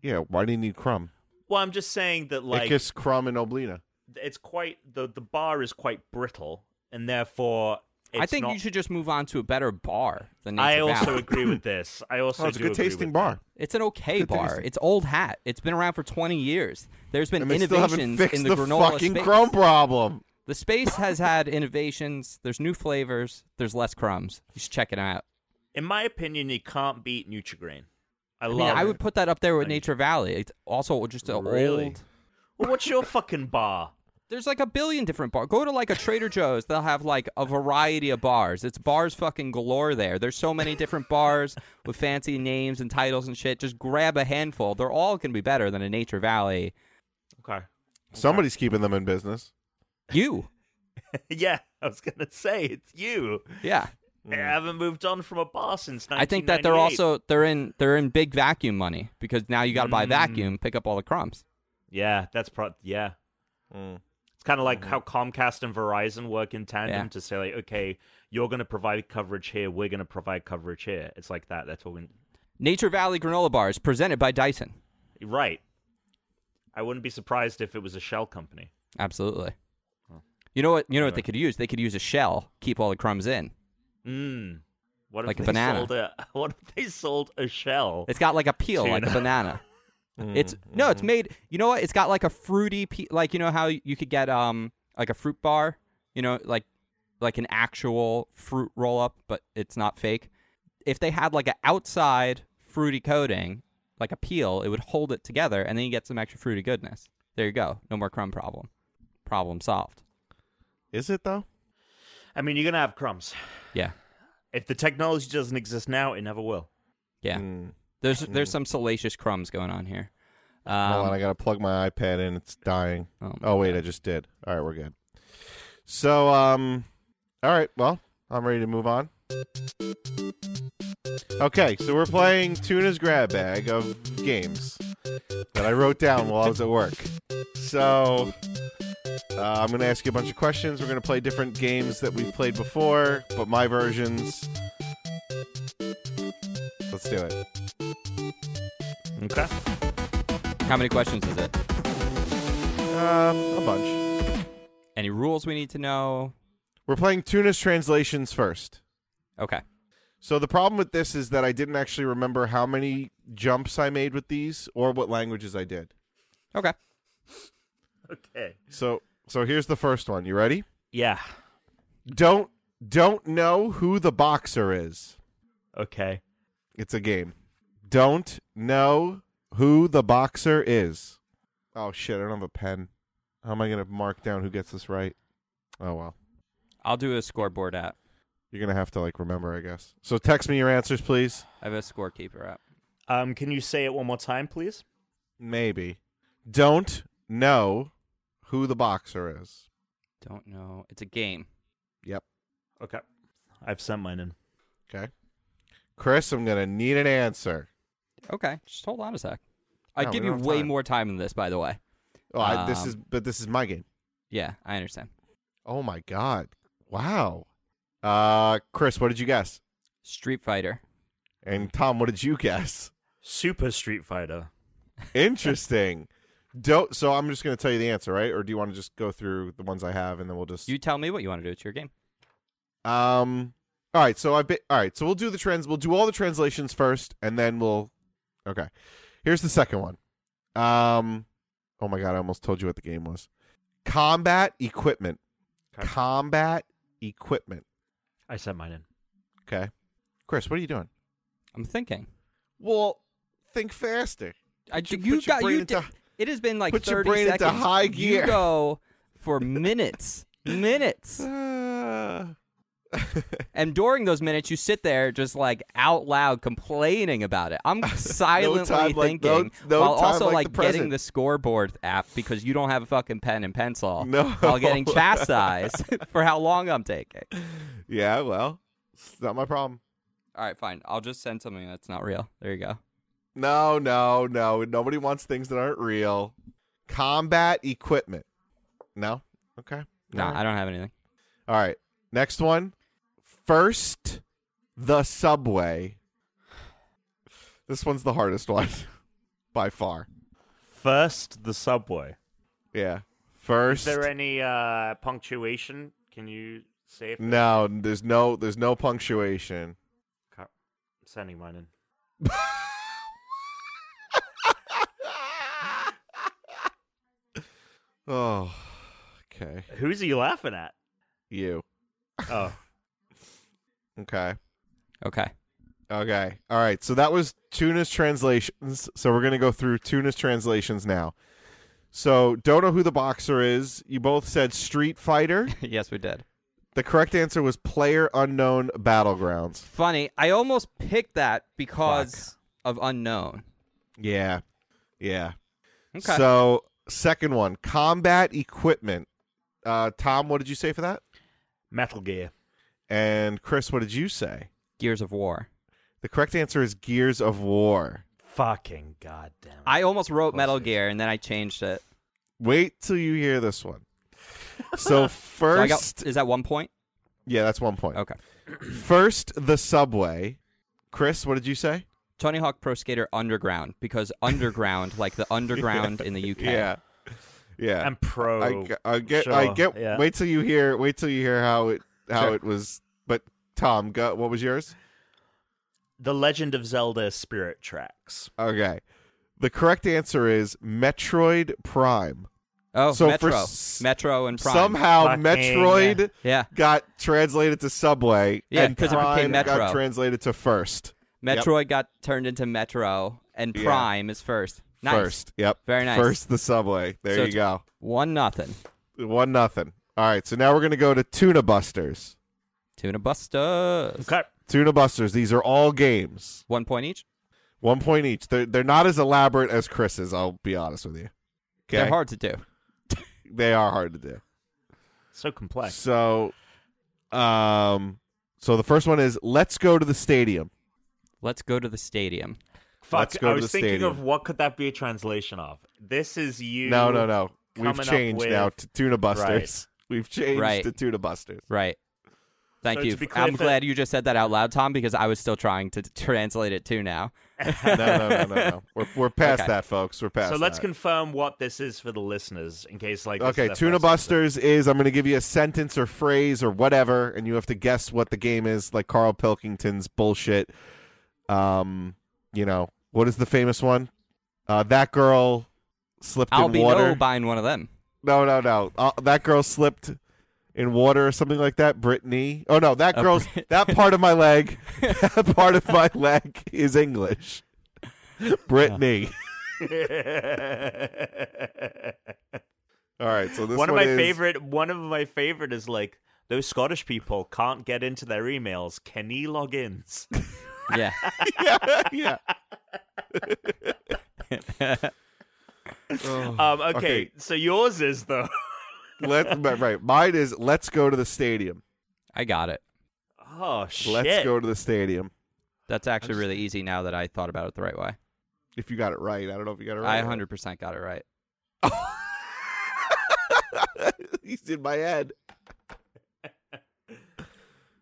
Speaker 3: Yeah, why do you need crumb?
Speaker 2: Well, I'm just saying that
Speaker 3: Like,
Speaker 2: like
Speaker 3: it gives crumb and oblina.
Speaker 2: it's quite the the bar is quite brittle, and therefore
Speaker 1: I
Speaker 2: It's
Speaker 1: think
Speaker 2: not-
Speaker 1: you should just move on to a better bar than Nature
Speaker 2: I also
Speaker 1: Valley.
Speaker 2: agree with this. I also
Speaker 3: Oh, it's a
Speaker 2: do
Speaker 3: good
Speaker 2: agree
Speaker 3: tasting
Speaker 2: with
Speaker 3: bar.
Speaker 1: It's an okay
Speaker 3: Good
Speaker 1: bar.
Speaker 3: tasting.
Speaker 1: It's old hat. It's been around for 20 years. There's been
Speaker 3: And they still haven't
Speaker 1: innovations
Speaker 3: fixed
Speaker 1: in
Speaker 3: the,
Speaker 1: the, granola
Speaker 3: fucking
Speaker 1: space.
Speaker 3: crumb problem.
Speaker 1: The space has had innovations. There's new flavors. There's less crumbs. You should check it out.
Speaker 2: that. In my opinion, you can't beat Nutrigrain. I,
Speaker 1: I
Speaker 2: love
Speaker 1: mean, I
Speaker 2: it.
Speaker 1: would put that up there with
Speaker 2: Thank you.
Speaker 1: Nature Valley. It's also just an
Speaker 2: Really?
Speaker 1: old.
Speaker 2: Well, what's your fucking bar?
Speaker 1: There's like a billion different bars. Go to like a Trader Joe's. They'll have like a variety of bars. It's bars fucking galore there. There's so many different bars with fancy names and titles and shit. Just grab a handful. They're all going to be better than a Nature Valley.
Speaker 2: Okay.
Speaker 3: Somebody's keeping them in business.
Speaker 1: You.
Speaker 2: yeah, I was gonna say it's you.
Speaker 1: Yeah.
Speaker 3: Mm.
Speaker 2: I haven't moved on from a bar since.
Speaker 1: I think that they're
Speaker 2: 1998.
Speaker 1: also they're in they're in big vacuum money because now you got to buy
Speaker 2: Mm.
Speaker 1: vacuum, pick up all the crumbs.
Speaker 2: Yeah, that's pro. Yeah,
Speaker 3: Mm.
Speaker 2: it's kind of like how Comcast and Verizon work in tandem
Speaker 1: Mm-hmm. Yeah.
Speaker 2: to say like, okay, you're gonna provide coverage here, we're gonna provide coverage here. It's like that. That's what we.
Speaker 1: Nature Valley granola bars presented by Dyson.
Speaker 2: Right. I wouldn't be surprised if it was a shell company.
Speaker 1: Absolutely. You know what? You know what they could use? They could use a shell, keep all the crumbs in.
Speaker 2: Mm. What if
Speaker 1: Like a
Speaker 2: they
Speaker 1: banana.
Speaker 2: sold a what if they sold a shell?
Speaker 1: It's got like a peel, like a
Speaker 2: Tuna.
Speaker 1: banana. It's no, it's made. You know what? It's got like a fruity, pe- like you know how you could get um like a fruit bar. You know, like like an actual fruit roll up, but it's not fake. If they had like an outside fruity coating, like a peel, it would hold it together, and then you get some extra fruity goodness. There you go. No more crumb problem. Problem solved.
Speaker 3: Is it though?
Speaker 2: I mean, you're gonna have crumbs.
Speaker 1: Yeah,
Speaker 2: If the technology doesn't exist now, it never will.
Speaker 1: yeah. There's there's some salacious crumbs going on here.
Speaker 3: Hold on,
Speaker 1: Um,
Speaker 3: I gotta plug my iPad in. It's dying.
Speaker 1: oh,
Speaker 3: Oh wait, I just did. All right, we're good. So, um, all right, well, I'm ready to move on. Okay, so we're playing Tuna's grab bag of games that I wrote down while I was at work. So, uh, I'm gonna ask you a bunch of questions. We're gonna play different games that we've played before, but my versions. Let's do it.
Speaker 2: Okay.
Speaker 1: how many questions is it?
Speaker 3: Um, a bunch.
Speaker 1: Any rules we need to know?
Speaker 3: We're playing Tuna's translations first.
Speaker 1: Okay.
Speaker 3: So the problem with this is that I didn't actually remember how many jumps I made with these or what languages I did.
Speaker 1: Okay.
Speaker 2: Okay.
Speaker 3: So so here's the first one. You ready?
Speaker 2: Yeah.
Speaker 3: Don't don't know who the boxer is.
Speaker 2: Okay.
Speaker 3: It's a game. Don't know who the boxer is. Oh shit, I don't have a pen. How am I going to mark down who gets this right? Oh well.
Speaker 1: I'll do a scoreboard app.
Speaker 3: You're going to have to like remember, I guess. So text me your answers, please.
Speaker 1: I have a scorekeeper app.
Speaker 2: Um, can you say it one more time, please?
Speaker 3: Maybe. Don't know who the boxer is.
Speaker 1: Don't know. It's a game.
Speaker 3: Yep.
Speaker 2: Okay. I've sent mine in.
Speaker 3: Okay. Chris, I'm going to need an answer.
Speaker 1: Okay. Just hold on a sec. I
Speaker 3: No,
Speaker 1: give
Speaker 3: we
Speaker 1: you
Speaker 3: don't have
Speaker 1: way
Speaker 3: time.
Speaker 1: more time than this, by the way.
Speaker 3: Oh, I, this
Speaker 1: Um,
Speaker 3: is but this is my game.
Speaker 1: Yeah, I understand.
Speaker 3: Oh my god. Wow. Uh Chris, what did you guess?
Speaker 1: Street Fighter.
Speaker 3: And Tom, what did you guess?
Speaker 2: Super Street Fighter.
Speaker 3: Interesting. Don't so I'm just going to tell you the answer, right? Or do you want to just go through the ones I have and then we'll just
Speaker 1: You tell me what you want to do. It's your game.
Speaker 3: Um All right, so I have been All right, so we'll do the trends. We'll do all the translations first and then we'll Okay. Here's the second one. Um Oh my god, I almost told you what the game was. Combat equipment.
Speaker 2: Okay.
Speaker 3: Combat equipment.
Speaker 2: I sent mine in.
Speaker 3: Okay. Chris, what are you doing?
Speaker 1: I'm thinking.
Speaker 3: Well, think faster.
Speaker 1: I,
Speaker 3: Put your-
Speaker 1: you
Speaker 3: put your
Speaker 1: got
Speaker 3: brain
Speaker 1: you.
Speaker 3: into-
Speaker 1: did- it has been like
Speaker 3: put your
Speaker 1: 30
Speaker 3: brain into
Speaker 1: seconds.
Speaker 3: high
Speaker 1: You
Speaker 3: gear.
Speaker 1: go for minutes, minutes, and during those minutes, you sit there just like out loud complaining about it. I'm silently
Speaker 3: time like-
Speaker 1: thinking
Speaker 3: no- no
Speaker 1: while
Speaker 3: time
Speaker 1: also
Speaker 3: like
Speaker 1: like,
Speaker 3: the
Speaker 1: getting
Speaker 3: present.
Speaker 1: the scoreboard app because you don't have a fucking pen and pencil.
Speaker 3: No.
Speaker 1: while getting chastised for how long I'm taking.
Speaker 3: yeah, well, it's not my problem.
Speaker 1: All right, fine. I'll just send something that's not real. There you go.
Speaker 3: No, no, no. Nobody wants things that aren't real. Combat equipment. No? Okay.
Speaker 1: No,
Speaker 3: All right.
Speaker 1: I don't have anything.
Speaker 3: All right. Next one. First, the subway. This one's the hardest one by far.
Speaker 2: First, the subway.
Speaker 3: Yeah. First.
Speaker 2: Is there any uh, punctuation? Can you Safe.
Speaker 1: Mm.
Speaker 2: I'm
Speaker 3: No, there's no there's no punctuation.
Speaker 2: sending mine in.
Speaker 3: Oh, okay.
Speaker 2: Who's he laughing at?
Speaker 3: You.
Speaker 2: Oh,
Speaker 3: Okay.
Speaker 1: Okay.
Speaker 3: Okay. All right. So that was Tuna's translations. So we're going to go through Tuna's translations now. So don't know who the boxer is. You both said Street Fighter.
Speaker 1: yes, we did.
Speaker 3: The correct answer was Player Unknown Battlegrounds.
Speaker 1: Funny. I almost picked that because of unknown.
Speaker 3: Yeah. Yeah.
Speaker 1: Okay.
Speaker 3: So second one, combat equipment. Uh, Tom, what did you say for that?
Speaker 2: Metal Gear.
Speaker 3: And Chris, what did you say?
Speaker 1: Gears of War.
Speaker 3: The correct answer is Gears of War.
Speaker 2: Fucking goddamn.
Speaker 1: I almost wrote
Speaker 3: Close
Speaker 1: Metal
Speaker 3: it.
Speaker 1: Gear and then I changed it.
Speaker 3: Wait till you hear this one. So
Speaker 1: So I
Speaker 3: first,
Speaker 1: got, is that one point?
Speaker 3: yeah, that's one point.
Speaker 1: Okay.
Speaker 3: First, the subway. Chris, what did you say?
Speaker 1: Tony Hawk Pro Skater Underground because underground, like the underground in the UK.
Speaker 3: Yeah, yeah.
Speaker 2: am pro.
Speaker 3: I, g- I get. I
Speaker 2: sure,
Speaker 3: get.
Speaker 2: yeah.
Speaker 3: Wait till you hear. Wait till you hear how it how
Speaker 2: Sure.
Speaker 3: it was. But Tom, go, what was yours?
Speaker 2: the Legend of Zelda Spirit Tracks.
Speaker 3: Okay. The correct answer is Metroid Prime.
Speaker 1: Oh,
Speaker 3: So for
Speaker 1: Metro.
Speaker 3: s-
Speaker 1: Metro and Prime.
Speaker 3: Somehow,
Speaker 2: Fucking-
Speaker 3: Metroid
Speaker 1: Yeah.
Speaker 3: got translated to Subway,
Speaker 1: Yeah,
Speaker 3: and
Speaker 1: 'cause it became
Speaker 3: Prime
Speaker 1: Metro.
Speaker 3: got translated to First.
Speaker 1: Metroid got turned into Metro and
Speaker 3: Yeah.
Speaker 1: Prime is first. Nice.
Speaker 3: First, yep.
Speaker 1: Very nice.
Speaker 3: First, the Subway. There
Speaker 1: So
Speaker 3: you
Speaker 1: it's-
Speaker 3: go.
Speaker 1: One nothing.
Speaker 3: One nothing. All right, so now we're gonna go to Tuna Busters.
Speaker 1: Tuna Busters.
Speaker 2: Okay.
Speaker 3: Tuna Busters. These are all games,
Speaker 1: uh, One point each.
Speaker 3: one point each. They're they're not as elaborate as Chris's. I'll be honest with you. Okay,
Speaker 1: They're hard to do.
Speaker 3: They are hard to do.
Speaker 2: So complex.
Speaker 3: So, um, so the first one is let's go to the stadium.
Speaker 1: Let's go to the stadium.
Speaker 2: Fuck.
Speaker 3: Let's go
Speaker 2: I
Speaker 3: to
Speaker 2: was
Speaker 3: the
Speaker 2: thinking
Speaker 3: stadium.
Speaker 2: of what could that be a translation of. This is you.
Speaker 3: No, no, no. We've
Speaker 2: coming up
Speaker 3: changed
Speaker 2: with-
Speaker 3: now to Tuna Busters.
Speaker 2: Right.
Speaker 3: We've changed
Speaker 1: Right.
Speaker 3: to Tuna Busters.
Speaker 1: Right. Thank
Speaker 2: So
Speaker 1: you.
Speaker 2: to be clear,
Speaker 1: I'm
Speaker 2: if it-
Speaker 1: glad you just said that out loud, Tom, because I was still trying to t- translate it too now.
Speaker 3: no, no, no, no, no. We're we're past
Speaker 1: Okay.
Speaker 3: that, folks. We're past.
Speaker 2: So let's
Speaker 3: that.
Speaker 2: confirm what this is for the listeners, in case like. this is
Speaker 3: Okay,
Speaker 2: their
Speaker 3: Tuna
Speaker 2: first episode.
Speaker 3: Busters is I'm going to give you a sentence or phrase or whatever, and you have to guess what the game is, like Carl Pilkington's bullshit. Um, you know what is the famous one? Uh, that girl slipped
Speaker 1: I'll
Speaker 3: in
Speaker 1: be
Speaker 3: water.
Speaker 1: no buying one of them.
Speaker 3: no, no, no. Uh, that girl slipped in water or something like that. Brittany. Oh no, that
Speaker 1: Uh,
Speaker 3: girl's
Speaker 1: Brit-
Speaker 3: that part of my leg. that part of my leg is English. Brittany. All right, so this
Speaker 2: one of my
Speaker 3: is-
Speaker 2: favorite. One of my favorite is like those Scottish people can't get into their emails. Kenny logins.
Speaker 1: Yeah.
Speaker 3: yeah, yeah.
Speaker 2: Um. Okay, So yours is though.
Speaker 3: Let but, right. Mine is let's go to the stadium.
Speaker 1: I got it.
Speaker 2: Oh shit.
Speaker 3: Let's go to the stadium.
Speaker 1: That's actually really easy now that I thought about it the right way.
Speaker 3: If you got it right, I don't know if you got it
Speaker 1: I
Speaker 3: right.
Speaker 1: 100% got it right.
Speaker 3: He's in my head.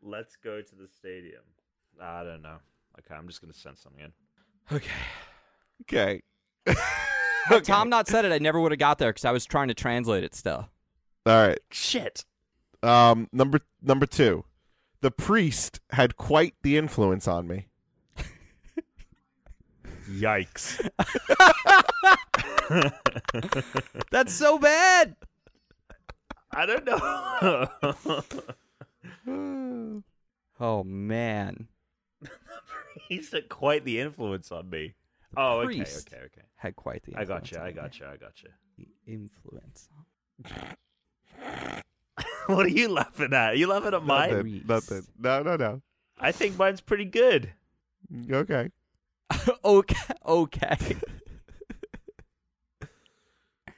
Speaker 2: Let's go to the stadium. I don't know. Okay, I'm just gonna send something in. Okay.
Speaker 3: Okay.
Speaker 1: Had Tom not said it, I never would have got there because I was trying to translate it still.
Speaker 3: All right.
Speaker 2: Shit.
Speaker 3: Um. Number number two. The priest had quite the influence on me.
Speaker 2: Yikes.
Speaker 1: That's so bad.
Speaker 2: I don't know.
Speaker 1: Oh, man.
Speaker 2: He's had quite the influence on me. Oh, okay,
Speaker 1: Priest.
Speaker 2: okay, okay.
Speaker 1: Had quite the
Speaker 2: I got you.
Speaker 1: influence
Speaker 2: I
Speaker 1: on
Speaker 2: got
Speaker 1: me.
Speaker 2: you. I got you.
Speaker 1: The Influence.
Speaker 2: what are you laughing at? Are you laughing at mine?
Speaker 1: Nothing.
Speaker 3: Nothing. Nothing. No. No. No.
Speaker 2: I think mine's pretty good.
Speaker 3: Okay.
Speaker 1: okay. Okay.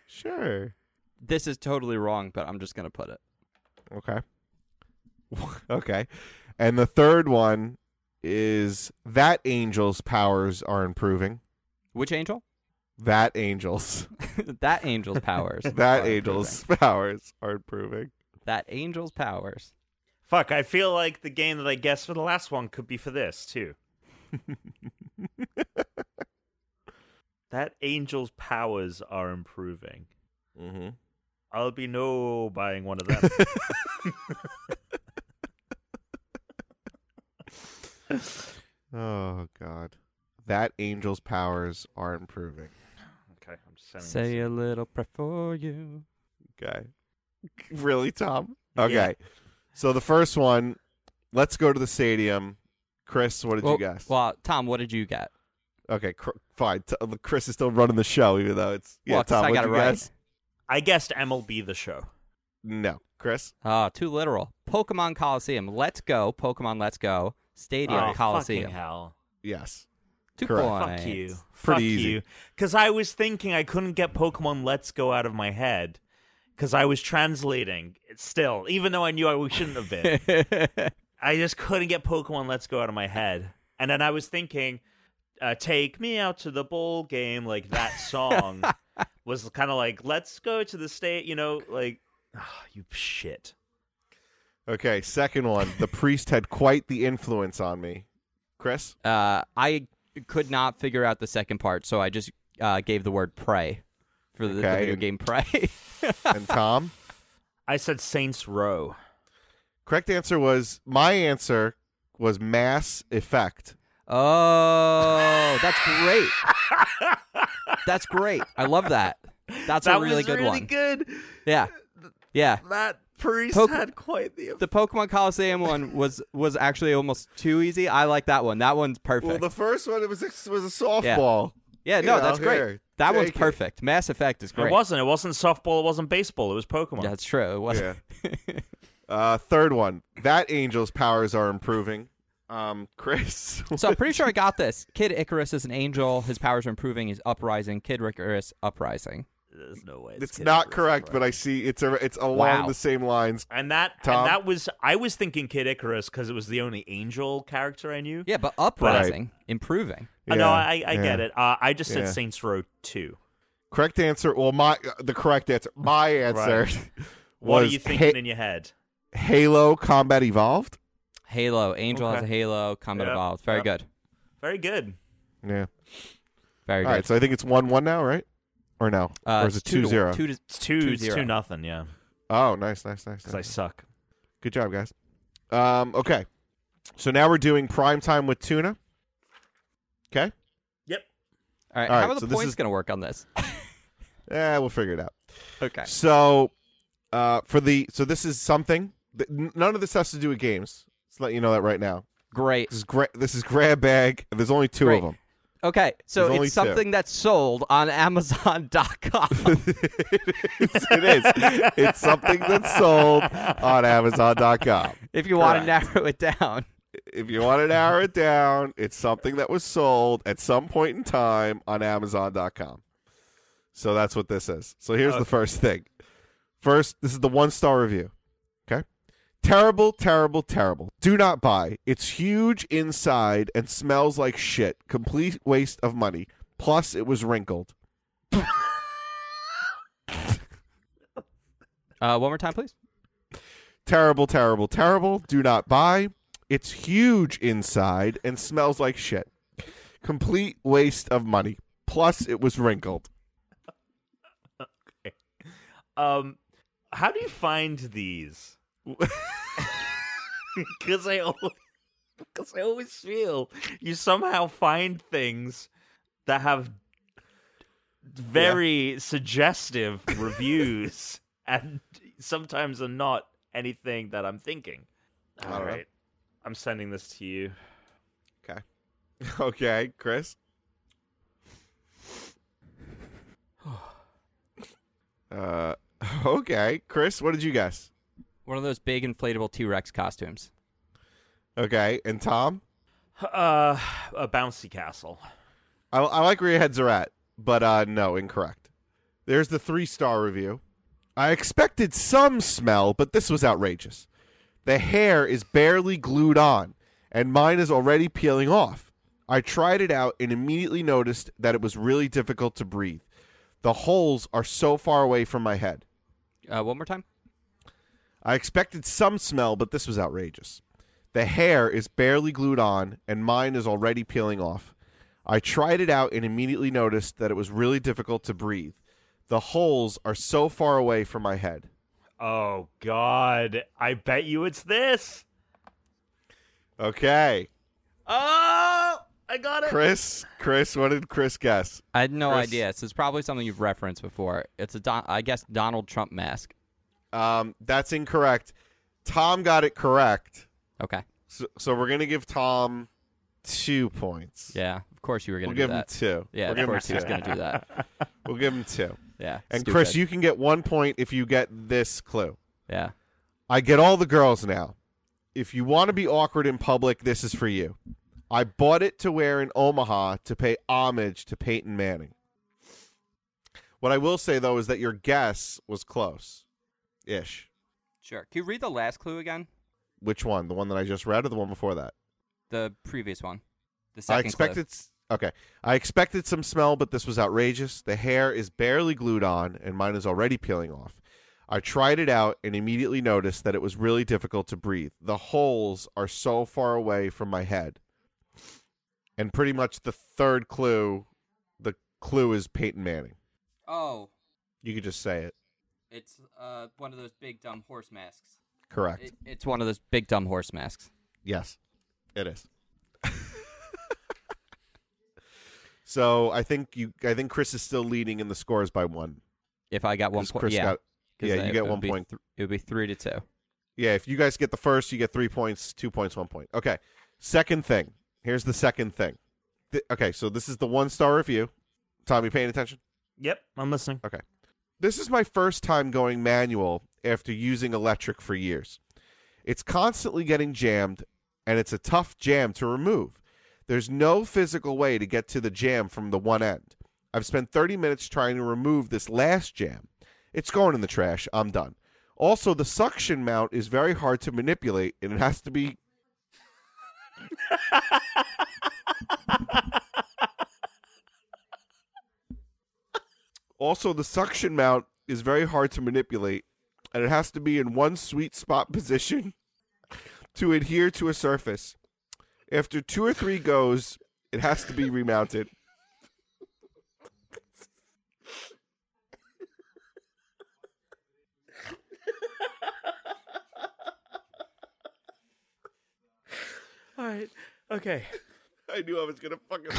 Speaker 3: Sure.
Speaker 1: this is totally wrong, but I'm just going to put it.
Speaker 3: Okay. okay. And the third one is that angel's powers are improving.
Speaker 1: Which angel?
Speaker 3: That angels.
Speaker 1: that angel's powers.
Speaker 3: That
Speaker 1: are
Speaker 3: angel's
Speaker 1: improving.
Speaker 3: powers are improving.
Speaker 1: That angel's powers.
Speaker 2: Fuck, I feel like the game that I guessed for the last one could be for this too. that angel's powers are improving.
Speaker 3: Mm-hmm.
Speaker 2: I'll be no buying one of them.
Speaker 3: Oh God, that angel's powers are improving.
Speaker 2: Okay, I'm just sending
Speaker 1: Say
Speaker 2: this.
Speaker 1: a little prayer for you.
Speaker 3: Okay, really, Tom?
Speaker 2: Yeah.
Speaker 3: Okay, so the first one, let's go to the stadium. Chris, what did
Speaker 1: well,
Speaker 3: you guess?
Speaker 1: well, Tom, what did you get?
Speaker 3: okay, cr- fine. T- Chris is still running the show, even though it's yeah.
Speaker 1: well, 'cause
Speaker 3: Tom,
Speaker 1: I
Speaker 3: what
Speaker 1: got
Speaker 3: did
Speaker 1: it
Speaker 3: you
Speaker 1: right.
Speaker 3: guess?
Speaker 2: I guessed MLB the show.
Speaker 3: No, Chris.
Speaker 1: Ah, too literal. Pokemon Coliseum. Let's go. Pokemon Let's Go. Stadium
Speaker 2: oh,
Speaker 1: Coliseum.
Speaker 2: fucking hell.
Speaker 3: Yes.
Speaker 1: Two
Speaker 3: correct.
Speaker 1: points.
Speaker 2: Fuck you. Fuck
Speaker 3: Pretty easy.
Speaker 2: you. Because I was thinking I couldn't get Pokemon Let's Go out of my head because I was translating it still, even though I knew I we shouldn't have been. I just couldn't get Pokemon Let's Go out of my head. And then I was thinking, uh, take me out to the bowl game, like that song was kind of like, let's go to the state, you know, like, ah, you shit.
Speaker 3: Okay, second one. The priest had quite the influence on me. Chris?
Speaker 1: Uh, I could not figure out the second part, so I just uh, gave the word pray for the, the
Speaker 3: Okay.
Speaker 1: video game Pray.
Speaker 3: And Tom?
Speaker 2: I said Saints Row.
Speaker 3: Correct answer was my answer was mass effect.
Speaker 1: oh, that's great. that's great. I love that. That's
Speaker 2: that
Speaker 1: a really
Speaker 2: was
Speaker 1: good
Speaker 2: really
Speaker 1: one.
Speaker 2: good.
Speaker 1: Yeah. Yeah.
Speaker 2: That priest
Speaker 1: Poke-
Speaker 2: had quite the.
Speaker 1: The Pokemon Coliseum one was was actually almost too easy. I like that one. That one's perfect.
Speaker 3: first one was a, was a
Speaker 1: yeah,
Speaker 3: you
Speaker 1: no,
Speaker 3: know,
Speaker 1: that's great.
Speaker 3: here,
Speaker 1: that one's
Speaker 3: take it.
Speaker 1: perfect. Mass Effect is great.
Speaker 2: It wasn't. It wasn't softball. It wasn't baseball. It was Pokemon.
Speaker 1: Yeah, that's true. It wasn't.
Speaker 3: Yeah. uh, third one. That angel's powers are improving. Um, Chris.
Speaker 1: So I'm pretty sure I got this. Kid Icarus is an angel. His powers are improving. He's uprising. Kid Icarus uprising.
Speaker 2: There's no way.
Speaker 3: it's not correct, but I see it's a, it's along
Speaker 1: Wow.
Speaker 3: the same lines.
Speaker 2: And that
Speaker 3: Tom?
Speaker 2: and that was I was thinking Kid Icarus because it was the only angel character I knew.
Speaker 1: Yeah, but uprising, improving.
Speaker 2: Uh, no,
Speaker 3: Yeah,
Speaker 2: I, I get
Speaker 3: yeah.
Speaker 2: it. Uh, I just said
Speaker 3: Yeah.
Speaker 2: Saints Row Two.
Speaker 3: Correct answer. Well, my the correct answer. My answer
Speaker 2: What
Speaker 3: was
Speaker 2: are you
Speaker 3: Ha-
Speaker 2: thinking in your head?
Speaker 3: Halo Combat Evolved.
Speaker 1: Halo. Angel has a
Speaker 2: Okay.
Speaker 1: halo. Combat
Speaker 2: Yep,
Speaker 1: evolved. Very
Speaker 2: yep.
Speaker 1: good.
Speaker 2: Very good.
Speaker 3: Yeah.
Speaker 1: Very
Speaker 3: All right,
Speaker 1: good.
Speaker 3: so I think it's one one now, right? Or no?
Speaker 1: Uh,
Speaker 3: or is it
Speaker 1: it's two to-
Speaker 3: 2-0?
Speaker 1: Two to
Speaker 2: It's two.
Speaker 1: Two
Speaker 2: it's
Speaker 1: zero.
Speaker 2: two nothing. Yeah,
Speaker 3: Oh, nice, nice, nice.
Speaker 2: because I
Speaker 3: nice.
Speaker 2: suck.
Speaker 3: Good job, guys. Um, okay, so now we're doing prime time with tuna. Okay,
Speaker 2: Yep.
Speaker 1: All right.
Speaker 3: All
Speaker 1: How
Speaker 3: right,
Speaker 1: are the
Speaker 3: so this
Speaker 1: points
Speaker 3: is-
Speaker 1: going to work on this?
Speaker 3: yeah, Eh, we'll figure it out.
Speaker 1: Okay.
Speaker 3: So, uh, for the so this is something. That, n- none of this has to do with games. Let's let you know that right now.
Speaker 1: Great.
Speaker 3: This is gra- this is grab bag. There's only two
Speaker 1: Great.
Speaker 3: of them.
Speaker 1: Okay. So
Speaker 3: There's only
Speaker 1: it's something that's sold on Amazon.com.
Speaker 3: it is. It's something that's sold on Amazon.com.
Speaker 1: if you want to narrow it down.
Speaker 3: if you want to narrow it down, it's something that was sold at some point in time on Amazon.com. So that's what this is. So here's the
Speaker 2: Okay.
Speaker 3: first thing. First, this is the one star review. Okay. Terrible, terrible, terrible. Do not buy. It's huge inside and smells like shit. Complete waste of money. Plus, it was wrinkled.
Speaker 1: Uh, one more time, please.
Speaker 3: Terrible, terrible, terrible. Do not buy. It's huge inside and smells like shit. Complete waste of money. Plus, it was wrinkled.
Speaker 2: Um, how do you find these? Because I always, because I always feel you somehow find things that have very suggestive reviews, and sometimes are not anything that I'm thinking.
Speaker 3: don't
Speaker 2: All
Speaker 3: know.
Speaker 2: right, I'm sending this to you.
Speaker 3: Okay, Chris. uh, okay, Chris. What did you guess?
Speaker 1: One of those big inflatable T Rex costumes.
Speaker 3: Okay, and Tom.
Speaker 2: Uh, a bouncy castle.
Speaker 3: I, I like where your heads are at, but uh, no, incorrect. There's the three star review. I expected some smell, but this was outrageous. The hair is barely glued on, and mine is already peeling off. I tried it out and immediately noticed that it was really difficult to breathe. The holes are so far away from my head.
Speaker 1: Uh, one more time.
Speaker 3: I expected some smell, but this was outrageous. The hair is barely glued on, and mine is already peeling off. I tried it out and immediately noticed that it was really difficult to breathe. The holes are so far away from my head.
Speaker 2: Oh God! I bet you it's this.
Speaker 3: Okay.
Speaker 2: Oh, I got it.
Speaker 3: Chris, Chris, what did Chris guess?
Speaker 1: I had no
Speaker 3: Chris.
Speaker 1: idea. This is probably something you've referenced before. It's a Don- I guess Donald Trump mask.
Speaker 3: Um, that's incorrect. Tom got it correct.
Speaker 1: Okay.
Speaker 3: So, so we're gonna give Tom two points.
Speaker 1: Yeah. Of course you were gonna
Speaker 3: we'll
Speaker 1: do
Speaker 3: give
Speaker 1: that.
Speaker 3: him two.
Speaker 1: yeah.
Speaker 3: we'll
Speaker 1: of
Speaker 3: give him
Speaker 1: course he
Speaker 3: two.
Speaker 1: was gonna do that.
Speaker 3: we'll give him two.
Speaker 1: Yeah.
Speaker 3: And
Speaker 1: stupid.
Speaker 3: Chris, you can get one point if you get this clue.
Speaker 1: Yeah.
Speaker 3: I get all the girls now. If you want to be awkward in public, this is for you. I bought it to wear in Omaha to pay homage to Peyton Manning. What I will say though is that your guess was close, ish.
Speaker 1: Sure. Can you read the last clue again?
Speaker 3: Which one? The one that I just read, or the one before that?
Speaker 1: The previous one. The
Speaker 3: I
Speaker 1: second clue.
Speaker 3: expected. s- Okay, I expected some smell, but this was outrageous. The hair is barely glued on, and mine is already peeling off. I tried it out and immediately noticed that it was really difficult to breathe. The holes are so far away from my head, and pretty much the third clue, the clue is Peyton Manning.
Speaker 1: Oh,
Speaker 3: You could just say it.
Speaker 1: it's uh one of those big dumb horse masks.
Speaker 3: Correct.
Speaker 1: it's one of those big dumb horse masks.
Speaker 3: Yes, it is. so I think you. I think Chris is still leading in the scores by one.
Speaker 1: If I got one
Speaker 3: 'Cause
Speaker 1: point,
Speaker 3: Chris
Speaker 1: yeah.
Speaker 3: got-
Speaker 1: 'cause
Speaker 3: yeah,
Speaker 1: then
Speaker 3: you
Speaker 1: it
Speaker 3: get
Speaker 1: would
Speaker 3: one
Speaker 1: be
Speaker 3: point.
Speaker 1: th- it would be three to two.
Speaker 3: Yeah, if you guys get the first, you get three points, two points, one point. Okay. Second thing. Here's the second thing. Th- okay, so this is the one star review. Tommy, paying attention?
Speaker 2: Yep, I'm listening.
Speaker 3: This is my first time going manual after using electric for years. It's constantly getting jammed, and it's a tough jam to remove. There's no physical way to get to the jam from the one end. I've spent 30 minutes trying to remove this last jam. It's going in the trash. I'm done. Also, the suction mount is very hard to manipulate, and it has to be. Also, the suction mount is very hard to manipulate, and it has to be in one sweet spot position to adhere to a surface. After two or three goes, it has to be remounted.
Speaker 2: All right. Okay.
Speaker 3: I knew I was gonna fucking.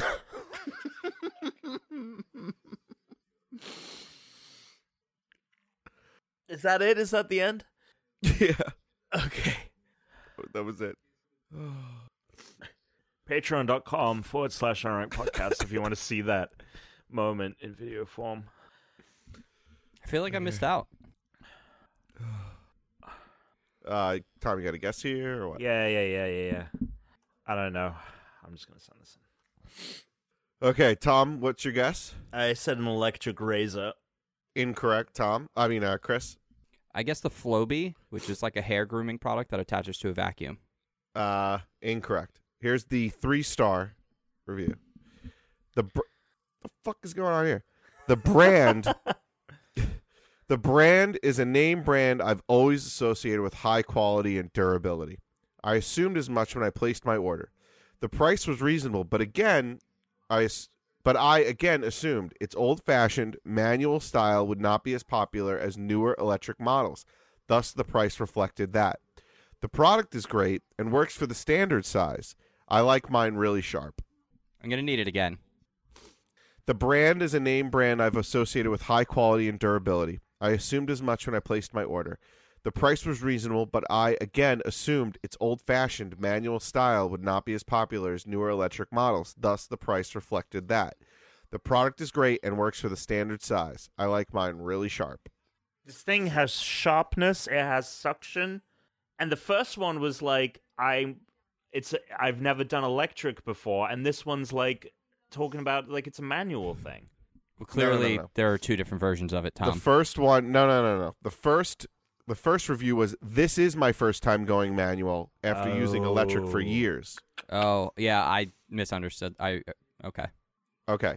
Speaker 2: Is that it? Is that the end?
Speaker 3: yeah,
Speaker 2: Okay.
Speaker 3: that was it.
Speaker 2: Patreon.com forward slash unranked podcast if you want to see that moment in video form.
Speaker 1: I feel like I missed out.
Speaker 3: Uh, Tom, you got a guess here or what?
Speaker 2: Yeah, yeah, yeah, yeah, yeah. I don't know. I'm just gonna send this
Speaker 3: Okay, Tom, what's your guess?
Speaker 2: in. I said an electric razor.
Speaker 3: Incorrect, Tom. I mean, uh, Chris.
Speaker 1: I guess the Flowbee, which is like a hair grooming product that attaches to a vacuum.
Speaker 3: Uh, incorrect. Here's the three star review. The br- the fuck is going on here? The brand. the brand is a name brand I've always associated with high quality and durability. I assumed as much when I placed my order. The price was reasonable, but again, I ass- but I again assumed its old-fashioned manual style would not be as popular as newer electric models. Thus, the price reflected that. The product is great and works for the standard size. I like mine really sharp.
Speaker 1: I'm gonna need it again.
Speaker 3: The brand is a name brand I've associated with high quality and durability. I assumed as much when I placed my order. The price was reasonable, but I again assumed its old fashioned manual style would not be as popular as newer electric models, thus, the price reflected that. The product is great and works for the standard size. I like mine really sharp.
Speaker 2: This thing has sharpness. It has suction, and the first one was like I, it's I've never done electric before, and this one's like talking about like it's a manual thing.
Speaker 1: Well,
Speaker 3: No, no, no,
Speaker 1: clearly,
Speaker 3: no.
Speaker 1: there are two different versions of it, Tom.
Speaker 3: The first one, no, no, no, no. The first, the first review was this is my first time going manual after using electric for
Speaker 2: Oh.
Speaker 3: years.
Speaker 1: oh, yeah, I misunderstood. I uh, okay.
Speaker 3: Okay.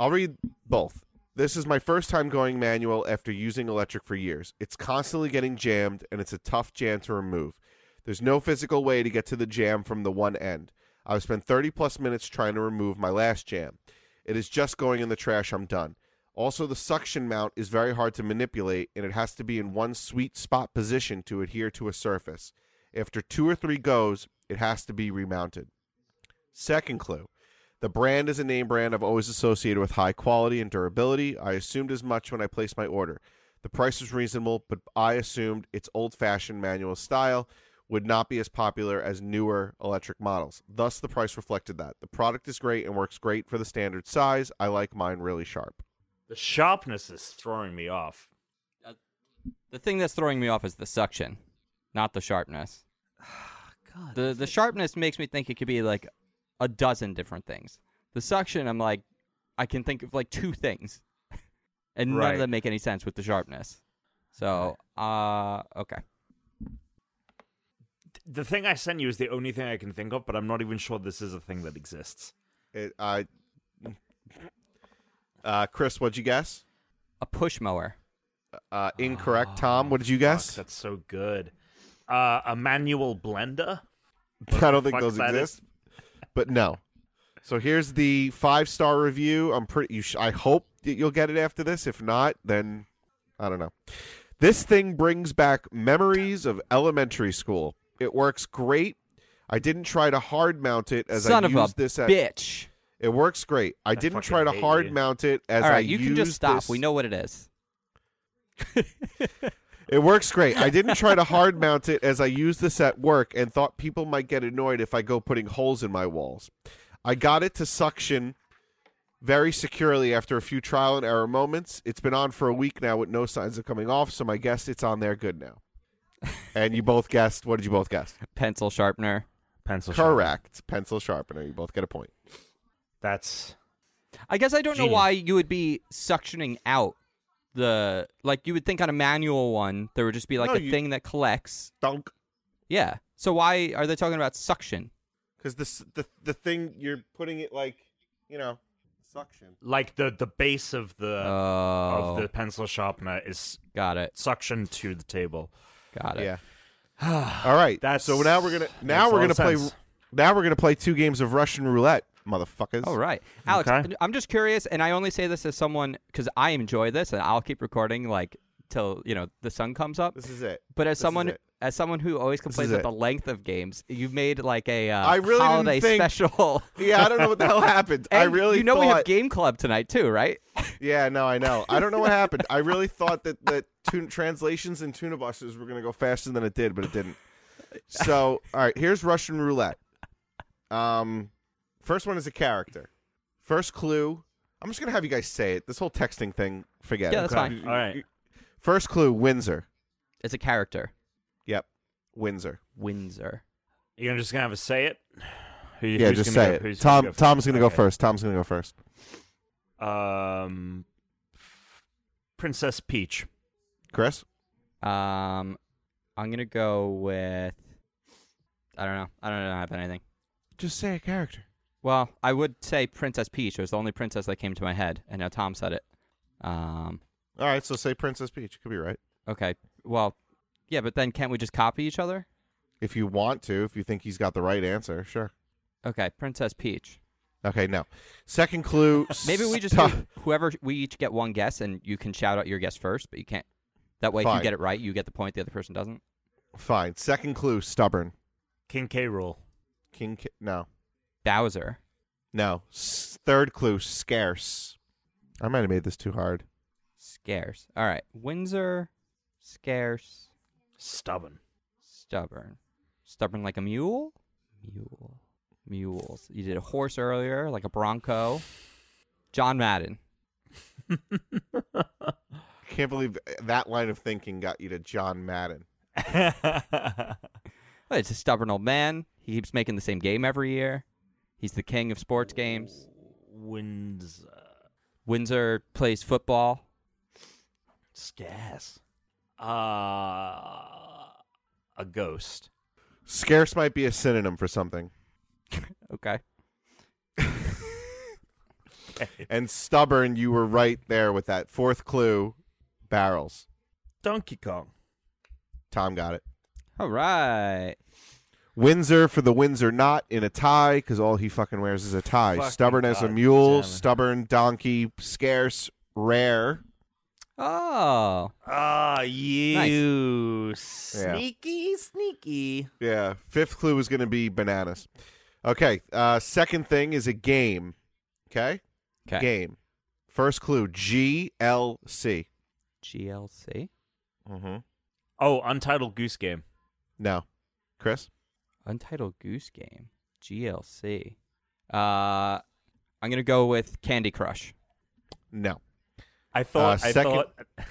Speaker 3: I'll read both. This is my first time going manual after using electric for years. It's constantly getting jammed, and it's a tough jam to remove. There's no physical way to get to the jam from the one end. I've spent 30 plus minutes trying to remove my last jam. It is just going in the trash. I'm done. Also, the suction mount is very hard to manipulate, and it has to be in one sweet spot position to adhere to a surface. After two or three goes, it has to be remounted. Second clue. The brand is a name brand I've always associated with high quality and durability. I assumed as much when I placed my order. The price was reasonable, but I assumed its old fashioned manual style would not be as popular as newer electric models. Thus, the price reflected that. The product is great and works great for the standard size. I like mine really sharp.
Speaker 2: The sharpness is throwing me off.
Speaker 1: The thing that's throwing me off is the suction, not the sharpness.
Speaker 2: God.
Speaker 1: The the sharpness makes me think it could be like a dozen different things. The suction, I'm like, I can think of like two things, and none
Speaker 2: Right.
Speaker 1: of them make any sense with the sharpness. So, uh, okay,
Speaker 2: the thing I sent you is the only thing I can think of, but I'm not even sure this is a thing that exists.
Speaker 3: It, I, uh, Chris, what'd you guess?
Speaker 1: a push mower.
Speaker 3: Uh, incorrect. Tom, what did you
Speaker 2: Fuck,
Speaker 3: guess?
Speaker 2: that's so good. Uh, a manual blender.
Speaker 3: I don't think
Speaker 2: Fuck,
Speaker 3: those
Speaker 2: that is-
Speaker 3: exist, but no. So here's the five star review. I'm pretty. You sh- I hope that you'll get it after this. If not, then I don't know. This thing brings back memories of elementary school. It works great. I didn't try to hard mount it as
Speaker 1: Son
Speaker 3: I
Speaker 1: of a
Speaker 3: used this. At-
Speaker 1: bitch.
Speaker 3: It works great. I didn't
Speaker 2: fucking
Speaker 3: try to
Speaker 2: hate
Speaker 3: hard
Speaker 2: you.
Speaker 3: mount it as
Speaker 1: All
Speaker 3: I
Speaker 1: right, you can
Speaker 3: used
Speaker 1: just stop.
Speaker 3: this-
Speaker 1: We know what it is.
Speaker 3: It works great. I didn't try to hard mount it as I used this at work and thought people might get annoyed if I go putting holes in my walls. I got it to suction very securely after a few trial and error moments. It's been on for a week now with no signs of coming off, so my guess it's on there good now. And you both guessed. What did you both guess?
Speaker 1: Pencil sharpener.
Speaker 2: Pencil.
Speaker 3: Correct. Pencil sharpener. You both get a point.
Speaker 2: That's
Speaker 1: I guess I don't know
Speaker 2: Genius.
Speaker 1: why you would be suctioning out the like you would think on a manual one there would just be like
Speaker 3: No,
Speaker 1: a
Speaker 3: you-
Speaker 1: thing that collects.
Speaker 3: Dunk.
Speaker 1: Yeah. So why are they talking about suction?
Speaker 3: Because this the the thing you're putting it like you know suction.
Speaker 2: like the the base of
Speaker 3: Uh,
Speaker 2: the
Speaker 1: oh,
Speaker 2: of the pencil sharpener is
Speaker 1: got it.
Speaker 2: suction to the table.
Speaker 1: Got it.
Speaker 3: Yeah.
Speaker 1: uh,
Speaker 3: All right.
Speaker 2: That's-
Speaker 3: so now we're gonna now
Speaker 2: makes
Speaker 3: we're
Speaker 2: a
Speaker 3: gonna
Speaker 2: lot
Speaker 3: play
Speaker 2: of sense.
Speaker 3: now we're gonna play two games of Russian roulette, motherfuckers.
Speaker 1: All right, Alex.
Speaker 2: Okay.
Speaker 1: I'm just curious, and I only say this as someone because I enjoy this, and I'll keep recording like till you know the sun comes up.
Speaker 3: This is it.
Speaker 1: But as
Speaker 3: This is
Speaker 1: someone
Speaker 3: it.
Speaker 1: as someone who always complains
Speaker 3: is
Speaker 1: about
Speaker 3: it.
Speaker 1: the length of games, you've made like a uh,
Speaker 3: I really didn't
Speaker 1: holiday
Speaker 3: think-
Speaker 1: special.
Speaker 3: Yeah, I don't know what the hell happened. I
Speaker 1: And
Speaker 3: really
Speaker 1: you know we
Speaker 3: thought,
Speaker 1: have game club tonight too, right?
Speaker 3: Yeah, no, I know. I don't know what happened. I really thought that that tun- translations and tuna buses were gonna go faster than it did, but it didn't. So all right, here's Russian roulette. Um, first one is a character. First clue. I'm just gonna have you guys say it. This whole texting thing, forget
Speaker 1: Yeah,
Speaker 3: it.
Speaker 1: that's fine.
Speaker 2: All right.
Speaker 3: First clue, Windsor.
Speaker 1: It's a character,
Speaker 3: Yep, Windsor.
Speaker 1: Windsor.
Speaker 2: You're just gonna have to say it. Who,
Speaker 3: Yeah,
Speaker 2: who's gonna
Speaker 3: just say
Speaker 2: go-
Speaker 3: it.
Speaker 2: who's
Speaker 3: Tom.
Speaker 2: gonna go first?
Speaker 3: Tom's gonna go
Speaker 2: Okay.
Speaker 3: first. Tom's gonna go first.
Speaker 2: Um, Princess Peach.
Speaker 3: Chris.
Speaker 1: Um, I'm gonna go with. I don't know. I don't know. I have anything.
Speaker 3: Just say a character.
Speaker 1: Well, I would say Princess Peach. It was the only princess that came to my head, and now Tom said it. Um.
Speaker 3: All right, so say Princess Peach. Could be right
Speaker 1: Okay. Well, yeah, but then can't we just copy each other?
Speaker 3: if you want to. If you think he's got the right answer, sure.
Speaker 1: Okay, Princess Peach.
Speaker 3: Okay, no. Second clue.
Speaker 1: Maybe we just
Speaker 3: stu-
Speaker 1: do- whoever we each get one guess, and you can shout out your guess first, but you can't. That way, if
Speaker 3: Fine.
Speaker 1: you get it right, you get the point. The other person doesn't.
Speaker 3: fine. Second clue. Stubborn.
Speaker 2: King K. Rule.
Speaker 3: King. Ki- no.
Speaker 1: Bowser.
Speaker 3: No. S- third clue. Scarce. I might have made this too hard.
Speaker 1: Scarce. All right. Windsor, scarce,
Speaker 2: Stubborn.
Speaker 1: stubborn. Stubborn like a mule? Mule. Mules. You did a horse earlier, like a bronco. John Madden.
Speaker 3: Can't believe eh, that line of thinking got you to John Madden.
Speaker 1: Well, it's a stubborn old man. He keeps making the same game every year. He's the king of sports games.
Speaker 2: Windsor.
Speaker 1: Windsor plays football.
Speaker 2: Scarce. Uh, a ghost.
Speaker 3: Scarce might be a synonym for something.
Speaker 1: Okay.
Speaker 3: And stubborn, you were right there with that. Fourth clue. Barrels.
Speaker 2: Donkey Kong.
Speaker 3: Tom got it.
Speaker 1: All right.
Speaker 3: Windsor for the Windsor knot in a tie because all he fucking wears is a tie.
Speaker 2: Fucking
Speaker 3: stubborn as a
Speaker 2: God
Speaker 3: mule,
Speaker 2: damn it.
Speaker 3: stubborn donkey, scarce, rare.
Speaker 1: Oh.
Speaker 2: Ah, you
Speaker 3: Yeah.
Speaker 2: sneaky, sneaky.
Speaker 3: Yeah. Fifth clue is going to be bananas. Okay. Uh, second thing is a game. Okay.
Speaker 1: 'Kay.
Speaker 3: Game. First clue: G L C.
Speaker 1: GLC?
Speaker 3: Mm-hmm.
Speaker 2: Oh, Untitled Goose Game.
Speaker 3: No, Chris.
Speaker 1: Untitled Goose Game. GLC. Uh, I'm going to go with Candy Crush.
Speaker 3: No.
Speaker 2: I thought.
Speaker 3: Uh,
Speaker 2: I
Speaker 3: second-
Speaker 2: thought.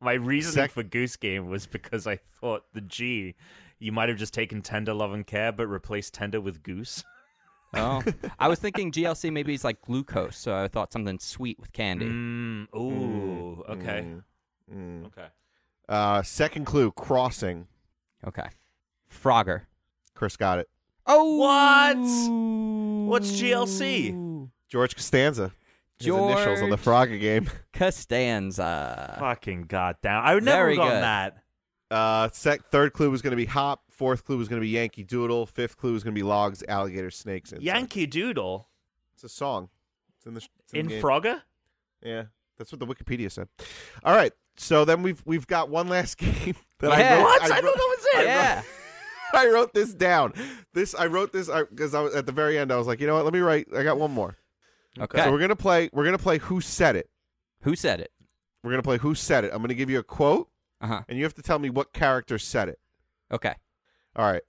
Speaker 2: my reasoning
Speaker 3: Sec-
Speaker 2: for Goose Game was because I thought the G. You might have just taken tender love and care, but replaced tender with goose.
Speaker 1: Oh. I was thinking GLC maybe it's like glucose, so I thought something sweet with candy.
Speaker 2: Mm, ooh. okay.
Speaker 3: Mm.
Speaker 2: Okay.
Speaker 3: Uh, second clue: Crossing.
Speaker 1: Okay. Frogger.
Speaker 3: Chris got it.
Speaker 1: Oh.
Speaker 2: What? What's GLC?
Speaker 3: George Costanza. His initials on the
Speaker 1: George.
Speaker 3: Frogger game.
Speaker 1: Costanza.
Speaker 2: Fucking goddamn! I would never
Speaker 1: Very
Speaker 2: have gotten
Speaker 1: good.
Speaker 2: that.
Speaker 3: Uh, sec- third clue was going to be Hop. Fourth clue was going to be Yankee Doodle. Fifth clue was going to be Logs, Alligators, Snakes. And
Speaker 2: Yankee Doodle
Speaker 3: It's a song. It's in the. It's in
Speaker 2: in
Speaker 3: the game.
Speaker 2: Frogger.
Speaker 3: Yeah, that's what the Wikipedia said. All right, so then we've we've got one last game that I
Speaker 1: Yeah.
Speaker 3: wrote.
Speaker 2: What? I,
Speaker 3: I,
Speaker 2: thought that
Speaker 3: wrote,
Speaker 2: was it.
Speaker 1: Yeah.
Speaker 3: I wrote this down. This I wrote this because I, was at the very end. I was like, you know what? Let me write. I got one more.
Speaker 1: Okay.
Speaker 3: So we're gonna play. We're gonna play. Who said it?
Speaker 1: Who said it?
Speaker 3: We're gonna play. Who said it? I'm gonna give you a quote,
Speaker 1: Uh huh.
Speaker 3: and you have to tell me what character said it.
Speaker 1: Okay.
Speaker 3: All right.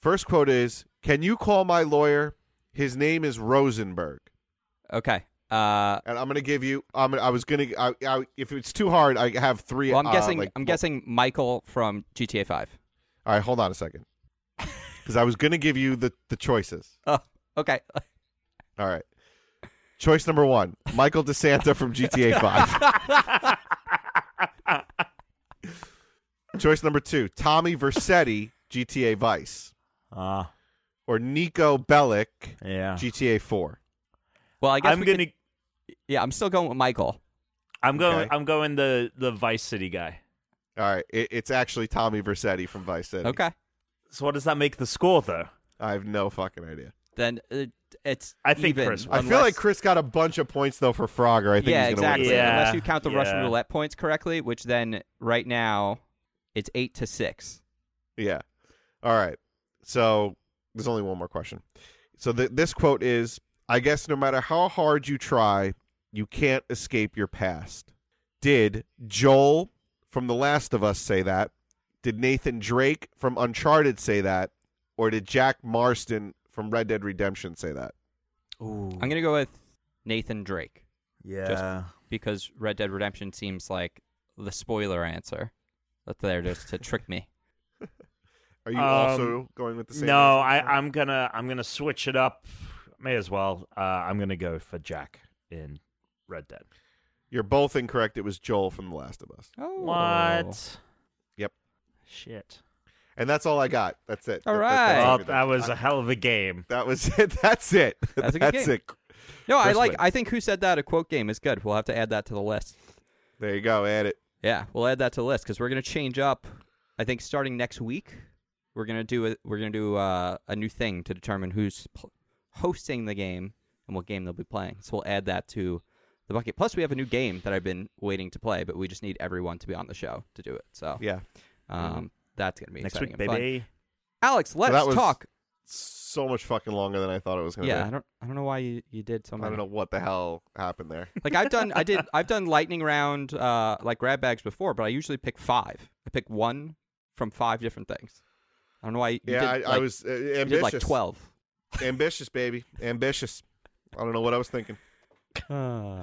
Speaker 3: First quote is: Can you call my lawyer? His name is Rosenberg.
Speaker 1: Okay. Uh,
Speaker 3: And I'm gonna give you. I'm. I was gonna. I, I, if it's too hard, I have three.
Speaker 1: well, I'm
Speaker 3: uh,
Speaker 1: guessing.
Speaker 3: like,
Speaker 1: I'm guessing Michael from GTA Five.
Speaker 3: All right, hold on a second. Because I was going to give you the, the choices.
Speaker 1: Oh, okay.
Speaker 3: All right. Choice number one Michael DeSanta from GTA 5. Choice number two Tommy Versetti, GTA Vice.
Speaker 2: Ah,
Speaker 3: Or Nico Bellic,
Speaker 1: Uh.
Speaker 2: yeah.
Speaker 3: GTA 4.
Speaker 1: Well, I guess
Speaker 2: I'm
Speaker 1: we
Speaker 2: gonna.
Speaker 1: could- yeah, I'm still going with Michael.
Speaker 2: I'm going.
Speaker 3: Okay.
Speaker 2: I'm going the the Vice City guy.
Speaker 3: All right. It, it's actually Tommy Versetti from Vice City.
Speaker 1: Okay.
Speaker 2: So what does that make the score though?
Speaker 3: I have no fucking idea.
Speaker 1: Then it, it's.
Speaker 2: I think
Speaker 1: even,
Speaker 2: Chris won.
Speaker 3: I feel
Speaker 1: unless-
Speaker 3: like Chris got a bunch of points, though, for Frogger. I think
Speaker 1: yeah,
Speaker 3: he's going to
Speaker 1: exactly.
Speaker 3: win.
Speaker 2: Yeah.
Speaker 1: Unless you count the Russian
Speaker 2: yeah.
Speaker 1: roulette points correctly, which then right now it's eight to six.
Speaker 3: Yeah. All right. So there's only one more question. So th- this quote is I guess no matter how hard you try, you can't escape your past. Did Joel from The Last of Us say that? Did Nathan Drake from Uncharted say that? Or did Jack Marston from Red Dead Redemption say that?
Speaker 2: Ooh.
Speaker 1: I'm gonna go with Nathan Drake.
Speaker 2: yeah.
Speaker 1: because Red Dead Redemption seems like the spoiler answer that they're just to trick me.
Speaker 3: Are you
Speaker 2: Um,
Speaker 3: also going with the same?
Speaker 2: no,
Speaker 3: answer?
Speaker 2: I, I'm gonna. I'm gonna switch it up. May as well. Uh, I'm gonna go for Jack in Red Dead.
Speaker 3: You're both incorrect. It was Joel from The Last of Us.
Speaker 1: Oh,
Speaker 2: What?
Speaker 3: Yep.
Speaker 2: Shit.
Speaker 3: And that's all I got. That's it.
Speaker 1: All
Speaker 3: That- that- that's
Speaker 1: right.
Speaker 2: Well,
Speaker 3: everything.
Speaker 2: that was a hell of a game.
Speaker 3: That was it. That's it.
Speaker 1: That's a good game.
Speaker 3: it.
Speaker 1: No, I
Speaker 3: Chris
Speaker 1: like.
Speaker 3: wins.
Speaker 1: I think who said that a quote game is good. We'll have to add that to the list.
Speaker 3: There you go. Add it.
Speaker 1: Yeah, we'll add that to the list because we're gonna change up. I think starting next week, we're gonna do a, we're gonna do uh, a new thing to determine who's pl- hosting the game and what game they'll be playing. So we'll add that to the bucket. Plus, we have a new game that I've been waiting to play, but we just need everyone to be on the show to do it. So
Speaker 3: Yeah.
Speaker 1: um, that's gonna be
Speaker 2: Next
Speaker 1: exciting
Speaker 2: week,
Speaker 1: and fun.
Speaker 2: baby.
Speaker 1: Alex, let's
Speaker 3: was-
Speaker 1: talk
Speaker 3: So much fucking longer than I thought it was going to
Speaker 1: Yeah, I
Speaker 3: be.
Speaker 1: don't I don't know why you, you did so
Speaker 3: I
Speaker 1: many.
Speaker 3: don't know what the hell happened there.
Speaker 1: Like I've done I did I've done lightning round uh like grab bags before, but I usually pick five. I pick one from five different things. I don't know why you
Speaker 3: yeah,
Speaker 1: did,
Speaker 3: I,
Speaker 1: like,
Speaker 3: I was uh,
Speaker 1: you
Speaker 3: ambitious.
Speaker 1: did like twelve.
Speaker 3: Ambitious, baby. Ambitious. I don't know what I was thinking.
Speaker 2: All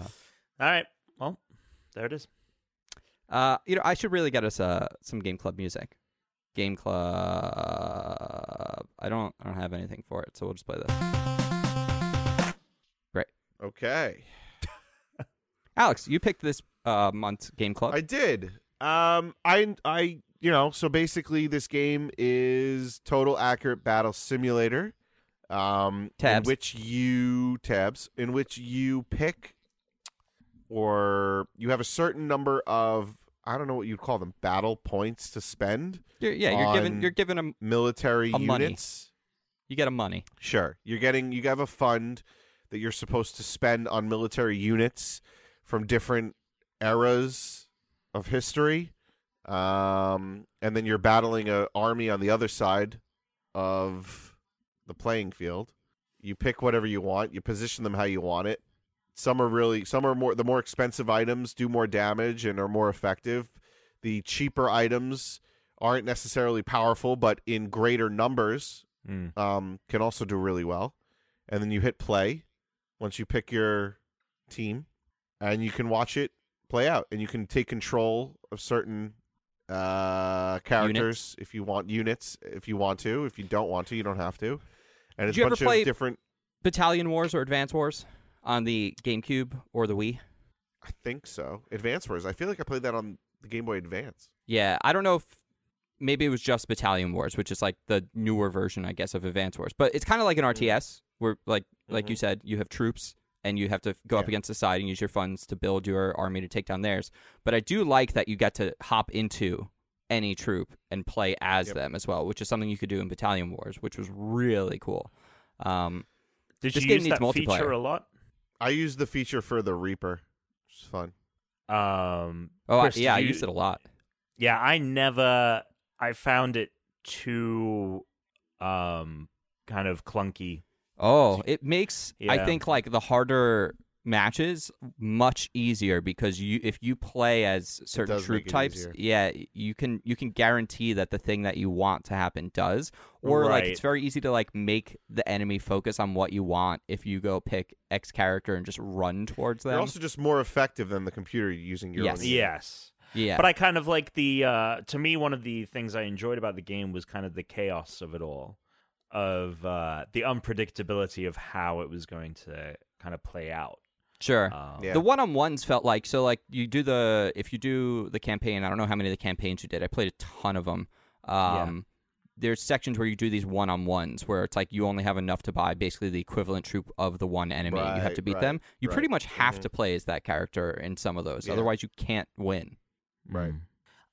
Speaker 2: right. Well, there it is.
Speaker 1: Uh you know, I should really get us uh some game club music. Game club I don't I don't have anything for it, so we'll just play this.
Speaker 3: Okay.
Speaker 1: Alex, you picked this uh month's game club.
Speaker 3: I did. Um, I, I, you know, so basically this game is Total Accurate Battle Simulator. Um,
Speaker 1: Tabs.
Speaker 3: In which you, tabs, in which you pick or you have a certain number of, I don't know what you'd call them, battle points to spend.
Speaker 1: You're- yeah, you're
Speaker 3: on-
Speaker 1: giving you're giving them
Speaker 3: military
Speaker 1: A money.
Speaker 3: units.
Speaker 1: you get 'em money.
Speaker 3: Sure. You're getting you have a fund that you're supposed to spend on military units from different eras of history. Um and then you're battling a army on the other side of the playing field. You pick whatever you want. You position them how you want it. Some are really some are more the more expensive items do more damage and are more effective. The cheaper items aren't necessarily powerful, but in greater numbers
Speaker 2: Mm.
Speaker 3: um, can also do really well. And then you hit play once you pick your team, and you can watch it play out, and you can take control of certain uh, characters if you want units, if you want to. If you don't want to, you don't have to. And it's
Speaker 1: you
Speaker 3: a
Speaker 1: ever
Speaker 3: bunch
Speaker 1: play-
Speaker 3: of different.
Speaker 1: Battalion Wars or Advance Wars on the GameCube or the Wii.
Speaker 3: I think so. Advance Wars. I feel like I played that on the Game Boy Advance.
Speaker 1: Yeah, I don't know if maybe it was just Battalion Wars, which is like the newer version, I guess, of Advance Wars. But it's kind of like
Speaker 2: Mm-hmm.
Speaker 1: an RTS where, like, like you said, you have troops and you have to go up
Speaker 3: Yeah.
Speaker 1: against the side and use your funds to build your army to take down theirs. But I do like that you get to hop into any troop and play as
Speaker 3: Yep.
Speaker 1: them as well, which is something you could do in Battalion Wars, which was really cool. Um,
Speaker 2: Did
Speaker 1: This
Speaker 2: you
Speaker 1: game
Speaker 2: use
Speaker 1: needs
Speaker 2: that feature
Speaker 1: multiplayer.
Speaker 2: a lot?
Speaker 3: I used the feature for the Reaper. It's fun.
Speaker 2: Um,
Speaker 1: oh, I-
Speaker 2: Chris, did
Speaker 1: yeah, I
Speaker 2: you-
Speaker 1: used it a lot.
Speaker 2: Yeah, I never. I found it too, um, kind of clunky.
Speaker 1: Oh, it makes I
Speaker 2: Yeah.
Speaker 1: think like the harder matches much easier because you if you play as certain
Speaker 3: does
Speaker 1: troop
Speaker 3: make it
Speaker 1: types,
Speaker 3: easier.
Speaker 1: yeah, you can you can guarantee that the thing that you want to happen does. Or like it's
Speaker 2: Right.
Speaker 1: very easy to like make the enemy focus on what you want if you go pick X character and just run towards them.
Speaker 3: They're also just more effective than the computer using your
Speaker 1: Yes.
Speaker 3: own. unit.
Speaker 2: Yes.
Speaker 1: yeah.
Speaker 2: But I kind of like the uh to me one of the things I enjoyed about the game was kind of the chaos of it all of uh the unpredictability of how it was going to kind of play out.
Speaker 1: sure.
Speaker 2: Um,
Speaker 3: Yeah.
Speaker 1: The one on ones felt like so like you do the if you do the campaign, I don't know how many of the campaigns you did. I played a ton of them. Um there's sections where you do these one on ones where it's like you only have enough to buy basically the equivalent troop of the one enemy. and you have
Speaker 3: Right,
Speaker 1: to beat
Speaker 3: right,
Speaker 1: them. You pretty
Speaker 3: right.
Speaker 1: much have
Speaker 3: Mhm.
Speaker 1: to play as that character in some of those.
Speaker 3: Yeah.
Speaker 1: Otherwise you can't win.
Speaker 3: Right.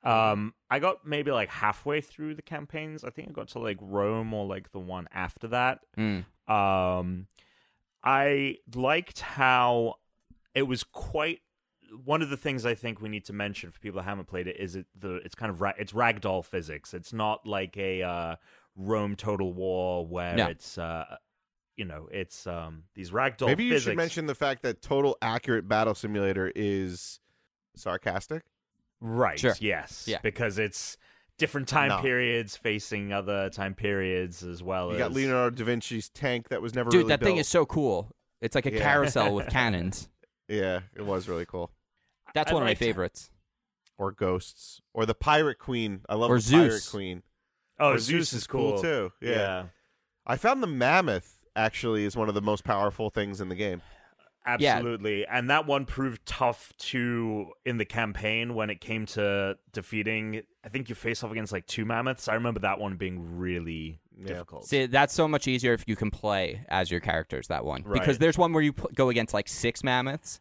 Speaker 2: Um I got maybe like halfway through the campaigns. I think I got to like Rome or like the one after that.
Speaker 1: Mm.
Speaker 2: Um, I liked how it was quite. One of the things I think we need to mention for people that haven't played it is it the it's kind of ra- it's ragdoll physics. It's not like a uh, Rome Total War where
Speaker 1: No.
Speaker 2: it's uh, you know it's um, these ragdoll.
Speaker 3: Maybe you
Speaker 2: physics.
Speaker 3: should mention the fact that Total Accurate Battle Simulator is sarcastic.
Speaker 2: right.
Speaker 1: Sure.
Speaker 2: Yes.
Speaker 1: Yeah.
Speaker 2: Because it's different time
Speaker 3: No.
Speaker 2: periods facing other time periods as well
Speaker 3: You
Speaker 2: as
Speaker 3: got Leonardo da Vinci's tank that was never
Speaker 1: Dude,
Speaker 3: really
Speaker 1: that thing
Speaker 3: built.
Speaker 1: is so cool. It's like a
Speaker 3: Yeah.
Speaker 1: carousel with cannons.
Speaker 3: Yeah, it was really cool.
Speaker 1: That's
Speaker 2: I
Speaker 1: one of my
Speaker 2: liked-
Speaker 1: favorites.
Speaker 3: Or ghosts, or the Pirate Queen. I love
Speaker 1: Or
Speaker 3: the Pirate
Speaker 1: Zeus.
Speaker 3: Queen.
Speaker 2: Oh,
Speaker 3: Or
Speaker 2: Zeus, is cool,
Speaker 3: too. Yeah.
Speaker 2: yeah.
Speaker 3: I found the mammoth actually is one of the most powerful things in the game.
Speaker 1: Yeah.
Speaker 2: Absolutely. And that one proved tough too in the campaign when it came to defeating I think you face off against like two mammoths. I remember that one being really
Speaker 3: Yeah.
Speaker 2: difficult.
Speaker 1: See, that's so much easier if you can play as your characters. That one because
Speaker 2: Right.
Speaker 1: there's one where you pl- go against like six mammoths.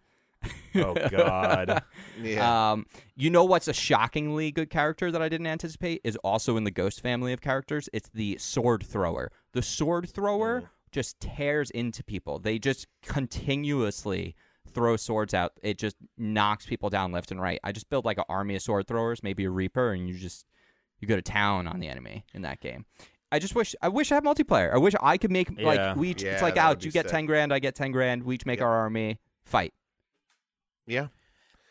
Speaker 2: Oh god.
Speaker 3: Yeah,
Speaker 1: Um, you know what's a shockingly good character that I didn't anticipate is also in the Ghost family of characters. It's the sword thrower. The sword thrower
Speaker 3: Mm.
Speaker 1: just tears into people. They just continuously throw swords out. It just knocks people down left and right. I just build like an army of sword throwers, maybe a reaper, and you just you go to town on the enemy in that game. I just wish I wish I had multiplayer. I wish I could make
Speaker 2: Yeah.
Speaker 1: like we each,
Speaker 3: Yeah,
Speaker 1: it's like
Speaker 3: that would
Speaker 1: out.
Speaker 3: be
Speaker 1: You get
Speaker 3: sick.
Speaker 1: ten grand, I get ten grand. We each make our army fight.
Speaker 3: yeah.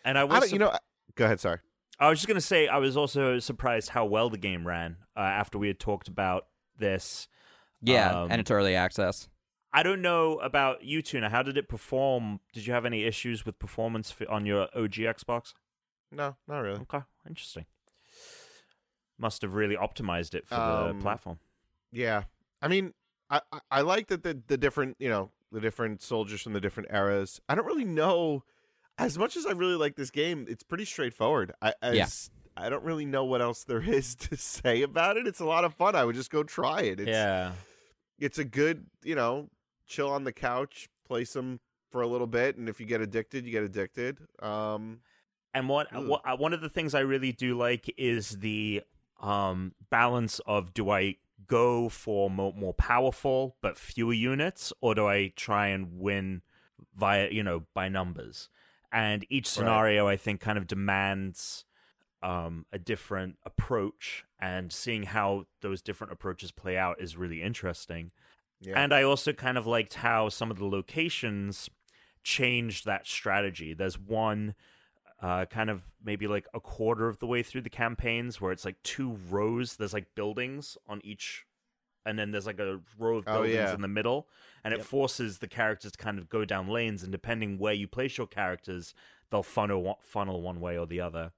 Speaker 2: And I
Speaker 3: I
Speaker 2: was
Speaker 3: don't, you know, I- go ahead. Sorry.
Speaker 2: I was just gonna say I was also surprised how well the game ran uh, after we had talked about this.
Speaker 1: Yeah,
Speaker 2: Um,
Speaker 1: and it's early access.
Speaker 2: I don't know about you, Tuna. How did it perform? Did you have any issues with performance fi- on your OG Xbox?
Speaker 3: No, not really.
Speaker 2: Okay, interesting. Must have really optimized it for
Speaker 3: Um,
Speaker 2: the platform.
Speaker 3: Yeah, I mean, I I, I like that the the different you know the different soldiers from the different eras. I don't really know as much as I really like this game. It's pretty straightforward. I as,
Speaker 1: Yeah.
Speaker 3: I don't really know what else there is to say about it. It's a lot of fun. I would just go try it. It's,
Speaker 2: yeah.
Speaker 3: it's a good you know chill on the couch, play some for a little bit, and if you get addicted, you get addicted. Um,
Speaker 2: And what,
Speaker 3: Ooh.
Speaker 2: what uh, one of the things I really do like is the um, balance of do I go for more, more powerful but fewer units, or do I try and win via you know by numbers? And each scenario, I think, kind of demands um, a different approach, and seeing how those different approaches play out is really interesting.
Speaker 3: Yeah.
Speaker 2: And I also kind of liked how some of the locations changed that strategy. There's one uh, kind of maybe like a quarter of the way through the campaigns where it's like two rows. There's like buildings on each, and then there's like a row of
Speaker 3: Oh,
Speaker 2: buildings
Speaker 3: yeah.
Speaker 2: in the middle, and it forces the characters to kind of go down lanes. And depending where you place your characters, they'll funnel one- funnel one way or the other.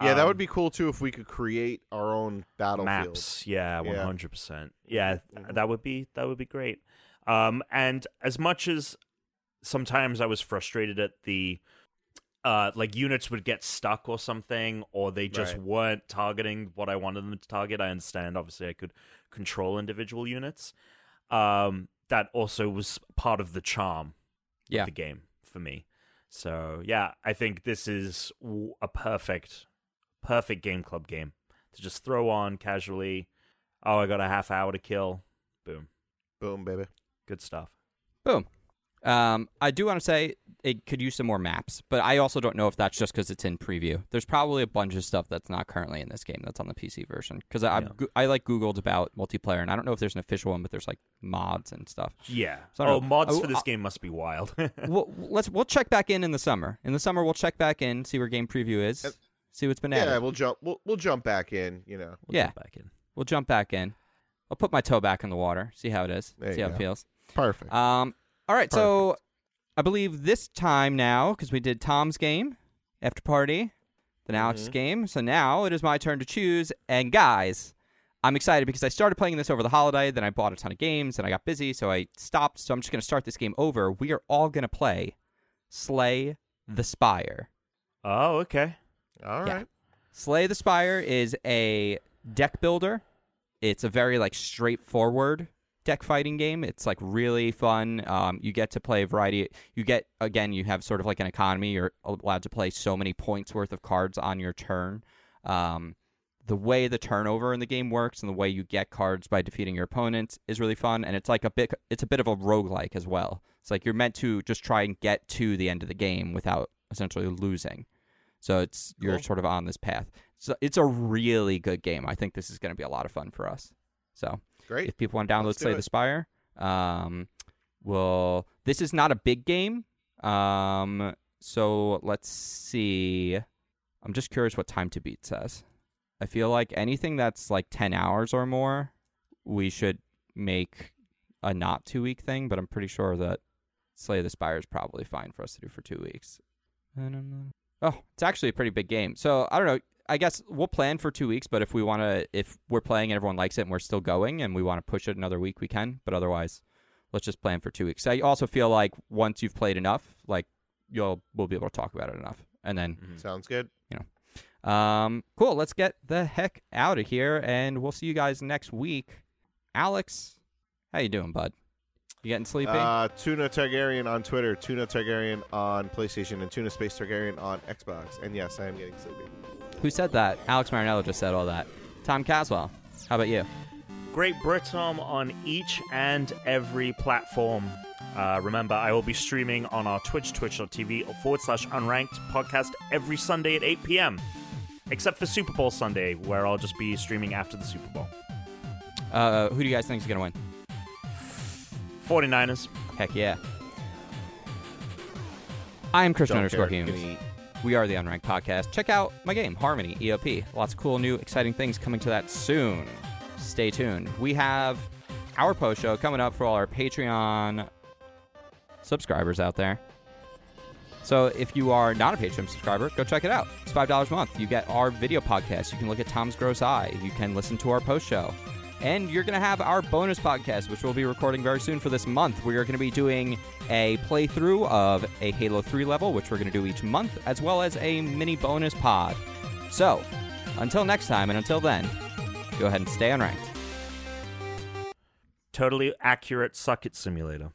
Speaker 3: Yeah, that
Speaker 2: Um,
Speaker 3: would be cool too if we could create our own battlefield.
Speaker 2: maps. Yeah, one
Speaker 3: Yeah.
Speaker 2: hundred percent. Yeah, th- that would be that would be great. Um, and as much as sometimes I was frustrated at the uh, like units would get stuck or something, or they just
Speaker 3: Right.
Speaker 2: weren't targeting what I wanted them to target. I understand. Obviously, I could control individual units. Um, that also was part of the charm
Speaker 1: Yeah.
Speaker 2: of the game for me. So yeah, I think this is w- a perfect, perfect game club game to just throw on casually. Oh, I got a half hour to kill. Boom,
Speaker 3: Boom, baby.
Speaker 2: good stuff.
Speaker 1: Boom. Um, I do want to say it could use some more maps, but I also don't know if that's just because it's in preview. There's probably a bunch of stuff that's not currently in this game that's on the PC version because I
Speaker 2: Yeah.
Speaker 1: I've, go- I like Googled about multiplayer and I don't know if there's an official one, but there's like mods and stuff.
Speaker 2: Yeah.
Speaker 1: So I don't
Speaker 2: oh,
Speaker 1: know.
Speaker 2: mods
Speaker 1: Oh,
Speaker 2: for this
Speaker 1: uh,
Speaker 2: game must be wild.
Speaker 1: we'll, let's we'll check back in in the summer. In the summer, we'll check back in, see where game preview is,
Speaker 3: Yep.
Speaker 1: see what's been
Speaker 3: Yeah,
Speaker 1: added.
Speaker 3: we'll jump. We'll, we'll jump back in. You know.
Speaker 2: We'll jump
Speaker 1: Yeah.
Speaker 2: Back in.
Speaker 1: We'll jump back in. I'll put my toe back in the water, see how it is,
Speaker 3: There
Speaker 1: see
Speaker 3: you
Speaker 1: how
Speaker 3: go.
Speaker 1: it feels.
Speaker 3: Perfect.
Speaker 1: Um, all right, so I believe this time now because we did Tom's game after party, then Alex's game. So now it is my turn to choose. And guys, I'm excited because I started playing this over the holiday. Then I bought a ton of games and I got busy, so I stopped. So I'm just going to start this game over. We are all going to play Slay the Spire.
Speaker 2: Oh, okay.
Speaker 3: All right.
Speaker 1: yeah. Slay the Spire is a deck builder. It's a very like straightforward deck fighting game. It's like really fun. Um, you get to play a variety. You get again, you have sort of like an economy. You're allowed to play so many points worth of cards on your turn. Um, the way the turnover in the game works and the way you get cards by defeating your opponents is really fun and it's like a bit it's a bit of a roguelike as well. It's like you're meant to just try and get to the end of the game without essentially losing. So it's you're
Speaker 3: Cool.
Speaker 1: sort of on this path. So it's a really good game. I think this is going to be a lot of fun for us. So
Speaker 3: Great.
Speaker 1: if people want to download
Speaker 3: Let's do
Speaker 1: Slay
Speaker 3: it.
Speaker 1: the Spire, um, well, this is not a big game. Um, so let's see. I'm just curious what time to beat says. I feel like anything that's like 10 hours or more, we should make a not two week thing, but I'm pretty sure that Slay the Spire is probably fine for us to do for two weeks. And I'm not- Oh, it's actually a pretty big game. So I don't know. I guess we'll plan for two weeks, but if we want to, if we're playing and everyone likes it and we're still going and we want to push it another week, we can. But otherwise, let's just plan for two weeks. I also feel like once you've played enough, like you'll we'll be able to talk about it enough, and then
Speaker 3: Sounds good.
Speaker 1: um, cool. Let's get the heck out of here, and we'll see you guys next week. Alex, how you doing, bud? You getting sleepy?
Speaker 3: Uh, Tuna Targaryen on Twitter, Tuna Targaryen on PlayStation, and Tuna Space Targaryen on Xbox. And yes, I am getting sleepy.
Speaker 1: Who said that? Alex Marinello just said all that. Tom Caswell, how about you?
Speaker 2: Great Britom on each and every platform. Uh, remember, I will be streaming on our Twitch, twitch.tv forward slash unranked podcast every Sunday at 8 p.m., except for Super Bowl Sunday, where I'll just be streaming after the Super Bowl.
Speaker 1: Uh, who do you guys think is gonna win?
Speaker 2: 49ers.
Speaker 1: Heck yeah. I am Christian
Speaker 3: Don't
Speaker 1: underscore
Speaker 3: care.
Speaker 1: Humes.
Speaker 3: Give me-
Speaker 1: We are the Unranked Podcast. Check out my game, Harmony EOP. Lots of cool, new, exciting things coming to that soon. Stay tuned. We have our post show coming up for all our Patreon subscribers out there. So if you are not a Patreon subscriber, go check it out. It's five dollars a month. You get our video podcast. You can look at Tom's gross eye. You can listen to our post show, and you're gonna have our bonus podcast, which we'll be recording very soon for this month. We are gonna be doing a playthrough of a Halo Three level, which we're gonna do each month, as well as a mini bonus pod. So until next time, and until then, go ahead and stay unranked.
Speaker 2: Totally accurate Suck It Simulator.